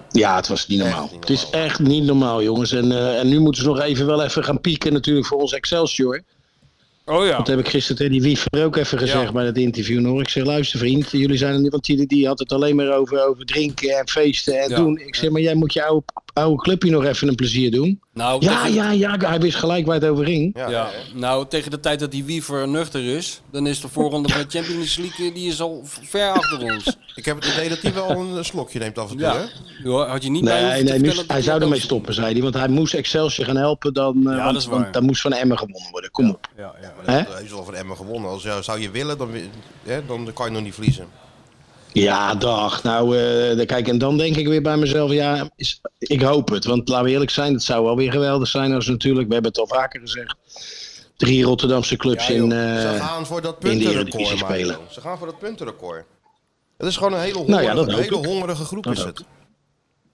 Ja, het was niet Echt normaal. niet Het is echt niet normaal, jongens. En, eh, en nu moeten ze nog even wel even gaan pieken natuurlijk voor ons Excelsior. Oh ja. Dat heb ik gisteren tegen die Wiefer ook even gezegd Ja. bij dat interview nog. Ik zeg, luister vriend, jullie zijn er niet, want die, die had het alleen maar over, over drinken en feesten en Ja. doen. Ik zeg, maar jij moet je oude, oude clubje nog even een plezier doen. Nou, Ja, tegen- ja, ja, hij wist gelijk waar het over ging. Ja. Ja, nou tegen de tijd dat die Wiever nuchter is, dan is de voorronde van de Champions League eh, die is al v- ver achter ons. Ik heb het idee dat hij wel een eh, slokje neemt af en toe, Ja. hè? Jo, Had je niet bij Nee, hoeven te nee, nu, vertellen dat hij zou dat ermee ook- stoppen, zei hij. Want hij moest Excelsior gaan helpen, dan, eh, Ja, want, dat is waar. want dan moest van Emmen gewonnen worden. Kom op. Ja, ja. Hè? Hij is al van Emmen gewonnen. Als jou- zou je willen, dan, wi- hè, dan kan je nog niet verliezen. Ja, dag. Nou, eh, dan kijk, en dan denk ik weer bij mezelf, ja, is, ik hoop het. Want laten we eerlijk zijn, het zou wel weer geweldig zijn als natuurlijk, we hebben het al vaker gezegd, drie Rotterdamse clubs Ja, joh. in... ze eh, gaan voor dat in de puntenrecord, Eredivisie Mario. spelen. Nou Ze gaan voor dat puntenrecord. Het is gewoon een hele ja, hongerige, dat een hoop hele ik. hongerige groep, Dat is ook. het.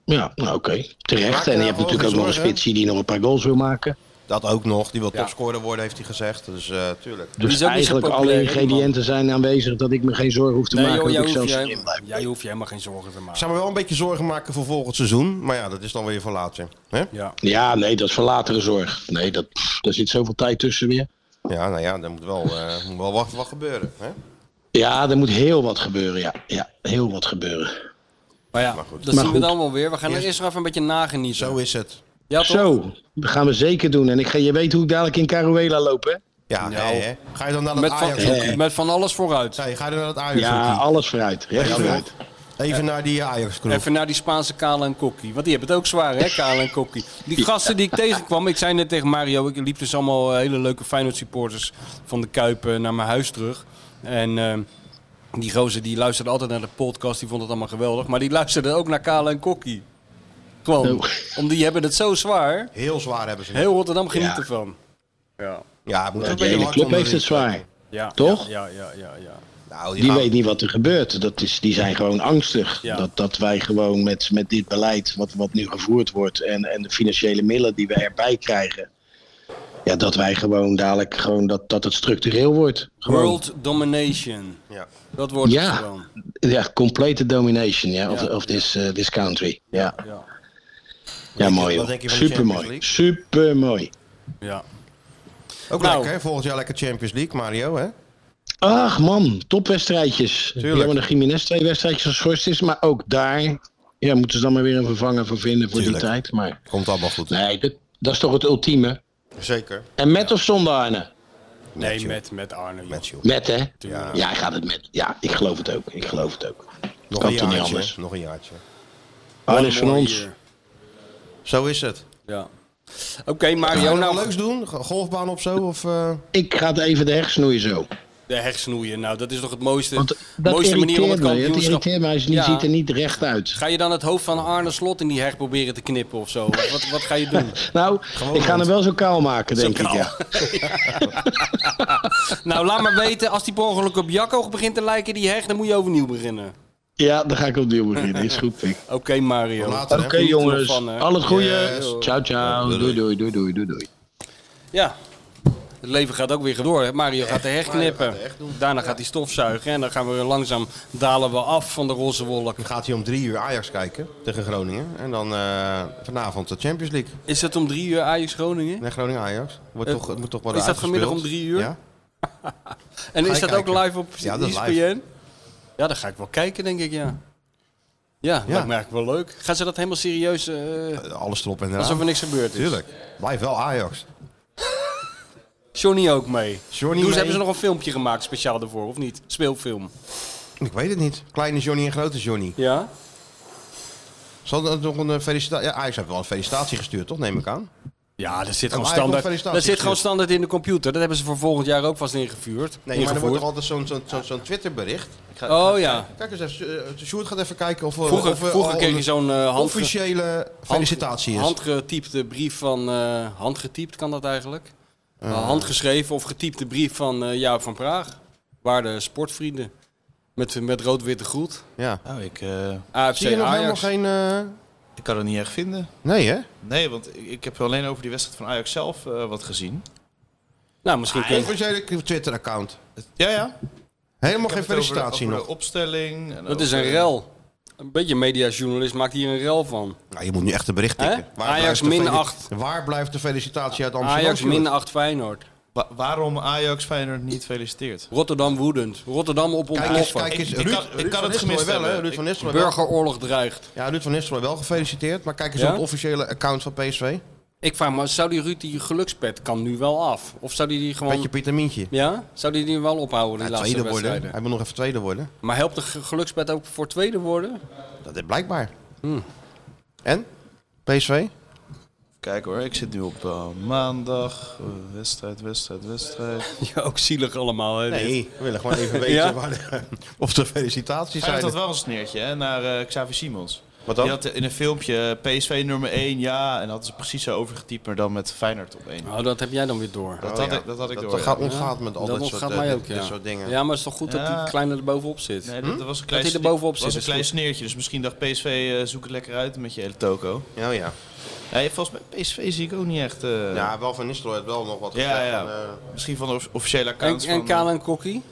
ja, nou, oké. Maak Terecht. je En je nou gewoon hebt natuurlijk ook nog een zorgen? spitsie die nog een paar goals wil maken. Dat ook nog. Die wil Ja. topscorer worden, heeft hij gezegd. Dus eh tuurlijk. is ook niet Dus zo eigenlijk alle populair, hè, die man. ingrediënten zijn aanwezig dat ik me geen zorgen hoef te Nee, maken. joh, dat jij, ik hoeft zelfs je, erin blijf. helemaal- jij hoeft je helemaal geen zorgen te Ik maken. zou me wel een beetje zorgen maken voor volgend seizoen. Maar ja, dat is dan weer voor later. Hè? Ja. Ja, nee, dat is voor latere zorg. Nee, dat, pff, daar zit zoveel tijd tussen weer. Ja, nou ja, er moet wel, eh, moet wel wat, wat gebeuren. Hè? Ja, er moet heel wat gebeuren, ja. Ja, heel wat gebeuren. Maar ja, dat Maar zien we goed. dan wel weer. We gaan er eerst nog even een beetje nagenieten. Zo is het. Ja, toch? Zo, dat gaan we zeker doen. En ik ga, je weet hoe ik dadelijk in Caruela loop, hè? Ah, Ja, Nou, hè, hè? Ga je dan naar dat Met Ajax van, hockey? met van alles vooruit. Nee, ga je dan naar dat Ajax Ja, hockey? alles vooruit. Recht Even, vooruit. even naar die Ajax kroeg. Even naar die Spaanse Kale en Kokkie. Want die hebben het ook zwaar, hè, Kale en Kokkie. Die gasten die ik tegenkwam, ik zei net tegen Mario, ik liep dus allemaal hele leuke Feyenoord supporters van de Kuip eh, naar mijn huis terug. En ehm, die gozer die luisterde altijd naar de podcast, die vond het allemaal geweldig. Maar die luisterde ook naar Kale en Kokkie. Gewoon, Oh. omdat die hebben het zo zwaar. Heel zwaar hebben ze. Heel Rotterdam geniet Ja. ervan. Ja, Ja, het moet ook De weer hele hard club onder heeft de het riem. zwaar. ja. Toch? Ja, ja, ja, ja. Nou, die Die gaan- weet niet wat er gebeurt. Dat is, die zijn gewoon angstig. Ja. Dat, dat wij gewoon met, met dit beleid wat, wat nu gevoerd wordt en, en de financiële middelen die we erbij krijgen. Ja, dat wij gewoon dadelijk gewoon dat, dat het structureel wordt. Gewoon, World domination. Ja. Dat wordt het Ja. gewoon. Ja, complete domination ja, of, Ja. of this, eh, this country. Ja, Ja, ja denk je- mooi. wat hoor. denk je van de Champions Supermooi. League? Supermooi. ja. Ook Nou. lekker, hè? volgend jaar lekker Champions League, Mario. Hè? Ach man, topwedstrijdjes. Tuurlijk. Jammer dat Jiménez twee wedstrijdjes geschorst is. Maar ook daar ja, moeten ze dan maar weer een vervanger voor vinden voor Tuurlijk. die tijd. Maar Komt allemaal goed. nee, dat, dat is toch het ultieme. Zeker. En met of zonder Arne? Nee, met, met Arne. joh. Met joh. Met hè? Ja. Ja. hij gaat het met. Ja, ik geloof het ook. Ik geloof het ook. Nog kan een toch niet jaartje. anders. Nog een jaartje. Arne is van Mooi ons. hier. Zo is het. Ja. Oké, Ga je Mario, nou nou leuks doen? Go- Golfbaan of zo? Of, eh? Ik ga het even de heg snoeien zo. de hersnoeien. Nou, dat is toch het mooiste, Want dat mooiste manier om het irriteert me. Het kampioenschap... irriteert me. Hij is niet- Ja. ziet er niet recht uit. Ga je dan het hoofd van Arne Slot in die heg proberen te knippen of zo? Of Wat, wat ga je *laughs* doen? Nou, ik ga hem wel zo kaal maken, denk ik. kaal. Ja. nou, laat maar weten. Als die per ongeluk op Jacco begint te lijken, die heg, dan moet je overnieuw beginnen. ja, dan ga ik opnieuw beginnen. Is goed, pik. Oké, Mario. Later, Oké hè? er nog jongens, van, hè? al het goede. Yes. eh, Ciao ciao. Doei doei doei doei doei. doei. Ja. Het leven gaat ook weer door. hè? Mario gaat de heg knippen. Daarna gaat hij stofzuigen. En dan gaan we langzaam dalen we af van de roze wolk. Dan gaat hij om drie uur Ajax kijken tegen Groningen. En dan eh, vanavond de Champions League. Is het om drie uur Ajax Groningen? Nee, Groningen-Ajax. Wordt Eh, toch, het moet toch is worden dat vanmiddag uitgespeeld? om drie uur? Ja? En Ga is je dat ook kijken? live op E Ja, dat is ESPN? live. Ja, dan ga ik wel kijken, denk ik, ja. Ja, dat lijkt me eigenlijk wel leuk. Gaan ze dat helemaal serieus, eh, Eh, Alles erop en eraan. alsof er niks gebeurd is? Tuurlijk. Blijf wel Ajax. Johnny ook mee. Johnny Toen mee. hebben ze nog een filmpje gemaakt speciaal daarvoor, of niet? Speelfilm. Ik weet het niet. Kleine Johnny en grote Johnny. Ja? eh, Zal er nog een felicitatie... Ja, Ajax heeft wel een felicitatie gestuurd, toch? Neem ik aan. Ja, dat zit, gewoon Ajax nog standaard, felicitaties dat zit gewoon gestuurd. standaard in de computer. Dat hebben ze voor volgend jaar ook vast ingevuurd. Nee, maar er wordt ingevoerd. toch altijd zo'n zo'n zo'n zo'n Twitterbericht. Ik ga- Oh, ik ga- ja. Kijk eens even, eh, Sjoerd gaat even kijken of... we- Vroeger, of we vroeger al kreeg je een zo'n eh hand, officiële felicitatie is. handgetypte brief van... eh, handgetypt kan dat eigenlijk? Eh, handgeschreven of getypte brief van eh Jaap van Praag. Waarde sportvrienden. Met, met rood-witte groet. Ja. Oh, ik, eh, AFC Zie je nog helemaal Ajax. geen... eh, ik kan het niet echt vinden. Nee, hè? Nee, want ik- ik heb alleen over die wedstrijd van Ajax zelf eh, wat gezien. Nou, Ah, misschien kun je... Officiële Twitter-account. Ja, ja. Helemaal Ik geen heb het over de- felicitatie over nog. de opstelling. en Dat is over- een rel. Een beetje mediajournalist maakt hier een rel van. Nou, je moet nu echt een bericht tikken. Hè? Waar Ajax blijft de min feli- acht. Waar blijft de felicitatie uit Amsterdam? Ajax Sjoerd? min 8 Feyenoord. Wa- waarom Ajax Feyenoord niet feliciteert? Rotterdam woedend. Rotterdam op Kijk eens, ontploffen. kijk eens. Ik- Ruud, ik kan- ik Ruud kan het van Nistelrooy gemist wel, hè? hebben. Ruud van Nistelrooy wel. Burgeroorlog dreigt. Ja, Ruud van Nistelrooy wel gefeliciteerd. Maar kijk eens Ja? op het officiële account van PSV. Ik vraag me, zou die Ruud die gelukspet kan nu wel af? Of zou die die gewoon... Beetje vitamintje. Ja? Zou die die wel ophouden, die Ja, laatste tweede worden. wedstrijden? Hij moet nog even tweede worden. Maar helpt de ge- gelukspet ook voor tweede worden? Dat is blijkbaar. Hmm. En? PSV? Kijk hoor, ik zit nu op eh, maandag. Eh, wedstrijd, wedstrijd, wedstrijd. Ja, ook zielig allemaal. Hè, dit. Nee, we willen gewoon *laughs* even weten Ja? waar de- *laughs* of de felicitaties Hij zijn. had dat wel een sneertje hè, naar eh, Xavi Simons. Wat Die dan? had in een filmpje eh, PSV nummer 1, ja. En dat hadden ze precies zo overgetypt, maar dan met Feyenoord op 1. Oh, dat heb jij dan weer door. Dat, Oh, had, ja. ik, dat had ik Dat, door. dat ja. gaat ontgaat met al dat dat soort, ontgaat eh, mij dit- ook, ja. dit soort dingen. Ja, maar het is toch goed dat Ja. die kleine er bovenop zit? Nee, dat, dat was een klein, hij er bovenop was zit, een is klein goed. sneertje. Dus misschien dacht PSV, eh, zoek het lekker uit met je hele toko. Ja, ja. Nee, volgens mij PSV zie ik ook niet echt... eh, Ja, wel van Nistelrooy heeft wel nog wat Ja, gezegd. ja. van, eh, Misschien van de of- officiële En, accounts. en van, eh, Kaan en Kokkie? Ook kijk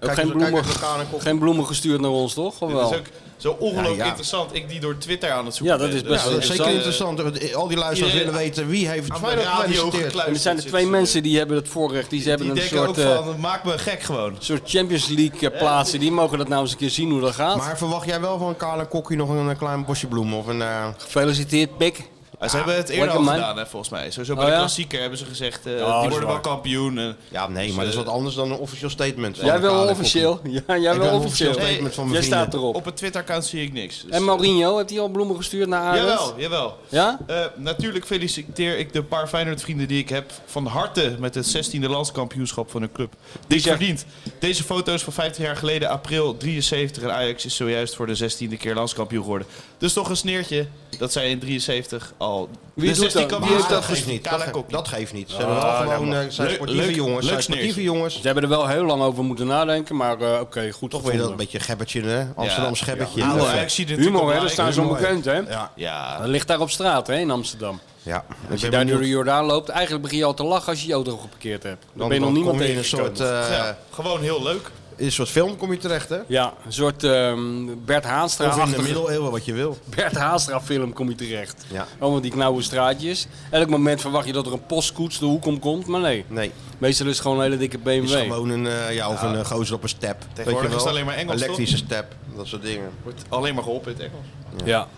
geen eens- kijk bloemen, eens naar Kaan en Kokkie. geen bloemen gestuurd naar ons, toch? Dit Of is wel? ook zo ongelooflijk Ja, ja. interessant. Ik die door Twitter aan het zoeken Ja, dat ben. is best Ja, dat is zeker eh, interessant. want Al die luisteraars iedereen willen weten wie heeft Aan de radio gefeliciteerd. gekluisterd. En er zijn er zit twee ze. mensen die hebben het voorrecht. Die, ze hebben Die een denken soort, ook eh, van, maak me gek gewoon. soort Champions League eh, plaatsen. Die mogen dat nou eens een keer zien hoe dat gaat. Maar verwacht jij wel van Karel en Kokkie nog een, eh, klein bosje bloemen? Of een, eh, Gefeliciteerd, Pik. Ja, ze hebben het eerder lekker al man. gedaan, hè, volgens mij. Sowieso bij Oh, de ja? klassieker hebben ze gezegd, eh, dat die is worden wel waar. kampioen. en- ja, nee, maar dat is wat anders dan een officieel statement. van Jij Karel wel en officieel. Ja, jij Ik wel wil officieel. officieel. Statement van mijn Jij vrienden. staat erop. Op het Twitter-account zie ik niks. Dus, En Mourinho, heeft hij al bloemen gestuurd naar eh, Ajax? Jawel, jawel. Ja? Eh, natuurlijk feliciteer ik de paar Feyenoord-vrienden die ik heb van harte met het 16e landskampioenschap van hun club. Dit verdient. Deze foto's van 50 jaar geleden, april 73 en Ajax is zojuist voor de 16e keer landskampioen geworden. Dus toch een sneertje dat zij in 73 al Wie de doet 16 dat? Kokkie. Wie kampioen Maar heeft dat dat geeft niet. Dat, Kale ge- Kokkie. dat geeft niet. Ze hebben wel gewoon eh, zijn Leuk- sportieve leuk- jongens. leuk Zijn sportieve sneertje. jongens. Ze hebben er wel heel lang over moeten nadenken, maar eh, oké, goed Toch weer dat een gevonden. beetje gebbertje, hè? Amsterdam gebbertje. Ja, Ja, Ajax ziet er Humor, natuurlijk hè? Dat op staan ze humor. onbekend, hè? Ja, Dat ligt daar op straat, hè, in Amsterdam. Ja. Als je Ik daar ben benieuwd. door de Jordaan loopt, eigenlijk begin je al te lachen als je je auto geparkeerd hebt. Dan, Dan ben je nog dan niemand kom je in tegen. een soort, eh, ja, gewoon heel leuk. in een soort film kom je terecht, hè? Ja, een soort ehm, Bert eh, Of in de Haanstra-achtige middeleeuwen, wat je wil. Bert Haastra film kom je terecht. Ja. Allemaal die knauwe straatjes. Elk moment verwacht je dat er een postkoets de hoek om komt, maar nee. Nee, Meestal is het gewoon een hele dikke het BMW. is gewoon een, eh, ja, of een eh, gozer op een step. Weet je is het wel? alleen maar Engels, Elektrische step, dat soort dingen. Wordt alleen maar geholpen in het Engels. ja.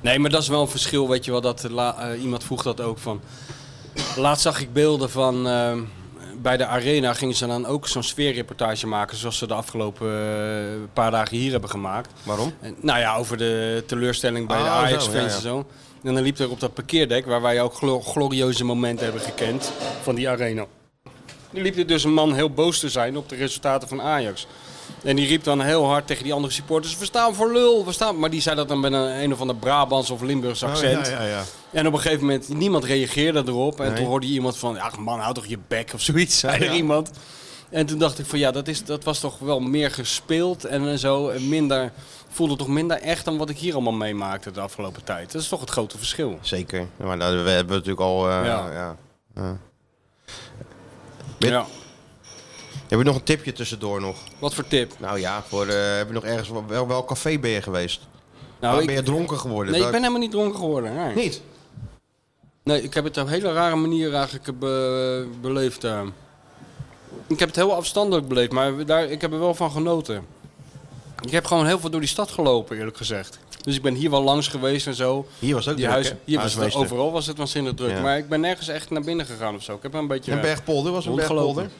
Nee, maar dat is wel een verschil, weet je wel. Dat, la- eh, iemand vroeg dat ook van... Laatst zag ik beelden van... ehm, bij de Arena gingen ze dan ook zo'n sfeerreportage maken... zoals ze de afgelopen eh, paar dagen hier hebben gemaakt. Waarom? En, nou ja, over de teleurstelling bij de Ah, Ajax-fans zo, ja, ja. en zo. En dan liep er op dat parkeerdek, waar wij ook glo- glorieuze momenten hebben gekend van die arena. Nu liep er dus een man heel boos te zijn op de resultaten van Ajax. En die riep dan heel hard tegen die andere supporters, we staan voor lul, we staan... Maar die zei dat dan met een, een of ander Brabants of Limburgs Oh, accent. Oh, ja, ja. En op een gegeven moment, niemand reageerde erop. En toen hoorde je iemand van, ach man, hou toch je bek of zoiets, zei er iemand. En toen dacht ik van, ja, dat, is, dat was toch wel meer gespeeld en eh, zo. En minder, voelde toch minder echt dan wat ik hier allemaal meemaakte de afgelopen tijd. Dat is toch het grote verschil. Zeker. Ja, Maar dat, we hebben natuurlijk al... eh, Ja. ja. Dit- Ja. Heb je nog een tipje tussendoor nog? Wat voor tip? Nou ja, voor, eh, heb je nog ergens... Wel, wel welk café ben je geweest? Nou, Waar ik, ben je dronken geworden? nee, ik Welk- ben helemaal niet dronken geworden. Nee, Niet? nee ik heb het op een hele rare manier eigenlijk eh, be- beleefd. eh. Ik heb het heel afstandelijk beleefd, maar daar, ik heb er wel van genoten. Ik heb gewoon heel veel door die stad gelopen, eerlijk gezegd. Dus ik ben hier wel langs geweest en zo. Hier was het ook Die druk, huis, hè? hier was het, Huismeester. overal was het waanzinnig druk. Ja. Maar ik ben nergens echt naar binnen gegaan of zo. Ik heb een beetje... Een bergpolder was een Rondgelopen. bergpolder.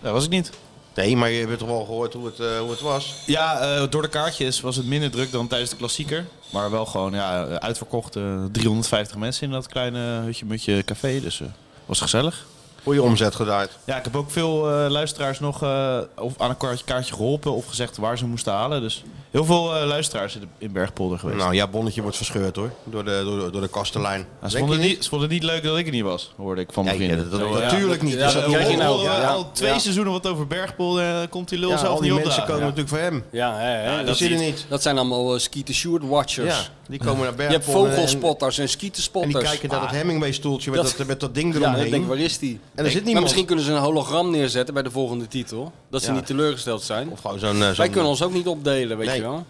Dat was ik niet. Nee, maar je hebt toch wel gehoord hoe het, eh, hoe het was? Ja, eh, door de kaartjes was het minder druk dan tijdens de klassieker. Maar wel gewoon ja, uitverkocht. eh, 350 mensen in dat kleine hutje-mutje café. Dus eh, was gezellig. Goede omzet gedraaid. Ja, ik heb ook veel eh, luisteraars nog eh, of aan een kaartje, kaartje geholpen of gezegd waar ze moesten halen. Dus heel veel eh, luisteraars in, de- in Bergpolder geweest. Nou, jouw bonnetje wordt verscheurd hoor. Door de, door de, door de kastelein. Ja, ze, Denk vonden je niet, ze vonden het niet leuk dat ik er niet was, hoorde ik van mijn Ja, ja, vrienden. dat- dat- Zo, ja. natuurlijk niet. Ja, Dus dat we krijg je horen nou. al- Ja. Al twee Ja. seizoenen wat over Bergpolder eh, komt die lul Ja, zelf al niet die op mensen komen natuurlijk van hem. Ja, hè, hè, dat zie je niet. Dat zijn allemaal eh, ski to shoot watchers. Ja, Dus die komen naar Je hebt Bergpolder. vogelspotters en ski te En spotters. die kijken naar dat Hemingway-stoeltje met Dat- dat, met dat ding Ja, en eromheen. ik denk, waar is die? En er zit niemand. Maar misschien kunnen ze een hologram neerzetten bij de volgende titel. Dat ze Ja. niet teleurgesteld zijn. Of gewoon zo'n... eh, zo'n- Wij kunnen ons ook niet opdelen, weet Nee. je wel.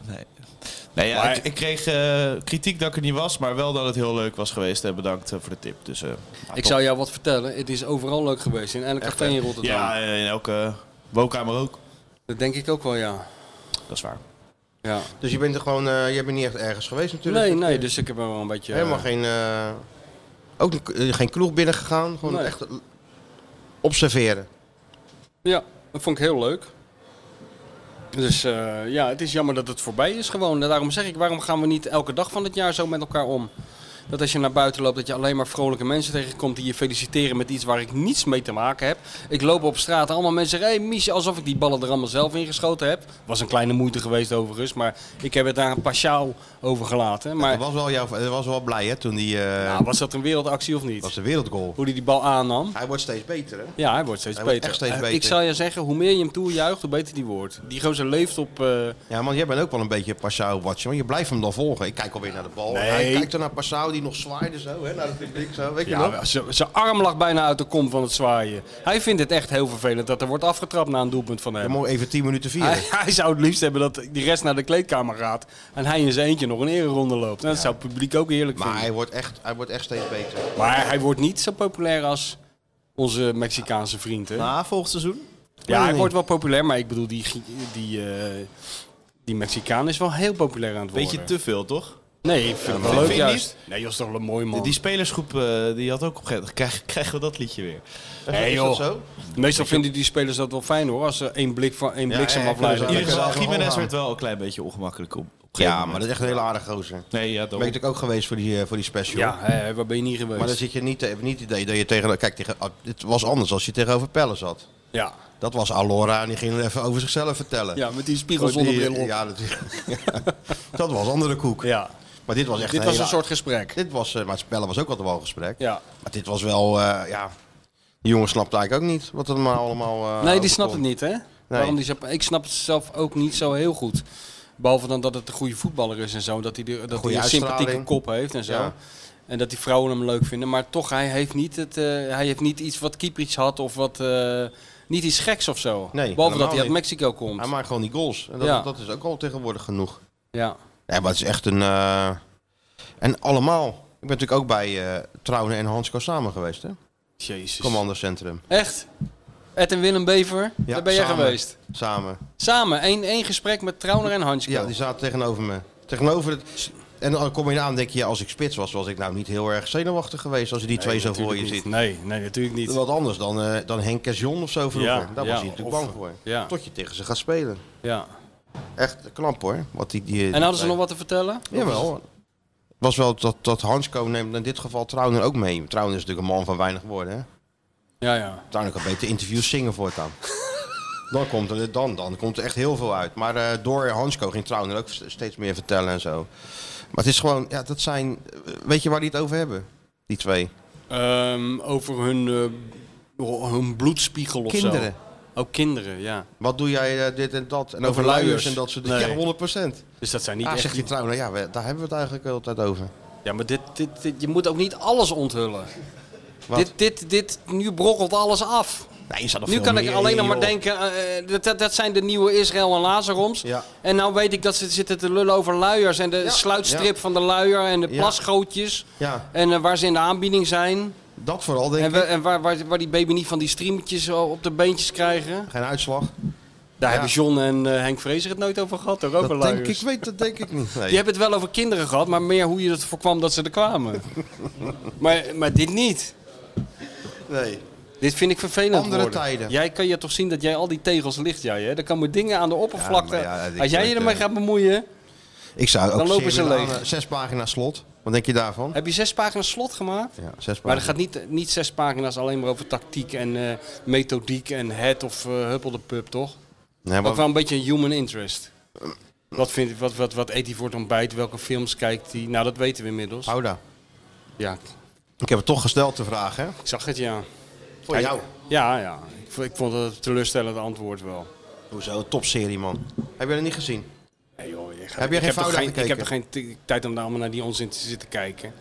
Nee, ja, Maar- ik, ik kreeg eh, kritiek dat ik er niet was, maar wel dat het heel leuk was geweest. En bedankt eh, voor de tip. Dus, eh, nou, Ik top. zou jou wat vertellen. Het is overal leuk geweest. In elk café in Rotterdam. Ja, eh, in elke woonkamer ook. Dat denk ik ook wel, ja. Dat is waar. ja. Dus je bent er gewoon... eh, je bent niet echt ergens geweest natuurlijk. Nee, nee, dus ik heb er wel een beetje... eh, Helemaal geen... eh, ook niet- eh, geen kroeg binnengegaan. Gewoon Nee. echt eh, observeren. Ja, dat vond ik heel leuk. Dus eh, ja, het is jammer dat het voorbij is gewoon. En Daarom zeg ik, waarom gaan we niet elke dag van het jaar zo met elkaar om? Dat als je naar buiten loopt, dat je alleen maar vrolijke mensen tegenkomt die je feliciteren met iets waar ik niets mee te maken heb. Ik loop op straat en allemaal mensen zeggen, hey, Miesje, alsof ik die ballen er allemaal zelf in geschoten heb. Was een kleine moeite geweest overigens, maar ik heb het daar een passaal over gelaten. Maar Maar, was wel jou, hij was wel blij hè, toen die... eh, nou, was dat een wereldactie of niet? was de wereldgoal. Hoe hij die bal aannam. Hij wordt steeds beter hè? Ja, hij wordt steeds Hij wordt beter. echt steeds Eh, Ik beter. zou je zeggen, hoe meer je hem toejuicht, hoe beter die wordt. Die gozer leeft op... eh, Ja, want jij bent ook wel een beetje Passau-watcher. Want je blijft hem dan volgen. Ik kijk alweer naar de bal. Nee. Hij kijkt dan naar Passau, die nog zwaaide zo, hè, naar het publiek. Zo, weet je nog? ja, z- zijn arm lag bijna uit de kom van het zwaaien. Hij vindt het echt heel vervelend dat er wordt afgetrapt na een doelpunt van Ja, hem. maar even 10 minuten vieren. Hij, hij zou het liefst hebben dat de rest naar de kleedkamer gaat en hij in zijn eentje nog een ereronde loopt. En dat zou het publiek ook heerlijk Maar vinden. hij wordt, echt, hij wordt echt steeds beter. Maar hij wordt niet zo populair als onze Mexicaanse vriend. Hè? Na volgend seizoen? Ja, hij wordt wel populair, maar ik bedoel, die, Gi- die, eh, die Mexicaan is wel heel populair aan het worden. Beetje te veel, toch? Nee, ik vind het wel vind leuk je juist. Nee, dat is toch wel een mooi man. Die spelersgroep eh, die had ook op een gegeven moment... *laughs* Krijg, krijgen we dat liedje weer? Nee, is joh. dat zo? Meestal vinden die spelers dat wel fijn hoor, als ze één blik van één Ja, In bliksemafleider. ja, ja, ieder kunnen ze geval, eigenlijk Jiménez omgaan. werd wel een klein beetje ongemakkelijk op. op een Ja, gegeven maar dat moment. is echt een hele aardige gozer. Nee, ja, Ben daarom. ik natuurlijk ook geweest voor die, eh, voor die special. ja, hè, waar ben je niet geweest? Maar dan zit je niet, heb je niet het idee dat je tegen... Kijk, tegen, ah, het was anders als je tegenover Pelle zat. Ja. Dat was Alora en die ging even over zichzelf vertellen. ja, met die Gooi die- spiegel op. Ja. Ja, dat, dat *laughs* was andere koek. Maar dit was echt Dit een was hele- een soort gesprek. Dit was, eh, maar het spellen was ook altijd wel een gesprek. Ja. Maar dit was wel, eh, ja... Die jongen snapte eigenlijk ook niet wat er maar allemaal... eh, Nee, die overkomt. snapt het niet hè? Waarom die, zo- ik snap het zelf ook niet zo heel goed. Behalve dan dat het een goede voetballer is en zo. Dat hij de- dat hij Goede een sympathieke uitstraling. kop heeft en zo. Ja. En dat die vrouwen hem leuk vinden. Maar toch, hij heeft niet, het, eh, hij heeft niet iets wat Kieprits had of wat... eh, niet iets geks of zo. Behalve helemaal dat hij uit niet. Mexico komt. Hij maakt gewoon die goals. En dat, Ja. dat is ook al tegenwoordig genoeg. Ja. Nee, maar het is echt een... eh, En allemaal. Ik ben natuurlijk ook bij eh, Trouwen en Hansco samen geweest, hè? Jezus. Commandocentrum. Echt? Ed en Willem Bever, Ja, daar ben jij samen. geweest. Samen. Samen, één, één gesprek met Trauner en Hansko. Ja, die zaten tegenover me. Tegenover het... En dan kom je aan denk je, ja, als ik spits was, was ik nou niet heel erg zenuwachtig geweest als je die twee zo voor je ziet. Nee, nee, natuurlijk niet. Wat anders dan, eh, dan Henk Cajon of zo vroeger. Ja, Daar ja, was je natuurlijk of- eh, bang voor. ja. Tot je tegen ze gaat spelen. Ja. Echt knap hoor. Wat die, die, eh, En hadden ze nog wat te vertellen? Jawel. Het was wel dat, dat Hansco neemt in dit geval Trouwen ook mee. Trouwen is natuurlijk een man van weinig woorden. Hè? Ja, ja. Trouwen kan beter interviews *laughs* zingen voortaan. dan, komt er, dan, dan komt er echt heel veel uit. Maar eh, door Hansco ging Trouwen ook steeds meer vertellen en zo. Maar het is gewoon, ja, dat zijn. eh, Weet je waar die het over hebben? Die twee. Ehm, over hun, eh, hun bloedspiegel of Kinderen. zo. Ook kinderen, ja. Wat doe jij eh, dit en dat? En Over over, luiers. luiers en dat soort dingen. Nee. Ja, 100 procent. Dus dat zijn niet Ah, echt... zegt die trouw, nou ja, we- daar hebben we het eigenlijk altijd over. Ja, maar dit, dit, dit- je moet ook niet alles onthullen. Wat? Dit, dit, dit, nu brokkelt alles af. Nee, je staat nog Nu veel kan ik meer alleen in, nog maar joh. denken, eh, eh, dat, dat, dat zijn de nieuwe Israël en Lazaroms. Ja. En nou weet ik dat ze zitten te lullen over luiers en de sluitstrip ja. van de luier en de Ja. plasgootjes. Ja, En eh, waar ze in de aanbieding zijn. dat vooral denk En, ik. we- en waar, waar, waar die baby niet van die streametjes al op de beentjes krijgen. Geen uitslag. Daar Ja. hebben John en eh, Henk Vrezer het nooit over gehad. Hoor, over Dat luiers. denk ik, weet dat denk ik niet. Nee. Die hebben het wel over kinderen gehad, maar meer hoe je *laughs* het voorkwam dat ze er kwamen. maar, maar dit niet. nee. Dit vind ik vervelend Andere worden. tijden. Jij kan je toch zien dat jij al die tegels ligt, jij hè? Er komen dingen aan de oppervlakte. maar ja, ik Als jij je word, ermee eh, gaat bemoeien, Ik zou ook Dan lopen zeer ze willen leeg. aan, eh, Zes pagina's slot. Wat denk je daarvan? heb je zes pagina's slot gemaakt. Ja, zes Maar er gaat pagina's. niet, niet zes pagina's alleen maar over tactiek en eh, methodiek en het of eh huppel de pup, toch? Nee, maar- Ook wel een beetje een human interest. Wat, vindt, wat, wat, wat eet hij voor het ontbijt? Welke films kijkt hij? Nou, dat weten we inmiddels. Houda. Ja, Ik heb het toch gesteld, de vraag, hè? ik zag het, ja. Voor jou. Ja, ja. Ik vond, ik vond het een teleurstellend antwoord wel. Hoezo, topserie, man. Heb je dat niet gezien? Nee, joh, je gaat- Heb jij ik geen er fout geen- aangekeken? Ik heb er geen ti- tijd om daar allemaal naar die onzin te zitten kijken.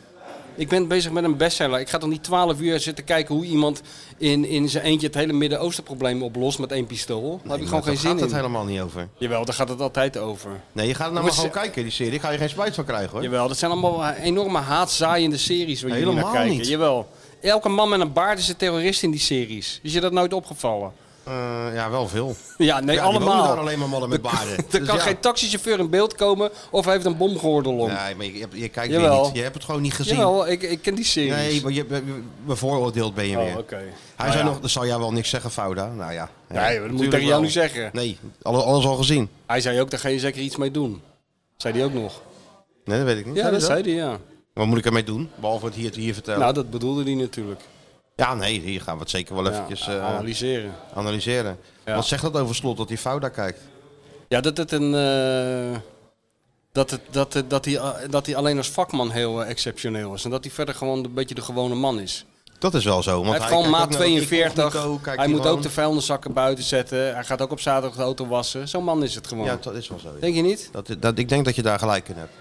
Ik ben bezig met een bestseller. Ik ga toch niet 12 uur zitten kijken hoe iemand in, in zijn eentje het hele Midden-Oosten probleem oplost met één pistool. Daar heb ik gewoon geen Nou, Daar zin gaat het in. helemaal niet over. Jawel, daar gaat het altijd over. Nee, je gaat het nou Maar maar gewoon ze- kijken, die serie. Ga je geen spijt van krijgen, hoor. Jawel, dat zijn allemaal eh, enorme haatzaaiende series waar jullie Helemaal naar kijken. niet. Jawel. Elke man met een baard is een terrorist in die series. Is je dat nooit opgevallen? Eh, ja, wel veel. Ja, nee, ja, Die allemaal. wonen daar alleen maar mannen met *laughs* baarden. Er Dus kan ja. geen taxichauffeur in beeld komen of hij heeft een bomgordel om. Nee, maar je, hebt- je kijkt Jawel. weer niet. Je hebt het gewoon niet gezien. Jawel, ik, ik ken die series. Nee, maar je, je- bevooroordeeld ben je Oh, weer. oké. Hij Nou zei ja. nog, dat zal jij wel niks zeggen, Fouda. Nou ja. Nee, dat moet ik Tuurlijk tegen jou wel. niet zeggen. Nee, alles, alles al gezien. Hij zei ook, daar ga je zeker iets mee doen. Zei hij ook nog. Nee, dat weet ik niet. Ja, Zei dat hij zei hij, ja. Wat moet ik ermee doen? Behalve het hier te hier vertellen. Nou, dat bedoelde hij natuurlijk. ja, nee, hier gaan we het zeker wel Ja, eventjes eh, analyseren. analyseren. Ja. Wat zegt dat over Slot, dat hij Fouda kijkt? Ja, dat het een... eh, dat, het, dat, het- dat, hij, eh, dat hij alleen als vakman heel eh, exceptioneel is. En dat hij verder gewoon een beetje de gewone man is. Dat is wel zo. Want hij heeft gewoon kijkt maat ook naar dat 42. incognito, kijkt hij moet gewoon. ook de vuilniszakken buiten zetten. Hij gaat ook op zaterdag de auto wassen. Zo'n man is het gewoon. Ja, dat is wel zo. ja. Denk je niet? Dat, dat, ik denk dat je daar gelijk in hebt.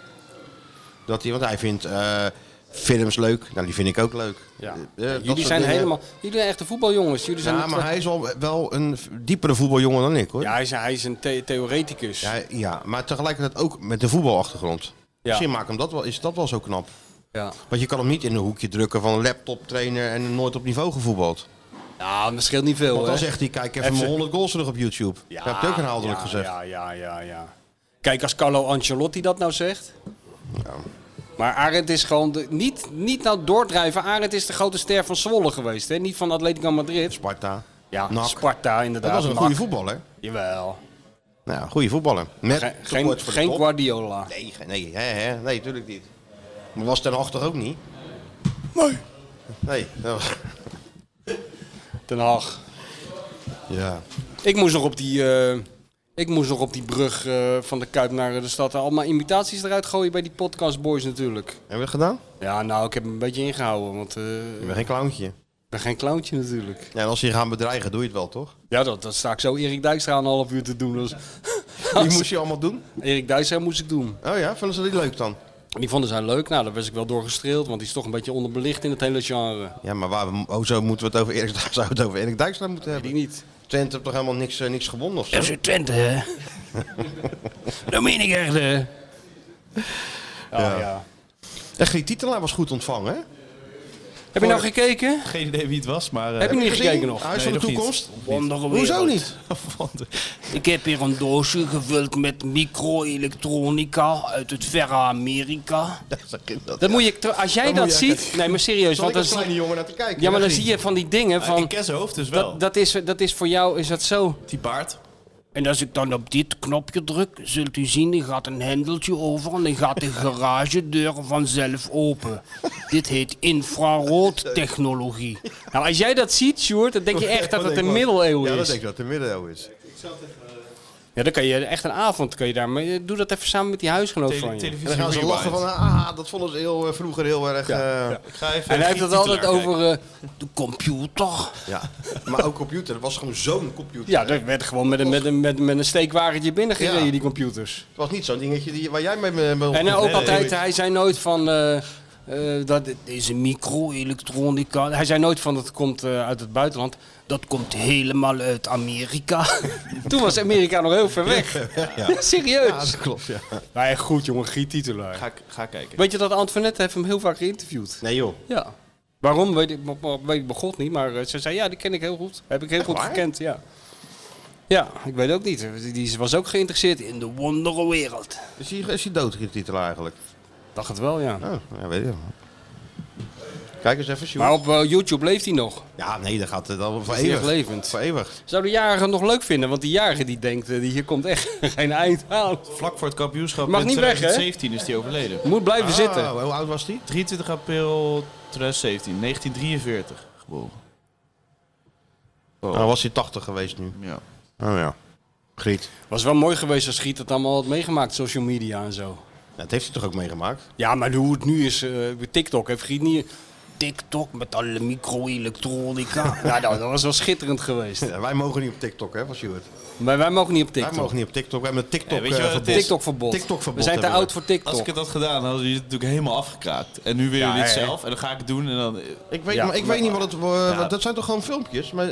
Dat hij, want hij vindt eh, films leuk. Nou, die vind ik ook leuk. Ja. Eh, eh, dat soort jullie zijn dingen. helemaal... Jullie zijn echte voetbaljongens. Jullie zijn Ja, een maar twa- hij is wel, wel een v- diepere voetbaljongen dan ik, hoor. ja, hij is, hij is een the- theoreticus. Ja, ja, maar tegelijkertijd ook met de voetbalachtergrond. Misschien maakt hem dat wel, is dat wel zo knap. ja. Want je kan hem niet in een hoekje drukken van een laptoptrainer en nooit op niveau gevoetbald. Ja, dat scheelt niet veel. Want dan hè? zegt hij, kijk even Even- mijn 100 goals terug op YouTube. dat heb ik ook herhaaldelijk gezegd. Ja, ja, ja, ja. Kijk, als Carlo Ancelotti dat nou zegt. Maar Arend is gewoon. de- niet, niet nou doordrijven. Arend is de grote ster van Zwolle geweest. Hè? Niet van Atletico Madrid. Sparta. Ja, NAC. Sparta Dat inderdaad. was een NAC. goede voetballer. Jawel. Nou, ja, goede voetballer. Met Ge- tekort geen voor de geen top. Guardiola. Nee, ge- nee, hè, hè, nee, natuurlijk niet. Maar was Ten Hag toch ook niet? Nee. Nee. dat was- *laughs* Ten Hag. Ja. Ik moest nog op die. eh, ik moest nog op die brug eh, van de Kuip naar de stad. Allemaal imitaties eruit gooien bij die podcast boys natuurlijk. Hebben we het gedaan? Ja, nou, ik heb hem een beetje ingehouden. Want eh, Ik ben geen clowntje. ik ben geen clowntje natuurlijk. Ja, en als ze je gaan bedreigen, doe je het wel, toch? Ja, dat, dat sta ik zo Erik Dijkstra een half uur te doen. Dus... Die moest je allemaal doen? Erik Dijkstra moest ik doen. Oh ja, vinden ze die leuk dan? Die vonden zij leuk. Nou, daar was ik wel door gestreeld, want die is toch een beetje onderbelicht in het hele genre. Ja, maar waar, we- oh, zo moeten we het over Erik, *laughs* zou het over Erik Dijkstra moeten Die hebben. niet. Twente heeft toch helemaal niks, eh, niks gewonnen of zo? FC Twente, hè? *laughs* dat meen ik echt, hè? Ja, ja. En Griet Titelaar was goed ontvangen, hè? Heb je nou gekeken? Geen idee wie het was, maar... eh, Heb je niet gekeken nog? Huis van Nee, de nog niet. Toekomst? Hoezo Hoezo niet? *laughs* want, eh, *laughs* Ik heb hier een doosje gevuld met micro-elektronica uit het verre Amerika. Ja, zeg ik dat. Dat moet je, tr- als jij Dan dat moet je ziet... Nee, maar serieus. Zal Want ik dan als zie- kleine jongen naar te kijken? ja, maar dan Griet? zie je van die dingen Ik van... ken zijn hoofd dus wel. Dat, dat, is, dat is voor jou, is dat zo... Die baard. En als ik dan op dit knopje druk, zult u zien, er gaat een hendeltje over en dan gaat de garagedeur vanzelf open. Dit heet infraroodtechnologie. Nou, als jij dat ziet, Sjoerd, dan denk je echt dat Wat het denk een ik, man? middeleeuw Ja, Oh, dat is. denk ik dat het een middeleeuw is. Ja, dan kan je echt een avond kan je daar. Maar je- doe dat even samen met die huisgenoot Tele- van je. televisie En dan gaan ze rewind. lachen van, ah, dat vonden ze heel, eh, vroeger heel erg... eh, Ja, Ik ga even En hij heeft Griet het altijd Titelaar over. eh, de computer. *laughs* maar ook computer. Dat was gewoon zo'n computer. Ja, dat werd gewoon met een, met een, met, met een steekwagentje binnengereden, Ja. die computers. Het was niet zo'n dingetje die, waar jij mee... mee, mee En eh, ook nee, altijd, nee. hij zei nooit van. eh, eh, dat, Deze micro-elektronica, hij zei nooit van dat komt eh, uit het buitenland. dat komt helemaal uit Amerika. *laughs* Toen was Amerika nog heel ver weg. *laughs* Serieus. Ja, dat klopt, ja. Maar echt Nou goed, jongen, Giet Titelaar. kijkt. Ga, ga kijken. Weet je dat Antoinette heeft hem heel vaak geïnterviewd? Nee joh. Ja. Waarom weet ik, be- weet ik bij God niet, maar eh, ze zei ja, die ken ik heel goed. Heb ik heel goed waar? gekend, ja. Ja, ik weet ook niet. Die- Die was ook geïnteresseerd in de wonderenwereld. Is hij, is hij dood, Griet Titelaar eigenlijk? Dacht het wel, ja. Oh, ja, weet je wel. Kijk eens even, Sjoerd. Maar op eh, YouTube leeft hij nog. Ja, nee, dat gaat het al voor Is die eeuwig. echt levend? Voor eeuwig. Zou de jarige het nog leuk vinden? Want die jarige die denkt, eh, die hier komt echt *laughs* geen eind aan. Vlak voor het kampioenschap Mag in niet weg, hè? 2017 is hij overleden. Moet blijven zitten. Oh, hoe oud was die? 23 april 2017, 1943 geboren. Oh. Nou, was hij 80 geweest nu. Ja. Oh ja. Griet. Was wel mooi geweest als Giet dat allemaal had meegemaakt, social media en zo. Dat heeft hij toch ook meegemaakt? Ja, maar hoe het nu is, eh, TikTok heeft Giet niet... TikTok met alle *laughs* micro-elektronica. ja, dat, dat was wel schitterend geweest. Ja, wij mogen niet op TikTok, hè, van Sjoerd? Maar wij mogen niet op TikTok. Wij mogen niet op TikTok. We hebben een TikTok Ja, weet je eh, wat het verbod. is? TikTok-verbod. TikTok-verbod We zijn te hebben we. oud voor TikTok. Als ik het had gedaan, hadden jullie het natuurlijk helemaal afgekraakt. En nu willen Ja, jullie het hè? zelf en dan ga ik het doen en dan... eh, Ik weet, Ja, maar ik maar- weet niet wat het... eh, Dat zijn toch gewoon filmpjes? Maar,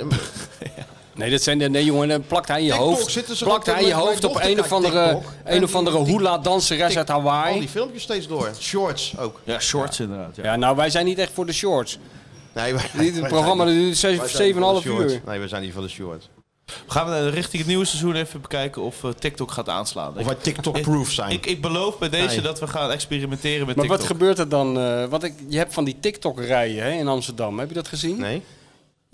Nee, dat zijn de, nee jongen, dan plakt hij je TikTok zitten hoofd, ze plakt ook hij met je mijn hoofd op dochter een of kijkt andere, TikTok. een of En andere die- die- hula danseres uit al Hawaii. die filmpjes steeds door. Shorts ook. Ja, shorts inderdaad. Ja. Ja, nou wij zijn niet echt voor de shorts. Nee, wij- wij Dit zijn programma dus niet- duurt wij zijn niet van de 7,5 shorts. uur. Nee, we zijn niet van de shorts. We gaan eh, richting het nieuwe seizoen even bekijken of eh, TikTok gaat aanslaan. Of Ik- wij TikTok-proof zijn. Ik, ik beloof bij deze Nee. dat we gaan experimenteren met Maar TikTok. wat gebeurt er dan? eh, wat ik, je hebt van die TikTok-rijen hè, in Amsterdam. Heb je dat gezien? nee?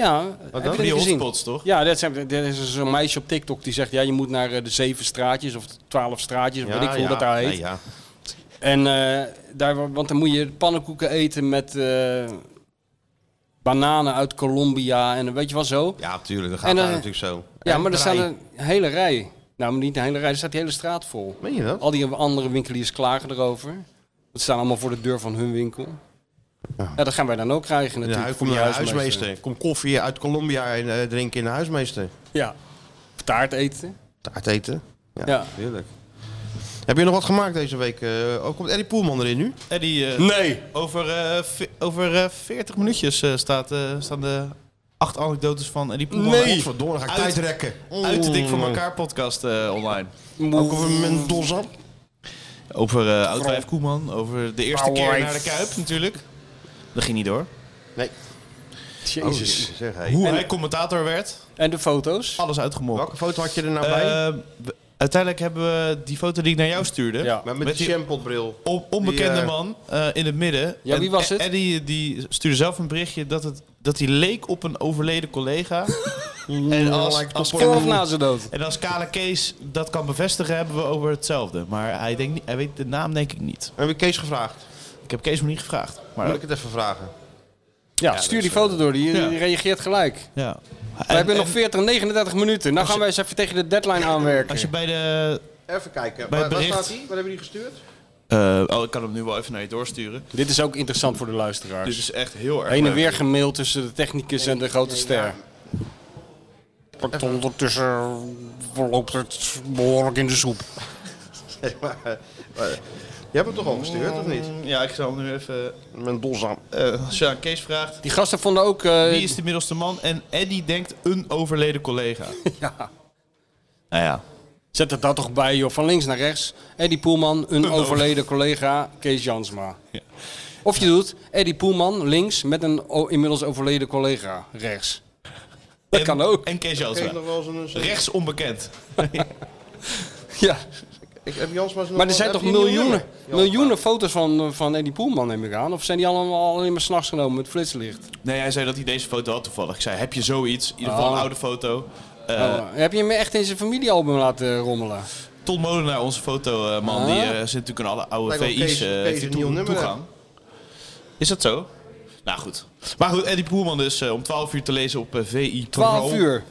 Ja, heb je dan? dat Die niet gezien? hotspots, toch? Ja, dat zijn, dat is zo'n meisje op TikTok die zegt... ja, je moet naar eh, de zeven straatjes of de twaalf straatjes... of weet ik veel hoe dat daar heet. Nee, ja. En eh, daar, want dan moet je pannenkoeken eten met eh, bananen uit Colombia en weet je wel zo. ja, tuurlijk. Dat gaat En, daar eh, natuurlijk zo. Ja, En maar er draai. staat een hele rij. Nou, maar niet een hele rij, er staat die hele straat vol. Meen je dat? Al die andere winkeliers klagen erover. Dat staan allemaal voor de deur van hun winkel. Ja, dat gaan wij dan ook krijgen Ja, natuurlijk. ik voor kom naar de huismeester. Kom koffie uit Colombia en eh, drinken in de huismeester. Ja. Of Taart eten. Taart eten. Ja, Ja. tuurlijk. Heb je nog wat gemaakt deze week? eh oh, komt Eddie Poelman erin nu? En die, eh, Nee. Over, eh, ve- over eh, 40 minuutjes eh, staat, eh, staan de acht anekdotes van Eddie Poelman. Nee. Uit- Godverdomme, dan ga ik Uit- tijd rekken. Uit de Dik voor elkaar podcast eh, online. Ook over Mendoza. Over eh Oudwijf Koeman, over de eerste keer naar de Kuip natuurlijk. Dat ging niet door. Oh, Jezus. Zeg, hey. Hoe hij commentator werd, En de foto's? alles uitgemolken. Welke foto had je er nou bij? Eh, we- uiteindelijk hebben we die foto die ik naar jou stuurde. Ja. Maar met, met die die- champotbril. On- onbekende Die, eh, man eh, in het midden. Ja, wie En was het? Eddie die stuurde zelf een berichtje dat, het, dat hij leek op een overleden *laughs* collega. en, als, als, Voor of na zijn dood? en als Kale Kees dat kan bevestigen, hebben we over hetzelfde. Maar hij, denkt niet, hij weet de naam denk ik niet. Heb ik Kees gevraagd? Ik heb Kees nog niet gevraagd. Moet Maar ik het even vragen? Ja, stuur die foto door, die, ja. die reageert gelijk. ja. We hebben En- nog en 40, 39 minuten. Nou gaan wij eens even tegen de deadline aanwerken. Als je bij de... Even kijken. Bij Waar, waar bericht. staat die? Waar hebben die gestuurd? eh, oh, ik kan hem nu wel even naar je doorsturen. Dit is ook interessant voor de Dit luisteraars. is echt heel erg Heen en leuk. weer gemaild tussen de technicus en de grote ster. Want ondertussen loopt het behoorlijk in de soep. Maar, eh, eh, je hebt hem toch al gestuurd, of niet? Ja, ik zal hem nu even... Mendoza. eh, als je aan Kees vraagt... Die gasten vonden ook... eh, Wie is de middelste man? En Eddie denkt een overleden collega. *laughs* ja, Nou ja. zet het daar toch bij, joh. Van links naar rechts. Eddie *laughs* Poelman, Oh. een overleden collega, Kees Jansma. Of je doet Eddie Poelman links met een o- inmiddels overleden collega *laughs* rechts. Dat En- kan ook. En Kees Geef Jansma. nog wel eens een... zo'n- Rechts onbekend. Ja. Ik, heb Jansma eens nog Maar er wel- zijn heb toch je een nieuw miljoenen, nummer? Jansma. miljoenen foto's van, eh, van Eddie Poelman, neem ik aan? Of zijn die allemaal alleen maar s'nachts genomen met flitslicht? Nee, hij zei dat hij deze foto had toevallig. Ik zei, heb je zoiets? In ieder geval een Oh. oude foto. Eh, Oh, heb je hem echt in zijn familiealbum laten rommelen? Ton Molenaar, onze fotoman, Ah. die eh, zit natuurlijk aan alle oude Lijkt wel VI's Kees- eh, Kees heeft hij een nieuw toe- nummer, hè? toegang. Is dat zo? Nou goed. Maar goed, Eddie Poelman dus eh, om 12 uur te lezen op eh, VI. 12 Pro. uur.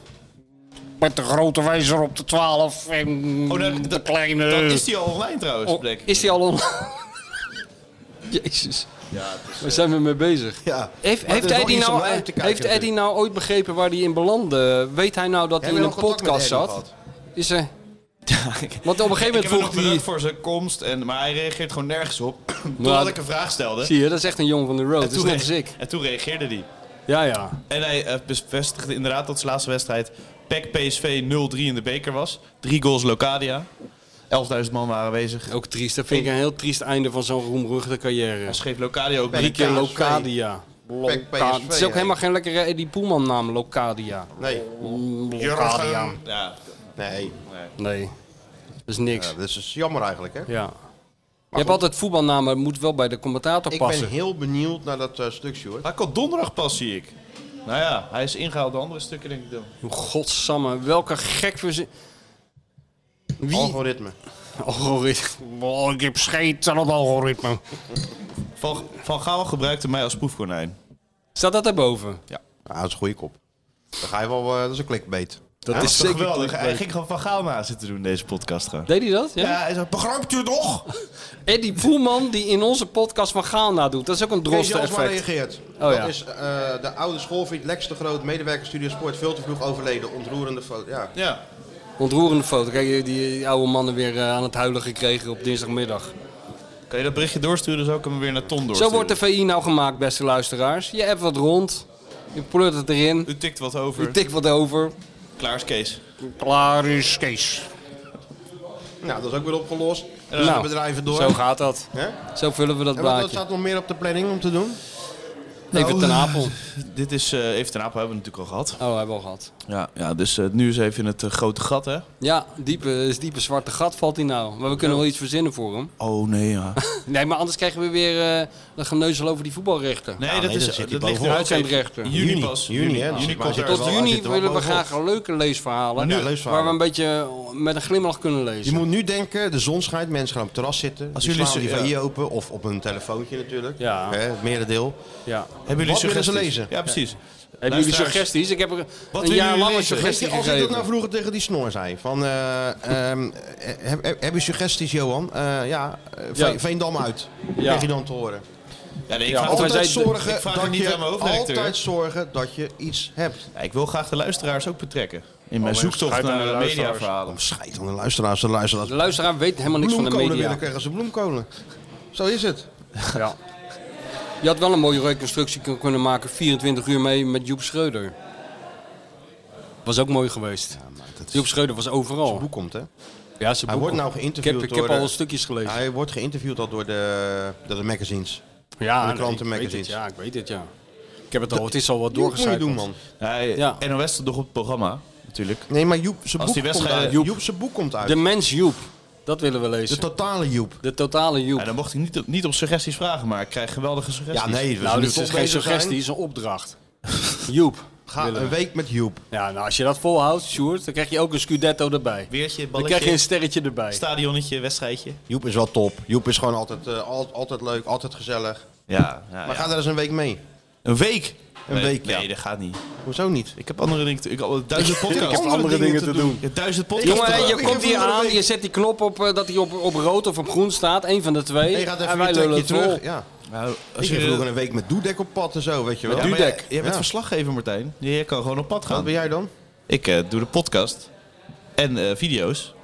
Met de grote wijzer op de 12 en Oh, dat- Mm, de dat- kleine... Dan is hij al online trouwens, Oh, denk ik. is die al on... *laughs* Jezus. Waar zijn we mee bezig? Ja. Heeft, Maar heeft, er is wel Eddie, iets om nou, naar uit te kijken heeft Eddie nou ooit begrepen waar hij in belandde? Weet hij nou dat hij Heb je in een nog contact met podcast Eddie zat? gehad? Is *laughs* er... Want op een gegeven Ik heb moment hem nog vroeg hij... bedankt voor zijn komst, en, maar hij reageert gewoon nergens op. *clears throat* Totdat Nou, ik een vraag stelde. Zie je, dat is echt een jong van de road. Dat is net rea- als ik. en toen reageerde hij. Ja, ja. En hij eh, bevestigde inderdaad dat zijn laatste wedstrijd E PEC PSV 0-3 in de beker was. Drie goals Locadia. 11.000 man waren aanwezig. Ook triest. Dat vind ik een heel triest einde van zo'n roemruchte carrière. Dan schreef Locadia ook Drie drie. keer PSV. Locadia. Loca- PSV, Het is ook hè? helemaal geen lekkere Eddie Poelman naam, Locadia. Nee. Mm, Locadia. Ja, Nee. Nee, dat is niks. Ja, dat is jammer eigenlijk, hè? Ja. je hebt altijd voetbalnamen, maar het moet wel bij de commentator Ik passen. ben heel benieuwd naar dat eh, stukje hoor. Hij kan donderdag pas, zie ik. Nou ja, hij is ingehaald de andere stukken, denk ik dan. Hoe Godsamme, welke gek verzin... Wie? Algoritme. Algoritme. Oh, ik heb scheet aan het algoritme. Van, van Gaal gebruikte mij als proefkonijn. Staat dat daarboven? Ah, dat is een goede kop. Dan ga je wel, eh, dat is een clickbait. Dat Ja, is Toch zeker geweldig. clickbait. Hij ging gewoon Van Gaal na zitten doen, deze podcast gaan. Deed hij dat? Ja? Ja, hij zei, begrijpt u nog? Eddie Poelman die in onze podcast van Gaal nadoet. Dat is ook een Kees droste Jansma effect. reageert. dat Oh, ja. is eh, de oude schoolvriend Lex de Groot, medewerker Studio Sport, veel te vroeg overleden. Ontroerende foto. Ja. Ja. Ontroerende foto. Kijk, die, die oude mannen weer eh, aan het huilen gekregen op dinsdagmiddag. Kan je dat berichtje doorsturen, zou ik hem weer naar Ton doorsturen. Zo wordt de VI nou gemaakt, beste luisteraars. Je hebt wat rond. Je pleurt het erin. U tikt wat over. Je tikt wat over. Klaar is Kees. Klaar is Kees. Nou, dat is ook weer opgelost. Dus Nou, de bedrijven door. Zo gaat dat. Hè? Zo vullen we dat En wat Nou, wat blaadje. staat nog meer op de planning om te doen? Even eh, ten apel. Oh, Dit is eh, even ten Apel, hebben we natuurlijk al gehad. hebben we al gehad. Ja, ja dus eh, nu is even in het eh, grote gat, hè? Ja, diepe, is diepe zwarte gat valt hij nou. Maar we kunnen wel iets verzinnen voor hem. Oh, nee, ja. Nee, maar anders krijgen we weer eh, een geneuzel over die voetbalrechter. Nee, Ja, dat, nee, is, dat zit dat hij ligt bovenop. er ook Uitzend even- rechter. Juni pas. Juni, hè? Juni Maar komt zit er er wel Tot wel- uit. hij juni zit er wel willen we bovenop. graag leuke leesverhalen. Ja, Nu- leesverhalen. waar we een beetje eh, met een glimlach kunnen Je lezen. moet nu denken, de zon schijnt, mensen gaan op het terras zitten. Als jullie jullie slaan die zo- ja. VI open of op hun telefoontje natuurlijk. Ja. Hè, het merendeel. Ja. Hebben Wat jullie willen ze suggesties? lezen? Ja, precies. Hebben jullie Luisteraars. suggesties? Ik heb er een willen jaar jullie lezen? lange Weet je, suggestie als ik dat nou gegeven. vroeger tegen die snor zei. Van, eh, ehm, eh, heb, heb, heb je suggesties, Johan? Eh, ja, eh, Veen- Ja. Veendam uit. Ja. Kreeg je dan te horen. Ja, nee, ik Ja, vraag of het- wij Altijd zeiden- zorgen, ik vraag dat het niet je, aan mijn hoofdredacteur. altijd zorgen dat je iets hebt. Ja, ik wil graag de luisteraars ook betrekken. In mijn maar zoektocht schijt aan naar de luisteraars. mediaverhalen. Om scheid aan de luisteraars, de luisteraars. De luisteraar weet helemaal niks van de bloemkolen media. Oh. willen krijgen ze bloemkolen. Zo is het. Ja. Je had wel een mooie reconstructie kun- kunnen maken, 24 uur mee met Joep Schreuder. Was ook mooi geweest. Joep Schreuder was overal. Hoe komt hè? Ja, zijn boek Hij wordt ook. nou geïnterviewd Ik heb, ik door heb al de- stukjes gelezen. Hij wordt geïnterviewd al door de, door de magazines. ja, de nee, ik weet krantenmagazines. het, ja, ik weet het, ja. Ik heb het al, het is al wat doorgecijpeld. Joep moet je doen, man. Hij- Ja. NOS stond nog op het programma, natuurlijk. Nee, maar Joep, zijn Als die boek, komt wedstrijd- uit. Joep. Joep, zijn boek komt uit. De De, mens Joep, dat willen we lezen. De, totale Joep. totale Joep. En dan mocht ik niet op, niet op suggesties vragen, maar ik krijg geweldige suggesties. Ja, nee. we nou, zullen dit toch is geen bezig suggestie, dit zijn. is een opdracht. *laughs* Joep. Ga willen een we. week met Joep. Ja, nou, als je dat volhoudt, Sjoerd, dan krijg je ook een Scudetto erbij. Weertje, Dan krijg je balletje, een sterretje erbij. stadionnetje, wedstrijdje. Joep is wel top. Joep is gewoon altijd, eh, al- altijd leuk, altijd gezellig. Ja, ja, Maar ja. ga daar eens een week mee. Een week? Een nee, week, Nee, ja. dat gaat niet. Hoezo niet? Ik heb andere dingen te Ik heb duizend podcasts. heb andere dingen te doen. Ja, duizend podcasts. Jongen, te je doen. komt hier aan, je zet die knop op eh, dat hij op, op rood of op groen staat. Eén van de twee. Je gaat even en je wij lullen trekje het vol. terug. Ja. Nou, Ik als ging je vroeger een week met Doedek op pad en zo, weet je wel. Ja, maar Dudek. jij- Jij bent Ja. verslaggever, Martijn. Je kan gewoon op pad Wat gaan. ben jij dan? Ik eh, doe de podcast en eh, video's.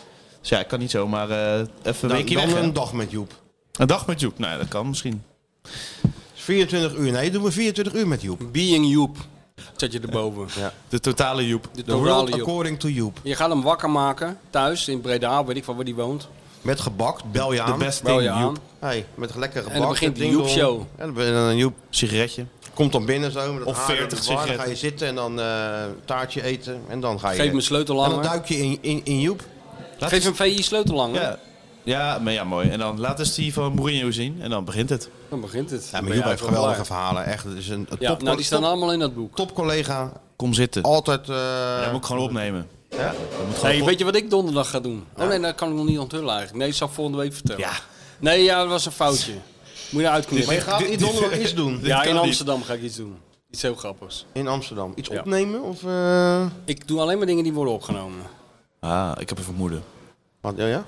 Dus ja, ik kan niet zomaar eh, even een Dan, weekje Nou, dan weg. hè. een dag met Joep. Een dag met Joep. Nou, dat kan misschien. 24 uur. Nee, doen we 24 uur met Joep. Being Joep. Zet je erboven. De totale Joep. De The world totale Joep. according to Joep. Je gaat hem wakker maken, thuis, in Breda, weet ik van waar die woont. Met gebak, bel je aan. De best Bel je thing, aan. Joep. Hey, met lekker gebak. begint de ding dong. Joep-show. En dan ben je dan Joep. Sigaretje. Komt dan binnen zo met het Of haar in de 40 war, dan sigaretten. ga je zitten en dan eh, taartje eten. En dan ga je... Geef me een sleutel en dan aan. duik je in, in, in Joep. Geef hem VI sleutel aan. Ja. Ja, maar ja, mooi. En dan laat eens die van Mourinho zien en dan begint het. Dan begint het. Ja, Dan maar ben Joep jij heeft wel geweldige klaar. verhalen. Echt, het is een, een Ja, top, nou, die staan allemaal in dat boek. collega. Kom zitten. Altijd... eh, Dat moet ik gewoon opnemen. Ja? Dat moet gewoon Hey, op- weet je wat ik donderdag ga doen? Oh nee, dat kan ik nog niet onthullen eigenlijk. Nee, dat zal ik volgende week vertellen. Ja. Nee, ja, dat was een foutje. Moet je Maar je uitknippen. gaat niet donderdag iets doen. Ja, kan in niet. Amsterdam ga ik iets doen. Iets heel grappigs. In Amsterdam. Iets Ja. opnemen of... eh, Ik doe alleen maar dingen die worden opgenomen. Ah, ik heb een vermoeden. Wat, ja, ja?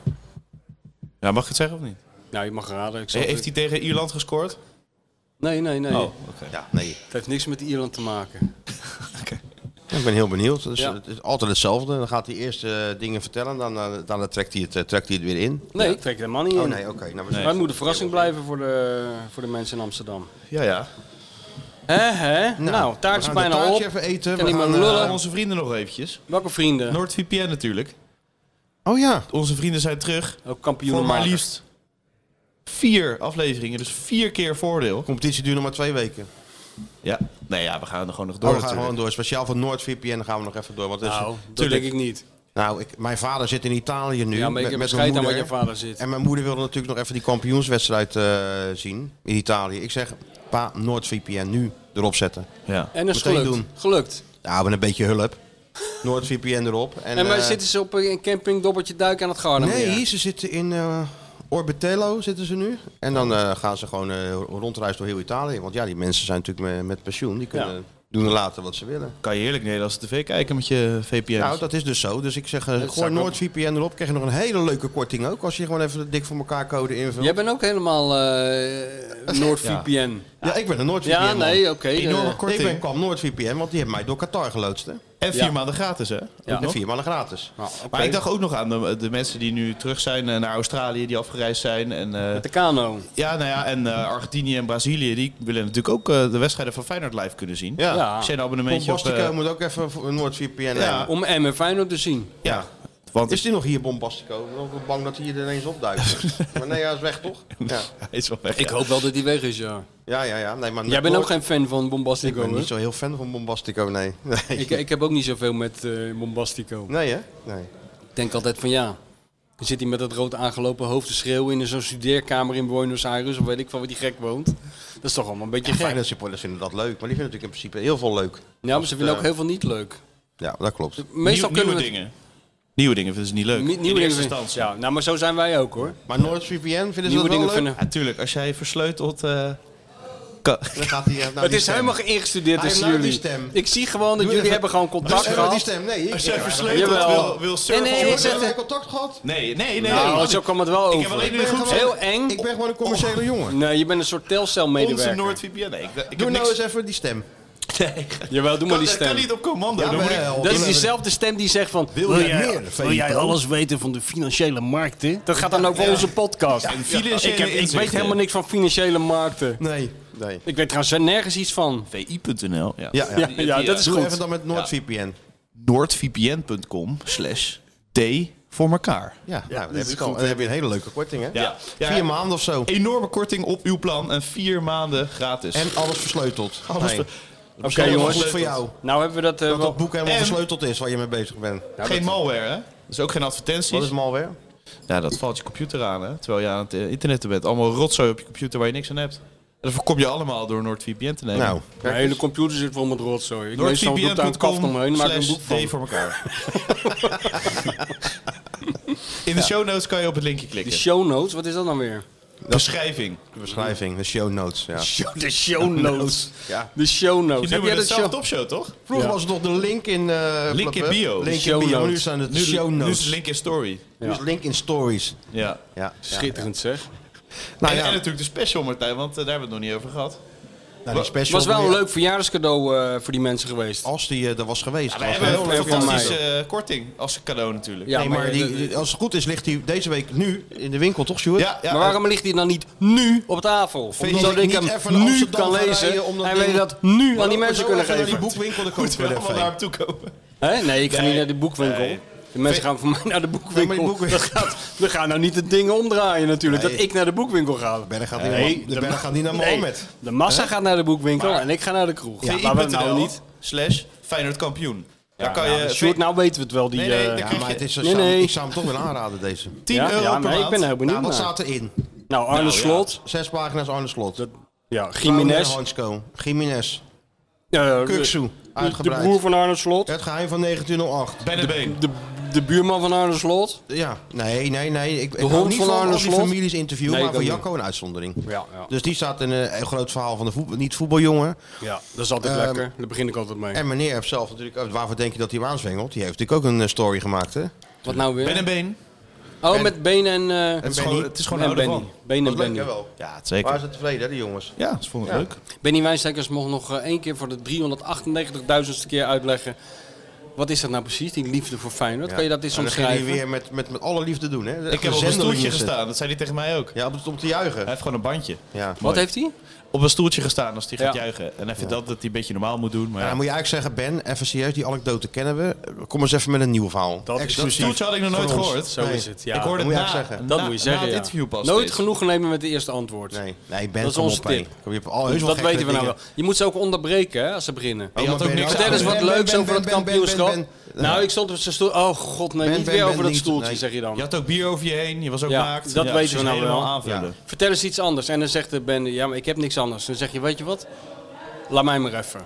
Ja, mag ik het zeggen of niet? Nou, je mag raden. Eh, Ik zal He- heeft hij tegen Ierland gescoord? Nee, nee, nee. Oh, oké. Ja, nee. Het heeft niks met Ierland te maken. Ik ben heel benieuwd. Dus Ja. Het is altijd hetzelfde. Dan gaat hij eerst eh, dingen vertellen, dan, eh, dan trekt, hij het, eh, trekt hij het weer in. Nee, ik trek helemaal niet Oh in. nee, oké. Nou, we Wij moeten een verrassing blijven voor de, voor de mensen in Amsterdam. Ja, ja. Hè, hè? Nou, we taart is gaan de bijna taartje op. even eten. Kan We iemand gaan, eh, lullen? Onze vrienden nog eventjes. Welke vrienden? NordVPN natuurlijk. oh ja. Onze vrienden zijn terug. Ook kampioenen Voor maar maken. liefst vier afleveringen. Dus vier keer voordeel. Competitie duurt nog maar twee weken. Ja. Nee, ja, Oh, we gaan er gewoon nog door Door we gaan natuurlijk. gewoon door. Speciaal voor NoordVPN gaan we nog even door. Want het is- Nou, dat Tuurlijk. denk ik niet. Nou, ik, mijn vader zit in Italië nu. Ja, maar ik heb mijn scheid aan moeder. waar je vader zit. En mijn moeder wilde natuurlijk nog even die kampioenswedstrijd eh, zien in Italië. Ik zeg, pa, NoordVPN nu erop zetten. Ja. En dat is Meteen gelukt. doen. Gelukt. Ja, met een beetje hulp. NoordVPN erop. En, En, maar eh, zitten ze op een camping dobbertje duiken aan het Garden? Nee, ze zitten in eh, Orbitello zitten ze nu. En dan eh, gaan ze gewoon eh rondreizen door heel Italië. Want ja, die mensen zijn natuurlijk me- met pensioen. Die kunnen doen en laten wat ze willen. Kan je heerlijk Nederlandse tv kijken met je VPN. Nou, dat is dus zo. Dus ik zeg, eh, Dat zou gooi ik NoordVPN erop. Krijg je nog een hele leuke korting ook. Als je gewoon even de dik voor elkaar code invult. Jij bent ook helemaal eh NoordVPN. Ja, ik ben een NoordVPN. Ja, man. nee, oké. Enorme eh, korting. Ik ben, kwam NoordVPN, want die hebben mij door Qatar geloodst. Hè? En vier Ja. maanden gratis, hè? Ook Ja. En nog. vier maanden gratis. nou, oké. Maar ik dacht ook nog aan de, de mensen die nu terug zijn eh, naar Australië, die afgereisd zijn. En, eh, Met de kano. ja, nou ja, en eh, Argentinië en Brazilië, die willen natuurlijk ook eh, de wedstrijden van Feyenoord live kunnen zien. Ja. Ja. Als je een abonnementje op... Bombastico eh, moet ook even voor een NoordVPN Ja. hebben. Om M en Feyenoord te zien. ja, want Is die nog hier, Bombastico? Ik ben ook wel bang dat hij er ineens opduikt. maar nee, hij is weg, toch? Ja, *laughs* hij is wel weg. Ik ja. hoop wel dat die weg is, ja. ja, ja. ja. Nee, maar Jij bent ook Noord- geen fan van Ik Bombastico, ben hè? niet zo heel fan van Bombastico, nee. *laughs* Nee, Ik, eh, ik heb ook niet zoveel met eh, Bombastico. nee hè? Nee. Ik denk altijd van ja. Dan zit hij met dat rood aangelopen hoofd te schreeuwen in zo'n studeerkamer in Buenos Aires. Of weet ik van waar die gek woont. Dat is toch allemaal een beetje gek. Feyenoord supporters vinden dat leuk, maar die vinden natuurlijk in principe heel veel leuk. Ja, maar ze vinden eh, ook heel veel niet leuk. Ja, dat klopt. Meestal Nieuw- kunnen nieuwe we... dingen. Nieuwe dingen vinden ze niet leuk. Nie- In nieuwe eerste dingen. instantie. Ja, nou, maar zo zijn wij ook hoor. Maar NoordVPN vinden ze Nieuwe dat wel dingen leuk? vinden. Ja, tuurlijk. Als jij versleutelt... eh, kan- Dan gaat hij, eh, naar het die is stem. helemaal geïngestudeerd Hij tussen heeft nou jullie. die stem. Ik zie gewoon dat jullie even. hebben gewoon contact Dus, eh, gehad. die stem, nee. Ik, Als jij ja, versleutelt Jawel. wil, wil Nee, nee, surfen- ik zeg- heb jij contact gehad? Nee, nee, nee. Nou, zo kwam het wel over. ik heb alleen nu Ik ben goed gewoon- Heel eng. Oh. Ik ben gewoon een commerciële jongen. Nee, je bent een soort onze telcelmedewerker. NoordVPN. Nee, ik, ik heb Doe nou niks- eens even die stem. Nee, ik- Jawel, doe maar die dat stem. kan niet op commando. dan moet ik- Jawel. Dat is diezelfde stem die zegt van... Wil, jij meer, Felipe? alles weten van de financiële markten? Dat gaat dan ook voor onze podcast. En financiële Ik, heb, ik inzichten. weet helemaal niks van financiële markten. Nee. Nee. Ik weet trouwens nergens iets van. vi.nl. Ja. Ja, ja. Ja, ja, dat is Doe goed. even dan met NoordVPN. Noordvpn.com slash D voor elkaar. Ja, nou, dan, heb je al- dan heb je een hele leuke korting, hè? Ja. Vier maanden of zo. Enorme korting op uw plan en vier maanden gratis. En alles versleuteld. Alles ver- Oké, jongens. voor jou. Nou hebben we dat... eh, Dat wel- dat boek helemaal En- versleuteld is waar je mee bezig bent. Nou, geen malware, hè? Dus ook geen Wat advertenties. is malware? Ja, dat valt je computer aan, hè? Terwijl je aan het eh, internet bent. Allemaal rotzooi op je computer waar je niks aan hebt. En dat voorkom je allemaal door NoordVPN te nemen. Nou, Mijn hele computer zit vol met rotzooi. Ik meestal doe ik daar een kaft NoordVPN.com omheen en maak er een slash boek van. D voor *laughs* elkaar. In de show notes kan je op het linkje De klikken. show notes, wat is dat nou weer? Beschrijving. de beschrijving, de show notes. Ja. de *laughs* show notes. Ja. De show Je notes. Heb noemt het jij dat zelf show? topshow, toch? Vroeger Ja. was het toch de link in... eh, Link in bio. Link in Show bio, notes. nu zijn het Nu, show nu notes. is het link in story. Nu is het link in stories. Ja. Ja. Schitterend zeg. Nou en, ja, en natuurlijk de special, Martijn, want eh, daar hebben we het nog niet over gehad. nou, die Het special was wel van een die- leuk verjaardagscadeau eh, voor die mensen geweest. Als die eh, er was geweest. Ah, we was hebben heel een leuk. leuk van fantastische eh, korting als cadeau natuurlijk. Ja, Nee, maar die, die- als het goed is ligt die deze week nu in de winkel, toch Sjoerd? ja, ja, maar waarom ligt die dan niet nu op tafel? Omdat Zodat ik ik hem niet even naar nu Amsterdam kan ga lezen rijden om dat en wij ding- dat nu aan die Laten we mensen zo kunnen even naar geven. die boekwinkel, dan moeten we komen we allemaal er naar even. hem toe komen? Hè? Nee, ik ga Nee. niet naar de boekwinkel. Nee. De mensen gaan voor mij naar de boekwinkel. maar die boekwinkel- Dat gaat, we gaan nou niet de dingen omdraaien natuurlijk. Nee. Dat ik naar de boekwinkel ga. Berg gaat Nee, niet naar, de Berg gaat niet naar Nee, Mohammed. de massa gaat naar de boekwinkel en ik ga naar de kroeg. Ja, laten we het nou niet. slash Feyenoord kampioen. Daar kan Ja, je Sjoerd, nou weten we het wel. Die, Nee, nee, eh, dat Ja, maar het is, Nee, ik zou- nee. ik zou hem toch willen aanraden deze. 10 *laughs* ja, euro ja, per nee, ik maand. ben er heel benieuwd Nou, wat naar. staat erin? Nou, Arne Slot. Zes pagina's Arne Slot. Ja, Jiménez. Jiménez. Hansko. Jiménez. eh, Kuksu. de- De Uitgebreid. broer van Arne Slot. Het geheim van 1908. Bij de been. De, de buurman van Arne Slot. Ja, nee, nee, nee. Ik, ik hond hou niet van van Arne al die Slot? families interview, Nee, maar ik voor ook Jacco een uitzondering. Ja, ja. Dus die staat in eh, een groot verhaal van de voetbal, niet voetbaljongen. Ja, dat is altijd Ehm, lekker. Daar begin ik altijd mee. En meneer heeft zelf natuurlijk, eh, waarvoor denk je dat hij hem aanzwengelt? Die heeft natuurlijk ook een eh, story gemaakt, hè? Wat nou weer? Ben en been. oh, met benen en... eh, Het is Benny. gewoon, het is gewoon en een oude Benny. man. Benen en Nou, Dat leuk, hè Benny. wel? Ja, Waar zeker. is het tevreden, hè, die jongens? Ja, dat vond ik leuk. Benny Wijnstekers mocht nog eh, één keer voor de 398.000ste keer uitleggen. Wat is dat nou precies, die liefde voor Feyenoord? Kan je dat eens En Nou, dan ging hij omschrijven? weer met, met, met alle liefde doen, hè? Ik heb op een stoeltje gestaan, dat zei hij tegen mij ook. Ja, om, om te Hij juichen. heeft gewoon een bandje. Ja. Wat heeft hij? Op een stoeltje gestaan als hij gaat Ja. juichen. En hij vindt dat dat hij een beetje normaal moet doen. Maar Ja, dan moet je eigenlijk zeggen, Ben, even serieus, die anekdote kennen we. Kom eens even met een nieuw verhaal. Dat is dat stoeltje had ik nog nooit Voor ons. gehoord. Zo Nee. is het, ja. ik hoorde moet je het na, eigenlijk zeggen. dat na- moet je zeggen, na ja. het interview pas. Nooit steeds. genoegen nemen met het eerste antwoord. Nee, nee, Ben, Dat is kom onze op, hé. tip. Kom, Je hebt al heus wel dat gekke weten we nou dingen. wel. Je moet ze ook onderbreken hè, als ze beginnen. Die Oh, had maar ook Ben niks ook. aan. Vertel eens wat Ben, Ben, leuks Ben, over Ben, het Ben, Ben, kampioenschap. Ben, Ben. Nou, ik stond op zijn stoel. Oh god, nee, Ben, niet Ben, weer Ben, over dat niet. stoeltje, Nee. zeg je dan. Je had ook bier over je heen, je was ook Ja, naakt. dat weten ze we nou helemaal wel. aanvullen. Vertel eens iets anders. En dan zegt de Ben, ja, maar ik heb niks anders. Dan zeg je, weet je wat? Laat mij maar even.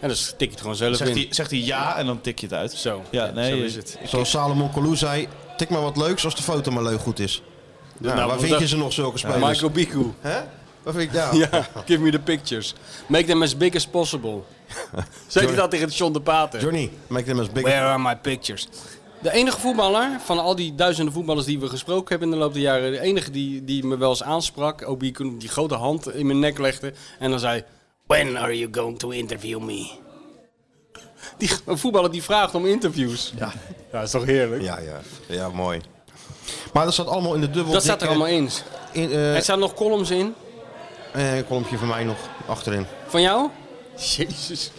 En dan tik je het gewoon zelf Zegt, in. hij, zegt hij ja en dan tik je het uit. Zo. Ja, nee, zo je- is het. Zoals Salomon Kalou zei, tik maar wat leuks als de foto maar leuk goed is. Ja, nou, waar wat vind dat- je ze nog zulke spelers? Michael Biku. Hè? Waar vind ik, ja. *laughs* Ja, give me the pictures. Make them as big as possible. Zeg je dat tegen John de Pater? Johnny, make them as big Where are my pictures? De enige voetballer van al die duizenden voetballers die we gesproken hebben in de loop der jaren, de enige die, die me wel eens aansprak, Obi, die grote hand in mijn nek legde en dan zei: When are you going to interview me? Die een voetballer die vraagt om interviews. Ja, dat is toch heerlijk? Ja, ja. ja, mooi. Maar dat staat allemaal in de dubbel. Dat staat er dikke- allemaal in. in. eh Er staan nog columns in. eh, kolompje van mij nog achterin. Van jou? Jezus.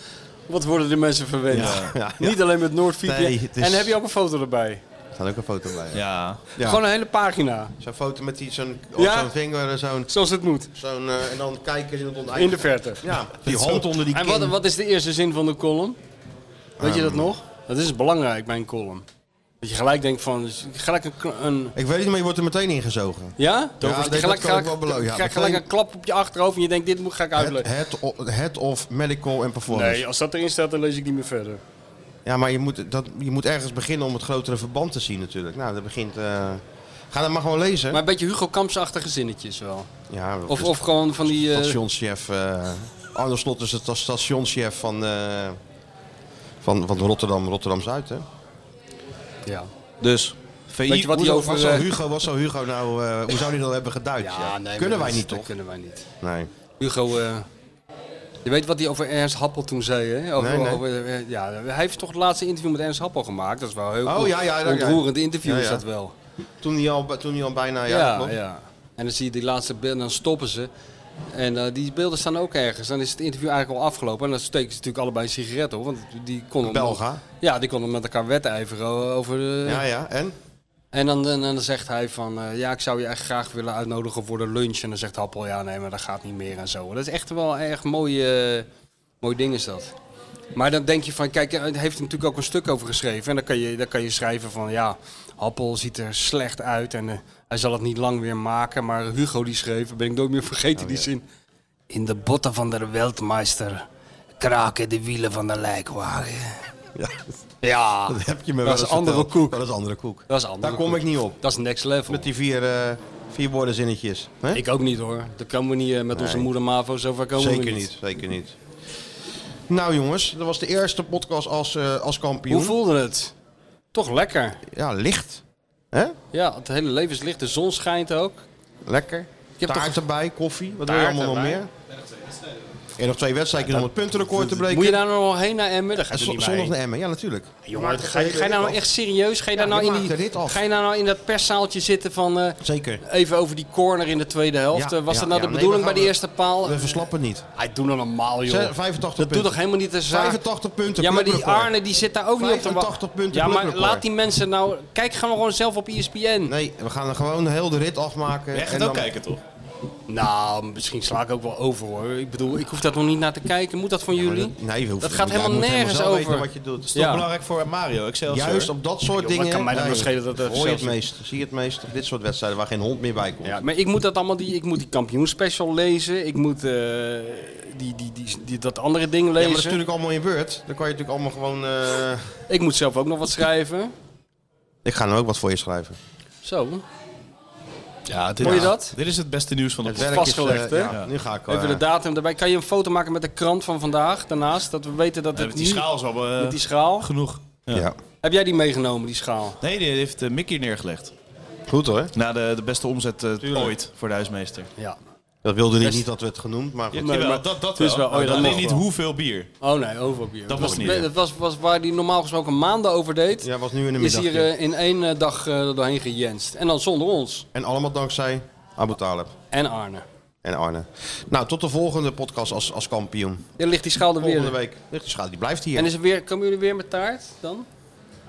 Wat worden de mensen verwend. *laughs* Ja, ja, ja. Niet alleen met Noordfiets. Nee, het is- En heb je ook een foto erbij? Er staat ook een foto bij. Ja. Ja. Gewoon een hele pagina. Zo'n foto met die- zo'n oh, Ja. zo'n vinger en zo'n... Zoals het moet. zo'n eh, en dan kijken in het oneindige. In de verte. *laughs* Ja, die hand onder die En kin. wat, wat is de eerste zin van de column? Weet je dat Ehm, nog? Dat is belangrijk bij een column. Dat je gelijk denkt van, dus gelijk een... kn- een Ik weet niet, maar je wordt er meteen ingezogen. ja? nee, Toverst- dat gelijk, kan gelijk, ik wel beloven, ja. krijg Meteen- gelijk een klap op je achterhoofd en je denkt, dit moet ga ik Head, uitleggen. head, o- head of Medical and Performance. Nee, als dat erin staat, dan lees ik niet meer verder. Ja, maar je moet, dat, je moet ergens beginnen om het grotere verband te zien natuurlijk. Nou, dat begint... eh, Ga dat maar gewoon lezen. Maar een beetje Hugo Kampsachtige zinnetjes wel. ja, dus Of, of gewoon van die... eh, stationschef. eh Arno Slot is het sta- stationschef van, eh, van, van Rotterdam, Rotterdam-Zuid, hè? ja. Dus, VI... Weet je wat Hoe die zou- over... wat zou eh, Hugo, wat zou Hugo nou... eh, hoe zou die dat hebben geduid? Ja, nee, kunnen maar wij dat- niet, dat toch? Kunnen wij niet. Nee. Hugo, eh, je weet wat hij over Ernst Happel toen zei, hè? Over, Nee, nee. over- eh, ja, hij heeft toch het laatste interview met Ernst Happel gemaakt. Dat is wel heel Oh, goed. ja, ja, ja, ja. ontroerend interview Ja, is ja. dat wel. Toen hij al, toen hij al bijna... Ja, Ja, klopt. ja. En dan zie je die laatste beelden, dan stoppen ze. En eh, die beelden staan ook ergens. Dan is het interview eigenlijk al afgelopen. En dan steken ze natuurlijk allebei een sigaret op. Want die konden Belga. Ja, die konden met elkaar wedijveren over eh, de... Ja, ja. En? En dan, dan, dan zegt hij van, eh, ja, ik zou je echt graag willen uitnodigen voor de lunch. En dan zegt Happel, ja, nee, maar dat gaat niet meer en zo. Dat is echt wel een erg mooi, eh, mooi ding is dat. Maar dan denk je van, kijk, hij heeft er natuurlijk ook een stuk over geschreven. En dan kan je, dan kan je schrijven van, ja, Happel ziet er slecht uit en eh, hij zal het niet lang weer maken. Maar Hugo die schreef, ben ik nooit meer vergeten Oh, die zin. In de botten van de Weltmeister kraken de wielen van de lijkwagen. Ja, Ja, dat heb je me wel dat eens is andere verteld. koek. Dat is andere koek. Dat is andere Ah. Daar kom koek. ik niet op. Dat is next level. Met die vier, eh vier woordenzinnetjes. Hè? Ik ook niet hoor. Dat komen we niet eh, met onze moeder Mavo, zover komen we Zeker niet. Zeker niet. Nou jongens, dat was de eerste podcast als, eh, als kampioen. Hoe voelde het? Toch lekker. Ja, licht. Hè? Ja, het hele leven is licht, de zon schijnt ook. Lekker. Je hebt taart toch- erbij, koffie. Wat wil je allemaal nog meer? En nog twee wedstrijden om het puntenrecord te breken. Moet je daar nou nog heen naar Emmen? Daar En gaat zo- er niet meer zondag heen. naar Emmen, ja natuurlijk. Jongen, ga, je- ga je nou nou echt serieus? Ga je daar Ja, nou je in maakt de die, rit af. ga je nou nou in dat perszaaltje zitten van eh, Zeker. even over die corner in de tweede helft? Ja, Eh, was ja, dat nou de ja, nee, bedoeling we bij de gaan- eerste paal? We verslappen niet. Hij doet nou normaal, joh. Ze- 85 dat doet punten. toch helemaal niet de zaak? 85 punten. Ja, maar die clubrecord. Arne die zit daar ook niet op te wachten. 85 punten Ja, maar clubrecord. laat die mensen nou... Kijk gaan we gewoon zelf op E ESPN. Nee, we gaan er gewoon heel de rit afmaken. Jij gaat en ook dan- kijken, toch? Nou, misschien sla ik ook wel over hoor. Ik bedoel, ik hoef dat nog niet naar te kijken. Moet dat van Maar jullie? Oh, dat- Nee, we hoeven- Dat gaat jij helemaal moet nergens zelf over. weten wat je doet. Dat is Ja. belangrijk voor Mario, Excelsior. Juist op dat soort Joh, wat dingen. kan mij dat nee, nou schelen dat er hoor je het zelfs- meest, zie je het meest. op Dit soort wedstrijden waar geen hond meer bij komt. Ja, maar ik moet dat allemaal, die, ik moet die kampioenspecial lezen. Ik moet eh, die, die, die, die- dat andere ding Ja, maar lezen. dat is natuurlijk allemaal in beurt. Dan kan je natuurlijk allemaal gewoon... eh, Ik moet zelf ook nog wat schrijven. Ik ga nou ook wat voor je schrijven. Zo. Ja, dit, Hoor je dat? Dit is het beste nieuws van de Het werk vastgelegd, is, hè? eh, ja, Nu ga ik... eh, Even de datum erbij. Kan je een foto maken met de krant van vandaag? Daarnaast, dat we weten dat Nee, het met die niet- schaal is al eh, Met die schaal. genoeg. Ja. ja. Heb jij die meegenomen, die schaal? Nee, die heeft eh, Mickey neergelegd. Goed hoor. Na de, de beste omzet eh, ooit voor de huismeester. Ja. Dat wilde hij Best- niet dat werd genoemd, maar goed. Nee, Jawel, maar dat, dat het is wel- oh ja, dat Alleen mag niet wel. hoeveel bier. Oh nee, overbier. Dat was niet, hè? Dat was, was waar die normaal gesproken maanden over deed. Ja, was nu in de is middag. hier eh, in één eh, dag eh, er doorheen gejenst. En dan zonder ons. En allemaal dankzij Abu Talib En Arne. en Arne. Nou, tot de volgende podcast als, als kampioen. Dan ligt die schaal er Volgende weer. week. Ligt die schade, die blijft hier. En is er weer, komen jullie weer met taart dan?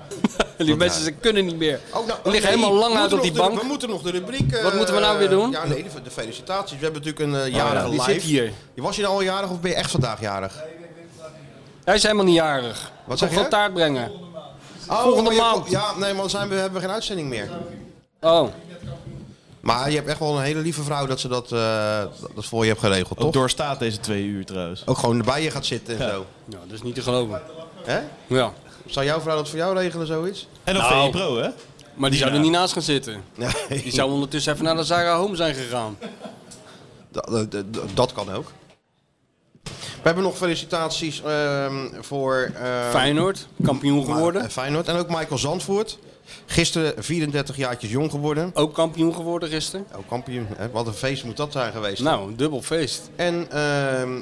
*laughs* die mensen ze kunnen niet meer. Oh, nou, Die liggen nee, helemaal lang we uit op die moeten nog de- bank. we moeten nog de rubriek... eh, Wat moeten we nou weer doen? Oh Ja, nee, de, de felicitaties. We hebben natuurlijk een eh, jarige die live. zit hier. Je was je nou al jarig of ben je echt vandaag jarig? Hij is helemaal niet jarig. Kom zeg gewoon je? taart brengen. Volgende maar Oh, je maand. komt- Ja, nee, maar dan zijn we, hebben we geen uitzending meer. Oh, Maar je hebt echt wel een hele lieve vrouw dat ze dat, eh, dat voor je hebt geregeld, toch? Ook doorstaat deze twee uur trouwens. Ook gewoon bij je gaat zitten en zo. ja, dat is niet te geloven. Hè? Ja. Zou jouw vrouw dat voor jou regelen, zoiets? *laughs* En dan Nou. VI Pro, hè? Maar die zou er Ja. niet naast gaan zitten. Nee. Die zou ondertussen even naar de Zara Home zijn gegaan. Dat, dat- dat- dat kan ook. We hebben nog felicitaties ehm, voor eh, Feyenoord, kampioen Ma- eh, geworden. Feyenoord en ook Michael Zandvoort. Gisteren 34 jaartjes jong geworden. Ook kampioen geworden gisteren. Oh, kampioen. Hè? Wat een feest moet dat zijn geweest. Nou, dubbel feest. En ehm,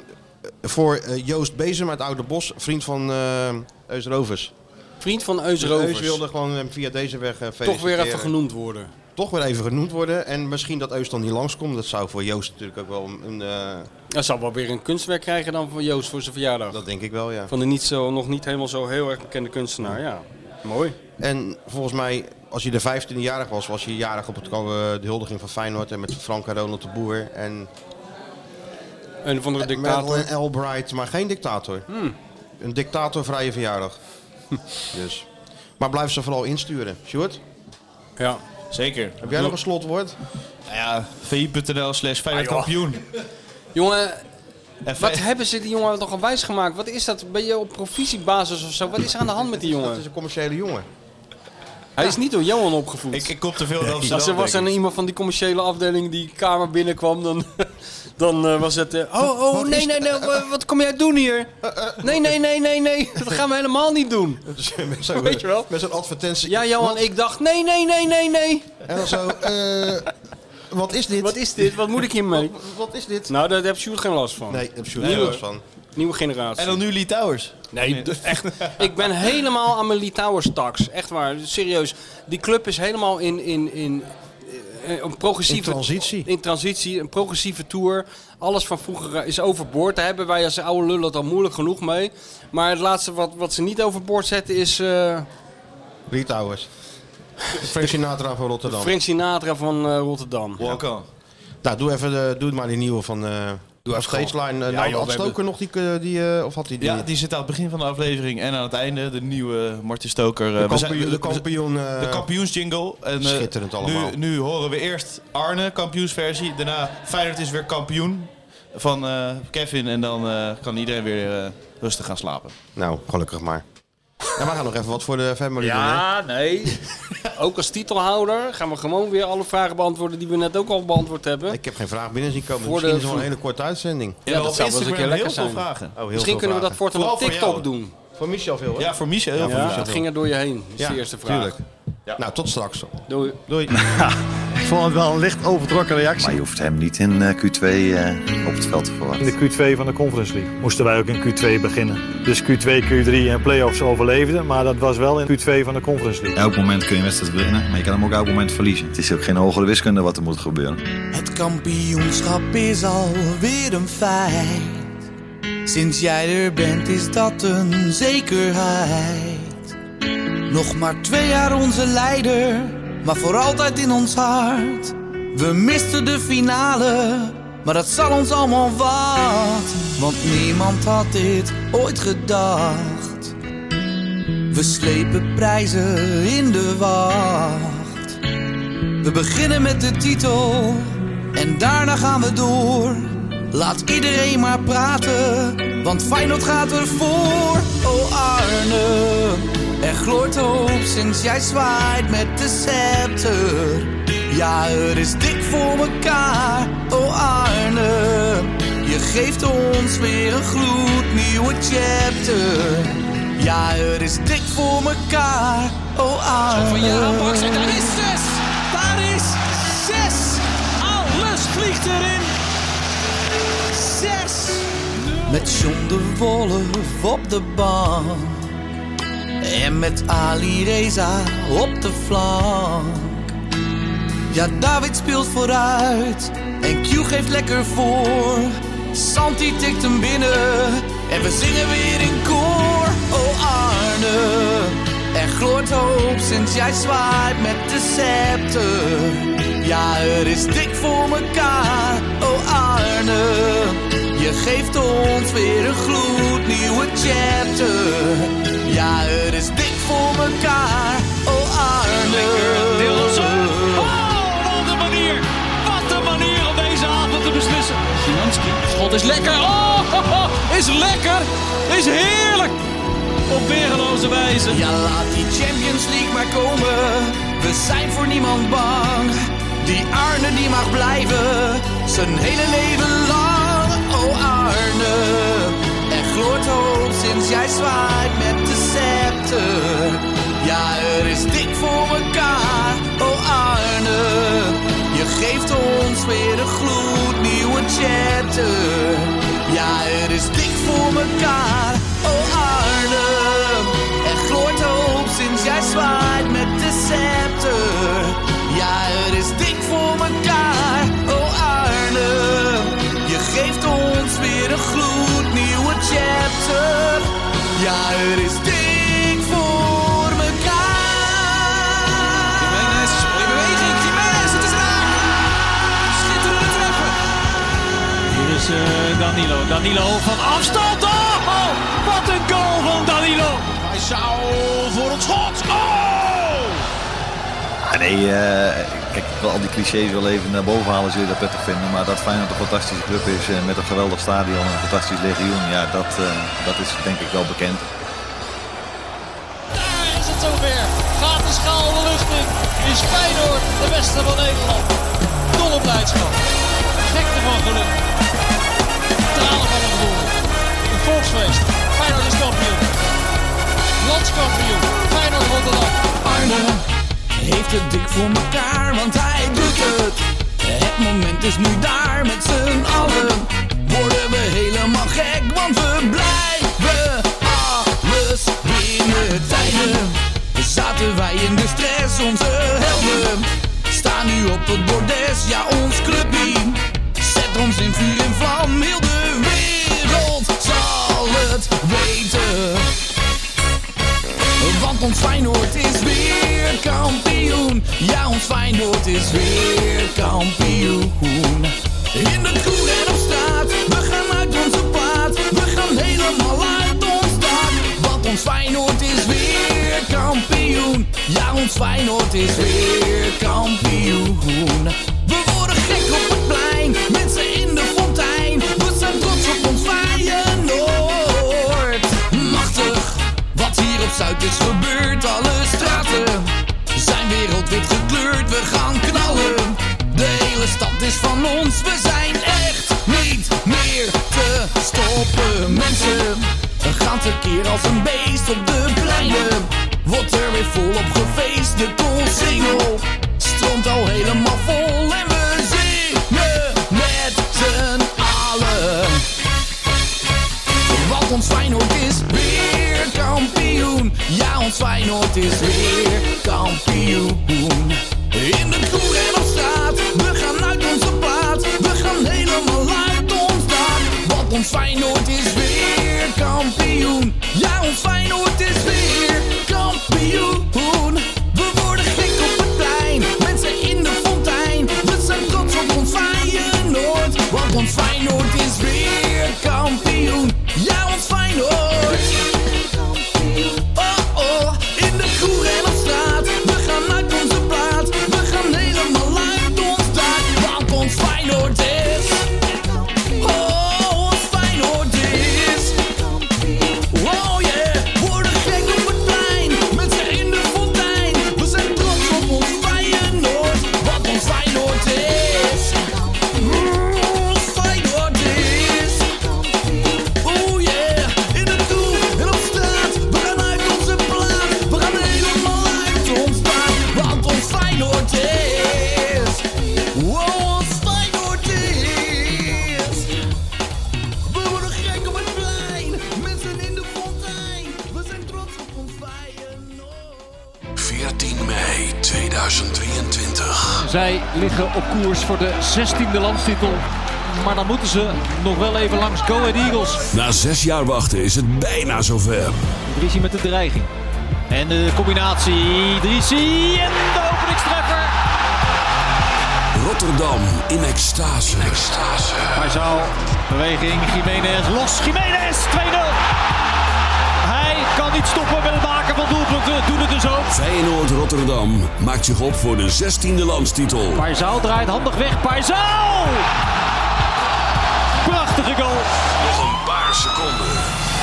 voor eh, Joost Bezem uit Oude Bos, vriend van eh Eus Rovers. Vriend van Eus Eusrovers. wilde gewoon hem via deze weg eh, Toch weer feliciteren. even genoemd worden. Toch weer even genoemd worden. En misschien dat Eus dan niet langskomt. Dat zou voor Joost natuurlijk ook wel een... eh, Hij zal wel weer een kunstwerk krijgen dan van Joost voor zijn verjaardag. dat denk ik wel, ja. Van de niet zo, nog niet helemaal zo heel erg bekende kunstenaar, ja. Mooi. En volgens mij, als hij de 15e jarig was, was hij jarig op het, eh, de huldiging van Feyenoord. En met Frank en Ronald de Boer. En Een of andere dictator. Hmm. Madeleine Albright, maar geen dictator. Een dictatorvrije *laughs* verjaardag. dus. Maar blijf ze vooral insturen. Sjoerd, Ja. Zeker. heb jij nog een slotwoord? Nou ja, vi.nl slash Feyenoord kampioen. Jongen, En Ah, wat V- hebben ze die jongen toch al wijs gemaakt? Wat is dat? Ben je op provisiebasis of zo? Wat is er aan de hand met die Dat jongen? is een commerciële jongen. Hij is niet door Johan opgevoed. ik, ik kom te veel in Amsterdam. Als er was denk een ik. iemand van die commerciële afdeling die kamer binnenkwam, dan, *laughs* dan eh, was het... eh, oh, oh, nee, nee, nee, wa- wat kom jij doen hier? Nee, nee, nee, nee, nee, *laughs* dat gaan we helemaal niet doen. *laughs* met zo'n, Weet je wel? Met zo'n advertentie. Ja, Johan, ik dacht, nee, nee, nee, nee, nee. En dan *laughs* zo, eh, wat is dit? Wat is dit? Wat moet ik hiermee? Wat is dit? Nou, daar heb Sjoerd geen last van. Nee, daar heb Sjoerd geen hoor. last van. Nieuwe generatie. En dan nu Lee Towers. Nee, d- echt. Ik ben helemaal aan mijn Litouwers tax. Echt waar, serieus. Die club is helemaal in, in, in, eh, een progressieve... In transitie. In transitie, een progressieve tour. Alles van vroeger eh, is overboord. Daar hebben wij als oude lullen het al moeilijk genoeg mee. Maar het laatste wat, wat ze niet overboord zetten is eh *laughs* Litouwers. Frank Sinatra van Rotterdam. Frank Sinatra van eh, Rotterdam. Walk on. Nou, doe, even de, doe maar die nieuwe van... eh doe even Stageline. Eh, nou, joh, had we Stoker hebben- nog die... eh, die eh, of had hij die? Ja, die zit aan het begin van de aflevering en aan het einde. De nieuwe Martin Stoker. eh, de we zijn- kampioen... De kampioen eh, De kampioensjingle. En, eh, Schitterend allemaal. Nu, nu horen we eerst Arne, kampioensversie. Daarna Feyenoord is weer kampioen van eh, Kevin. En dan eh, kan iedereen weer eh, rustig gaan slapen. Nou, gelukkig maar. Ja, we gaan nog even wat voor de family doen. hè? Ja, nee. ook als titelhouder gaan we gewoon weer alle vragen beantwoorden die we net ook al beantwoord hebben. Ik heb geen vraag binnen zien komen. Voor Misschien de- is het wel een hele korte uitzending. En dat op zou wel eens een Instagram keer lekker heel veel zijn. vragen. Oh, heel Misschien kunnen we dat voortaan op Vooral voor jou. TikTok doen. Voor Michel veel, hè? Ja, voor Michel. heel Ja, veel. dat ging er door je heen. Dat is Ja, de eerste vraag. tuurlijk. Nou, tot straks. Doei. Doei. Ik vond het wel een licht overtrokken reactie. Maar je hoeft hem niet in eh, Q2 eh, op het veld te verwachten. In de Q2 van de Conference League moesten wij ook in Q2 beginnen. Dus Q2, Q3 en playoffs overleefden, maar dat was wel in Q2 van de Conference League. Elk moment kun je een wedstrijd winnen, maar je kan hem ook elk moment verliezen. Het is ook geen hogere wiskunde wat er moet gebeuren. Het kampioenschap is alweer een feit. Sinds jij er bent is dat een zekerheid. Nog maar twee jaar onze leider, maar voor altijd in ons hart. We misten de finale, maar dat zal ons allemaal wat. Want niemand had dit ooit gedacht. We slepen prijzen in de wacht. We beginnen met de titel en daarna gaan we door. Laat iedereen maar praten, want Feyenoord gaat ervoor. Oh Arne, er gloort hoop sinds jij zwaait met de scepter. Ja, er is dik voor elkaar, oh Arne. Je geeft ons weer een gloednieuwe chapter. Ja, er is dik voor elkaar, oh Arne. Van daar is zes! Daar is 6. Alles vliegt erin. 6. Met John de Wolf op de bank. En met Ali Reza op de flank. Ja, David speelt vooruit. En Q geeft lekker voor. Santi tikt hem binnen. En we zingen weer in koor. Oh Arne, er gloort hoop sinds jij zwaait met de scepter. Ja, er is dik voor mekaar. Oh Arne, je geeft ons weer een gloednieuwe chapter. Ja, er is dik voor mekaar. Oh Arne. Dilsen. Oh, wat een manier. Wat een manier om deze avond te beslissen. Szymanski. Schot is lekker. Oh, *laughs* ho, ho, is lekker. Is heerlijk. Op weergeloze wijze. Ja, laat die Champions League maar komen. We zijn voor niemand bang. Die Arne die mag blijven, zijn hele leven lang. Oh Arne, er gloort hoop sinds jij zwaait met de scepter. Ja, er is dik voor elkaar. Oh Arne, je geeft ons weer een gloednieuwe chatter. Ja, er is dik voor elkaar. Oh Arne. Er gloort hoop sinds jij zwaait met de scepter. Ja, het is dik voor mekaar, oh Arne. Je geeft ons weer een gloednieuwe chapter. Ja, het is dik voor mekaar. Jiménez, mooie beweging. Jiménez, het is raak. Schitterende treffen. Hier is eh, Danilo. Danilo van afstand. Oh, oh, wat een goal van Danilo. Hij zou voor het schot. Oh! Ah, nee, eh, kijk, ik wil al die clichés wel even naar boven halen, zul je dat prettig vinden. Maar dat Feyenoord een fantastische club is eh, met een geweldig stadion en een fantastisch legioen, ja, dat, eh, dat is denk ik wel bekend. Daar is het zover. Gaat de schaal de lucht in. Is Feyenoord de beste van Nederland. Dolle blijdschap. Gekte van geluk. Tralen van het roer. Een volksfeest. Feyenoord is kampioen. Landskampioen. Feyenoord Rotterdam. Arne heeft het dik voor elkaar, want hij doet het. Het moment is nu daar met z'n allen. Worden we helemaal gek, want we blijven alles binnen tijden. Zaten wij in de stress, onze helden. Staan nu op het bordes, ja ons clubje. Zet ons in vuur en vlam, heel de wereld zal het weten. Want ons Feyenoord is weer kampioen. Ja, ons Feyenoord is weer kampioen. In de koel en op straat, we gaan uit onze plaat. We gaan helemaal uit ons dak. Want ons Feyenoord is weer kampioen. Ja, ons Feyenoord is weer kampioen. We worden gek op het plein, mensen in de fontein. We zijn trots op ons Feyenoord. Machtig, wat hier op Zuid is gebeurd, alle straten zijn wereldwit gekleurd. We gaan knallen, de hele stad is van ons. We zijn echt niet meer te stoppen. Mensen gaan tekeer als een beest op de pleinen. Wordt er weer volop gefeest, de koolsingel stroomt al helemaal vol. En we zingen met z'n allen. Want ons Feyenoord is weer kampioen. Ja, ons Feyenoord is weer kampioen. In de kroeg en op straat, we gaan uit onze plaat. We gaan helemaal uit ons dak. Want ons Feyenoord is weer kampioen. Ja, ons Feyenoord is weer kampioen. We worden gek op het plein, mensen in de fontein. We zijn trots op ons Feyenoord. Want ons Feyenoord is weer kampioen. Ja, ons Feyenoord. Oh oh, in de kroeg en op straat. We gaan uit onze plaat. We gaan helemaal uit ons dak. Want ons Feyenoord is. Oh, ons Feyenoord is. Oh yeah, worden gek op het plein, mensen in de fontein. We zijn trots op ons Feyenoord, wat ons Feyenoord is. Mm, Ons Feyenoord is. Oh yeah, in de doel en op straat. We gaan uit onze plaat, we gaan helemaal uit ons dak. Wat ons Feyenoord is. Oh, ons Feyenoord is. We worden gek op het plein, mensen in de fontein. We zijn trots op ons Feyenoord. 14 mei 2023. Zij liggen op koers voor de 16e landstitel. Maar dan moeten ze nog wel even langs Go Ahead Eagles. Na zes jaar wachten is het bijna zover. Idrissi met de dreiging. En de combinatie Idrissi en de openingstreffer. Rotterdam in extase. Marzal, beweging, Jiménez los. Jiménez, 2-0. Hij kan niet stoppen met het maken van doelpunten. Doet het dus ook. Feyenoord Rotterdam maakt zich op voor de 16e landstitel. Paizaal draait handig weg. Paizaal! Prachtige goal. Nog een paar seconden.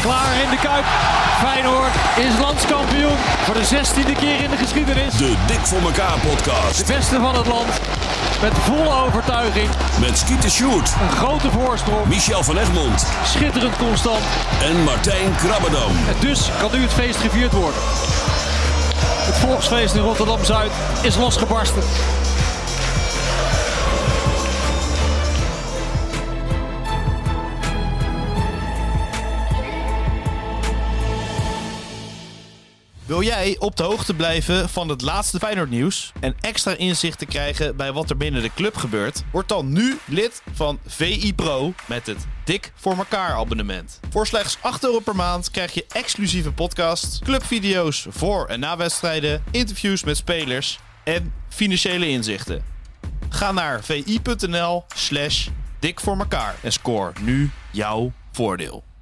Klaar in de Kuip. Feyenoord is landskampioen. Voor de 16e keer in de geschiedenis. De Dik voor elkaar podcast. Het beste van het land. Met volle overtuiging. Met Skeeter Shoot, Een grote voorsprong. Michel van Egmond Schitterend constant. en Martijn Krabbedam. En dus kan nu het feest gevierd worden. Het volksfeest in Rotterdam-Zuid is losgebarsten. Wil jij op de hoogte blijven van het laatste Feyenoord nieuws en extra inzicht te krijgen bij wat er binnen de club gebeurt? Word dan nu lid van VI Pro met het Dik voor elkaar abonnement. Voor slechts 8 euro per maand krijg je exclusieve podcasts, clubvideo's voor en na wedstrijden, interviews met spelers en financiële inzichten. Ga naar vi.nl slash dik voor elkaar en score nu jouw voordeel.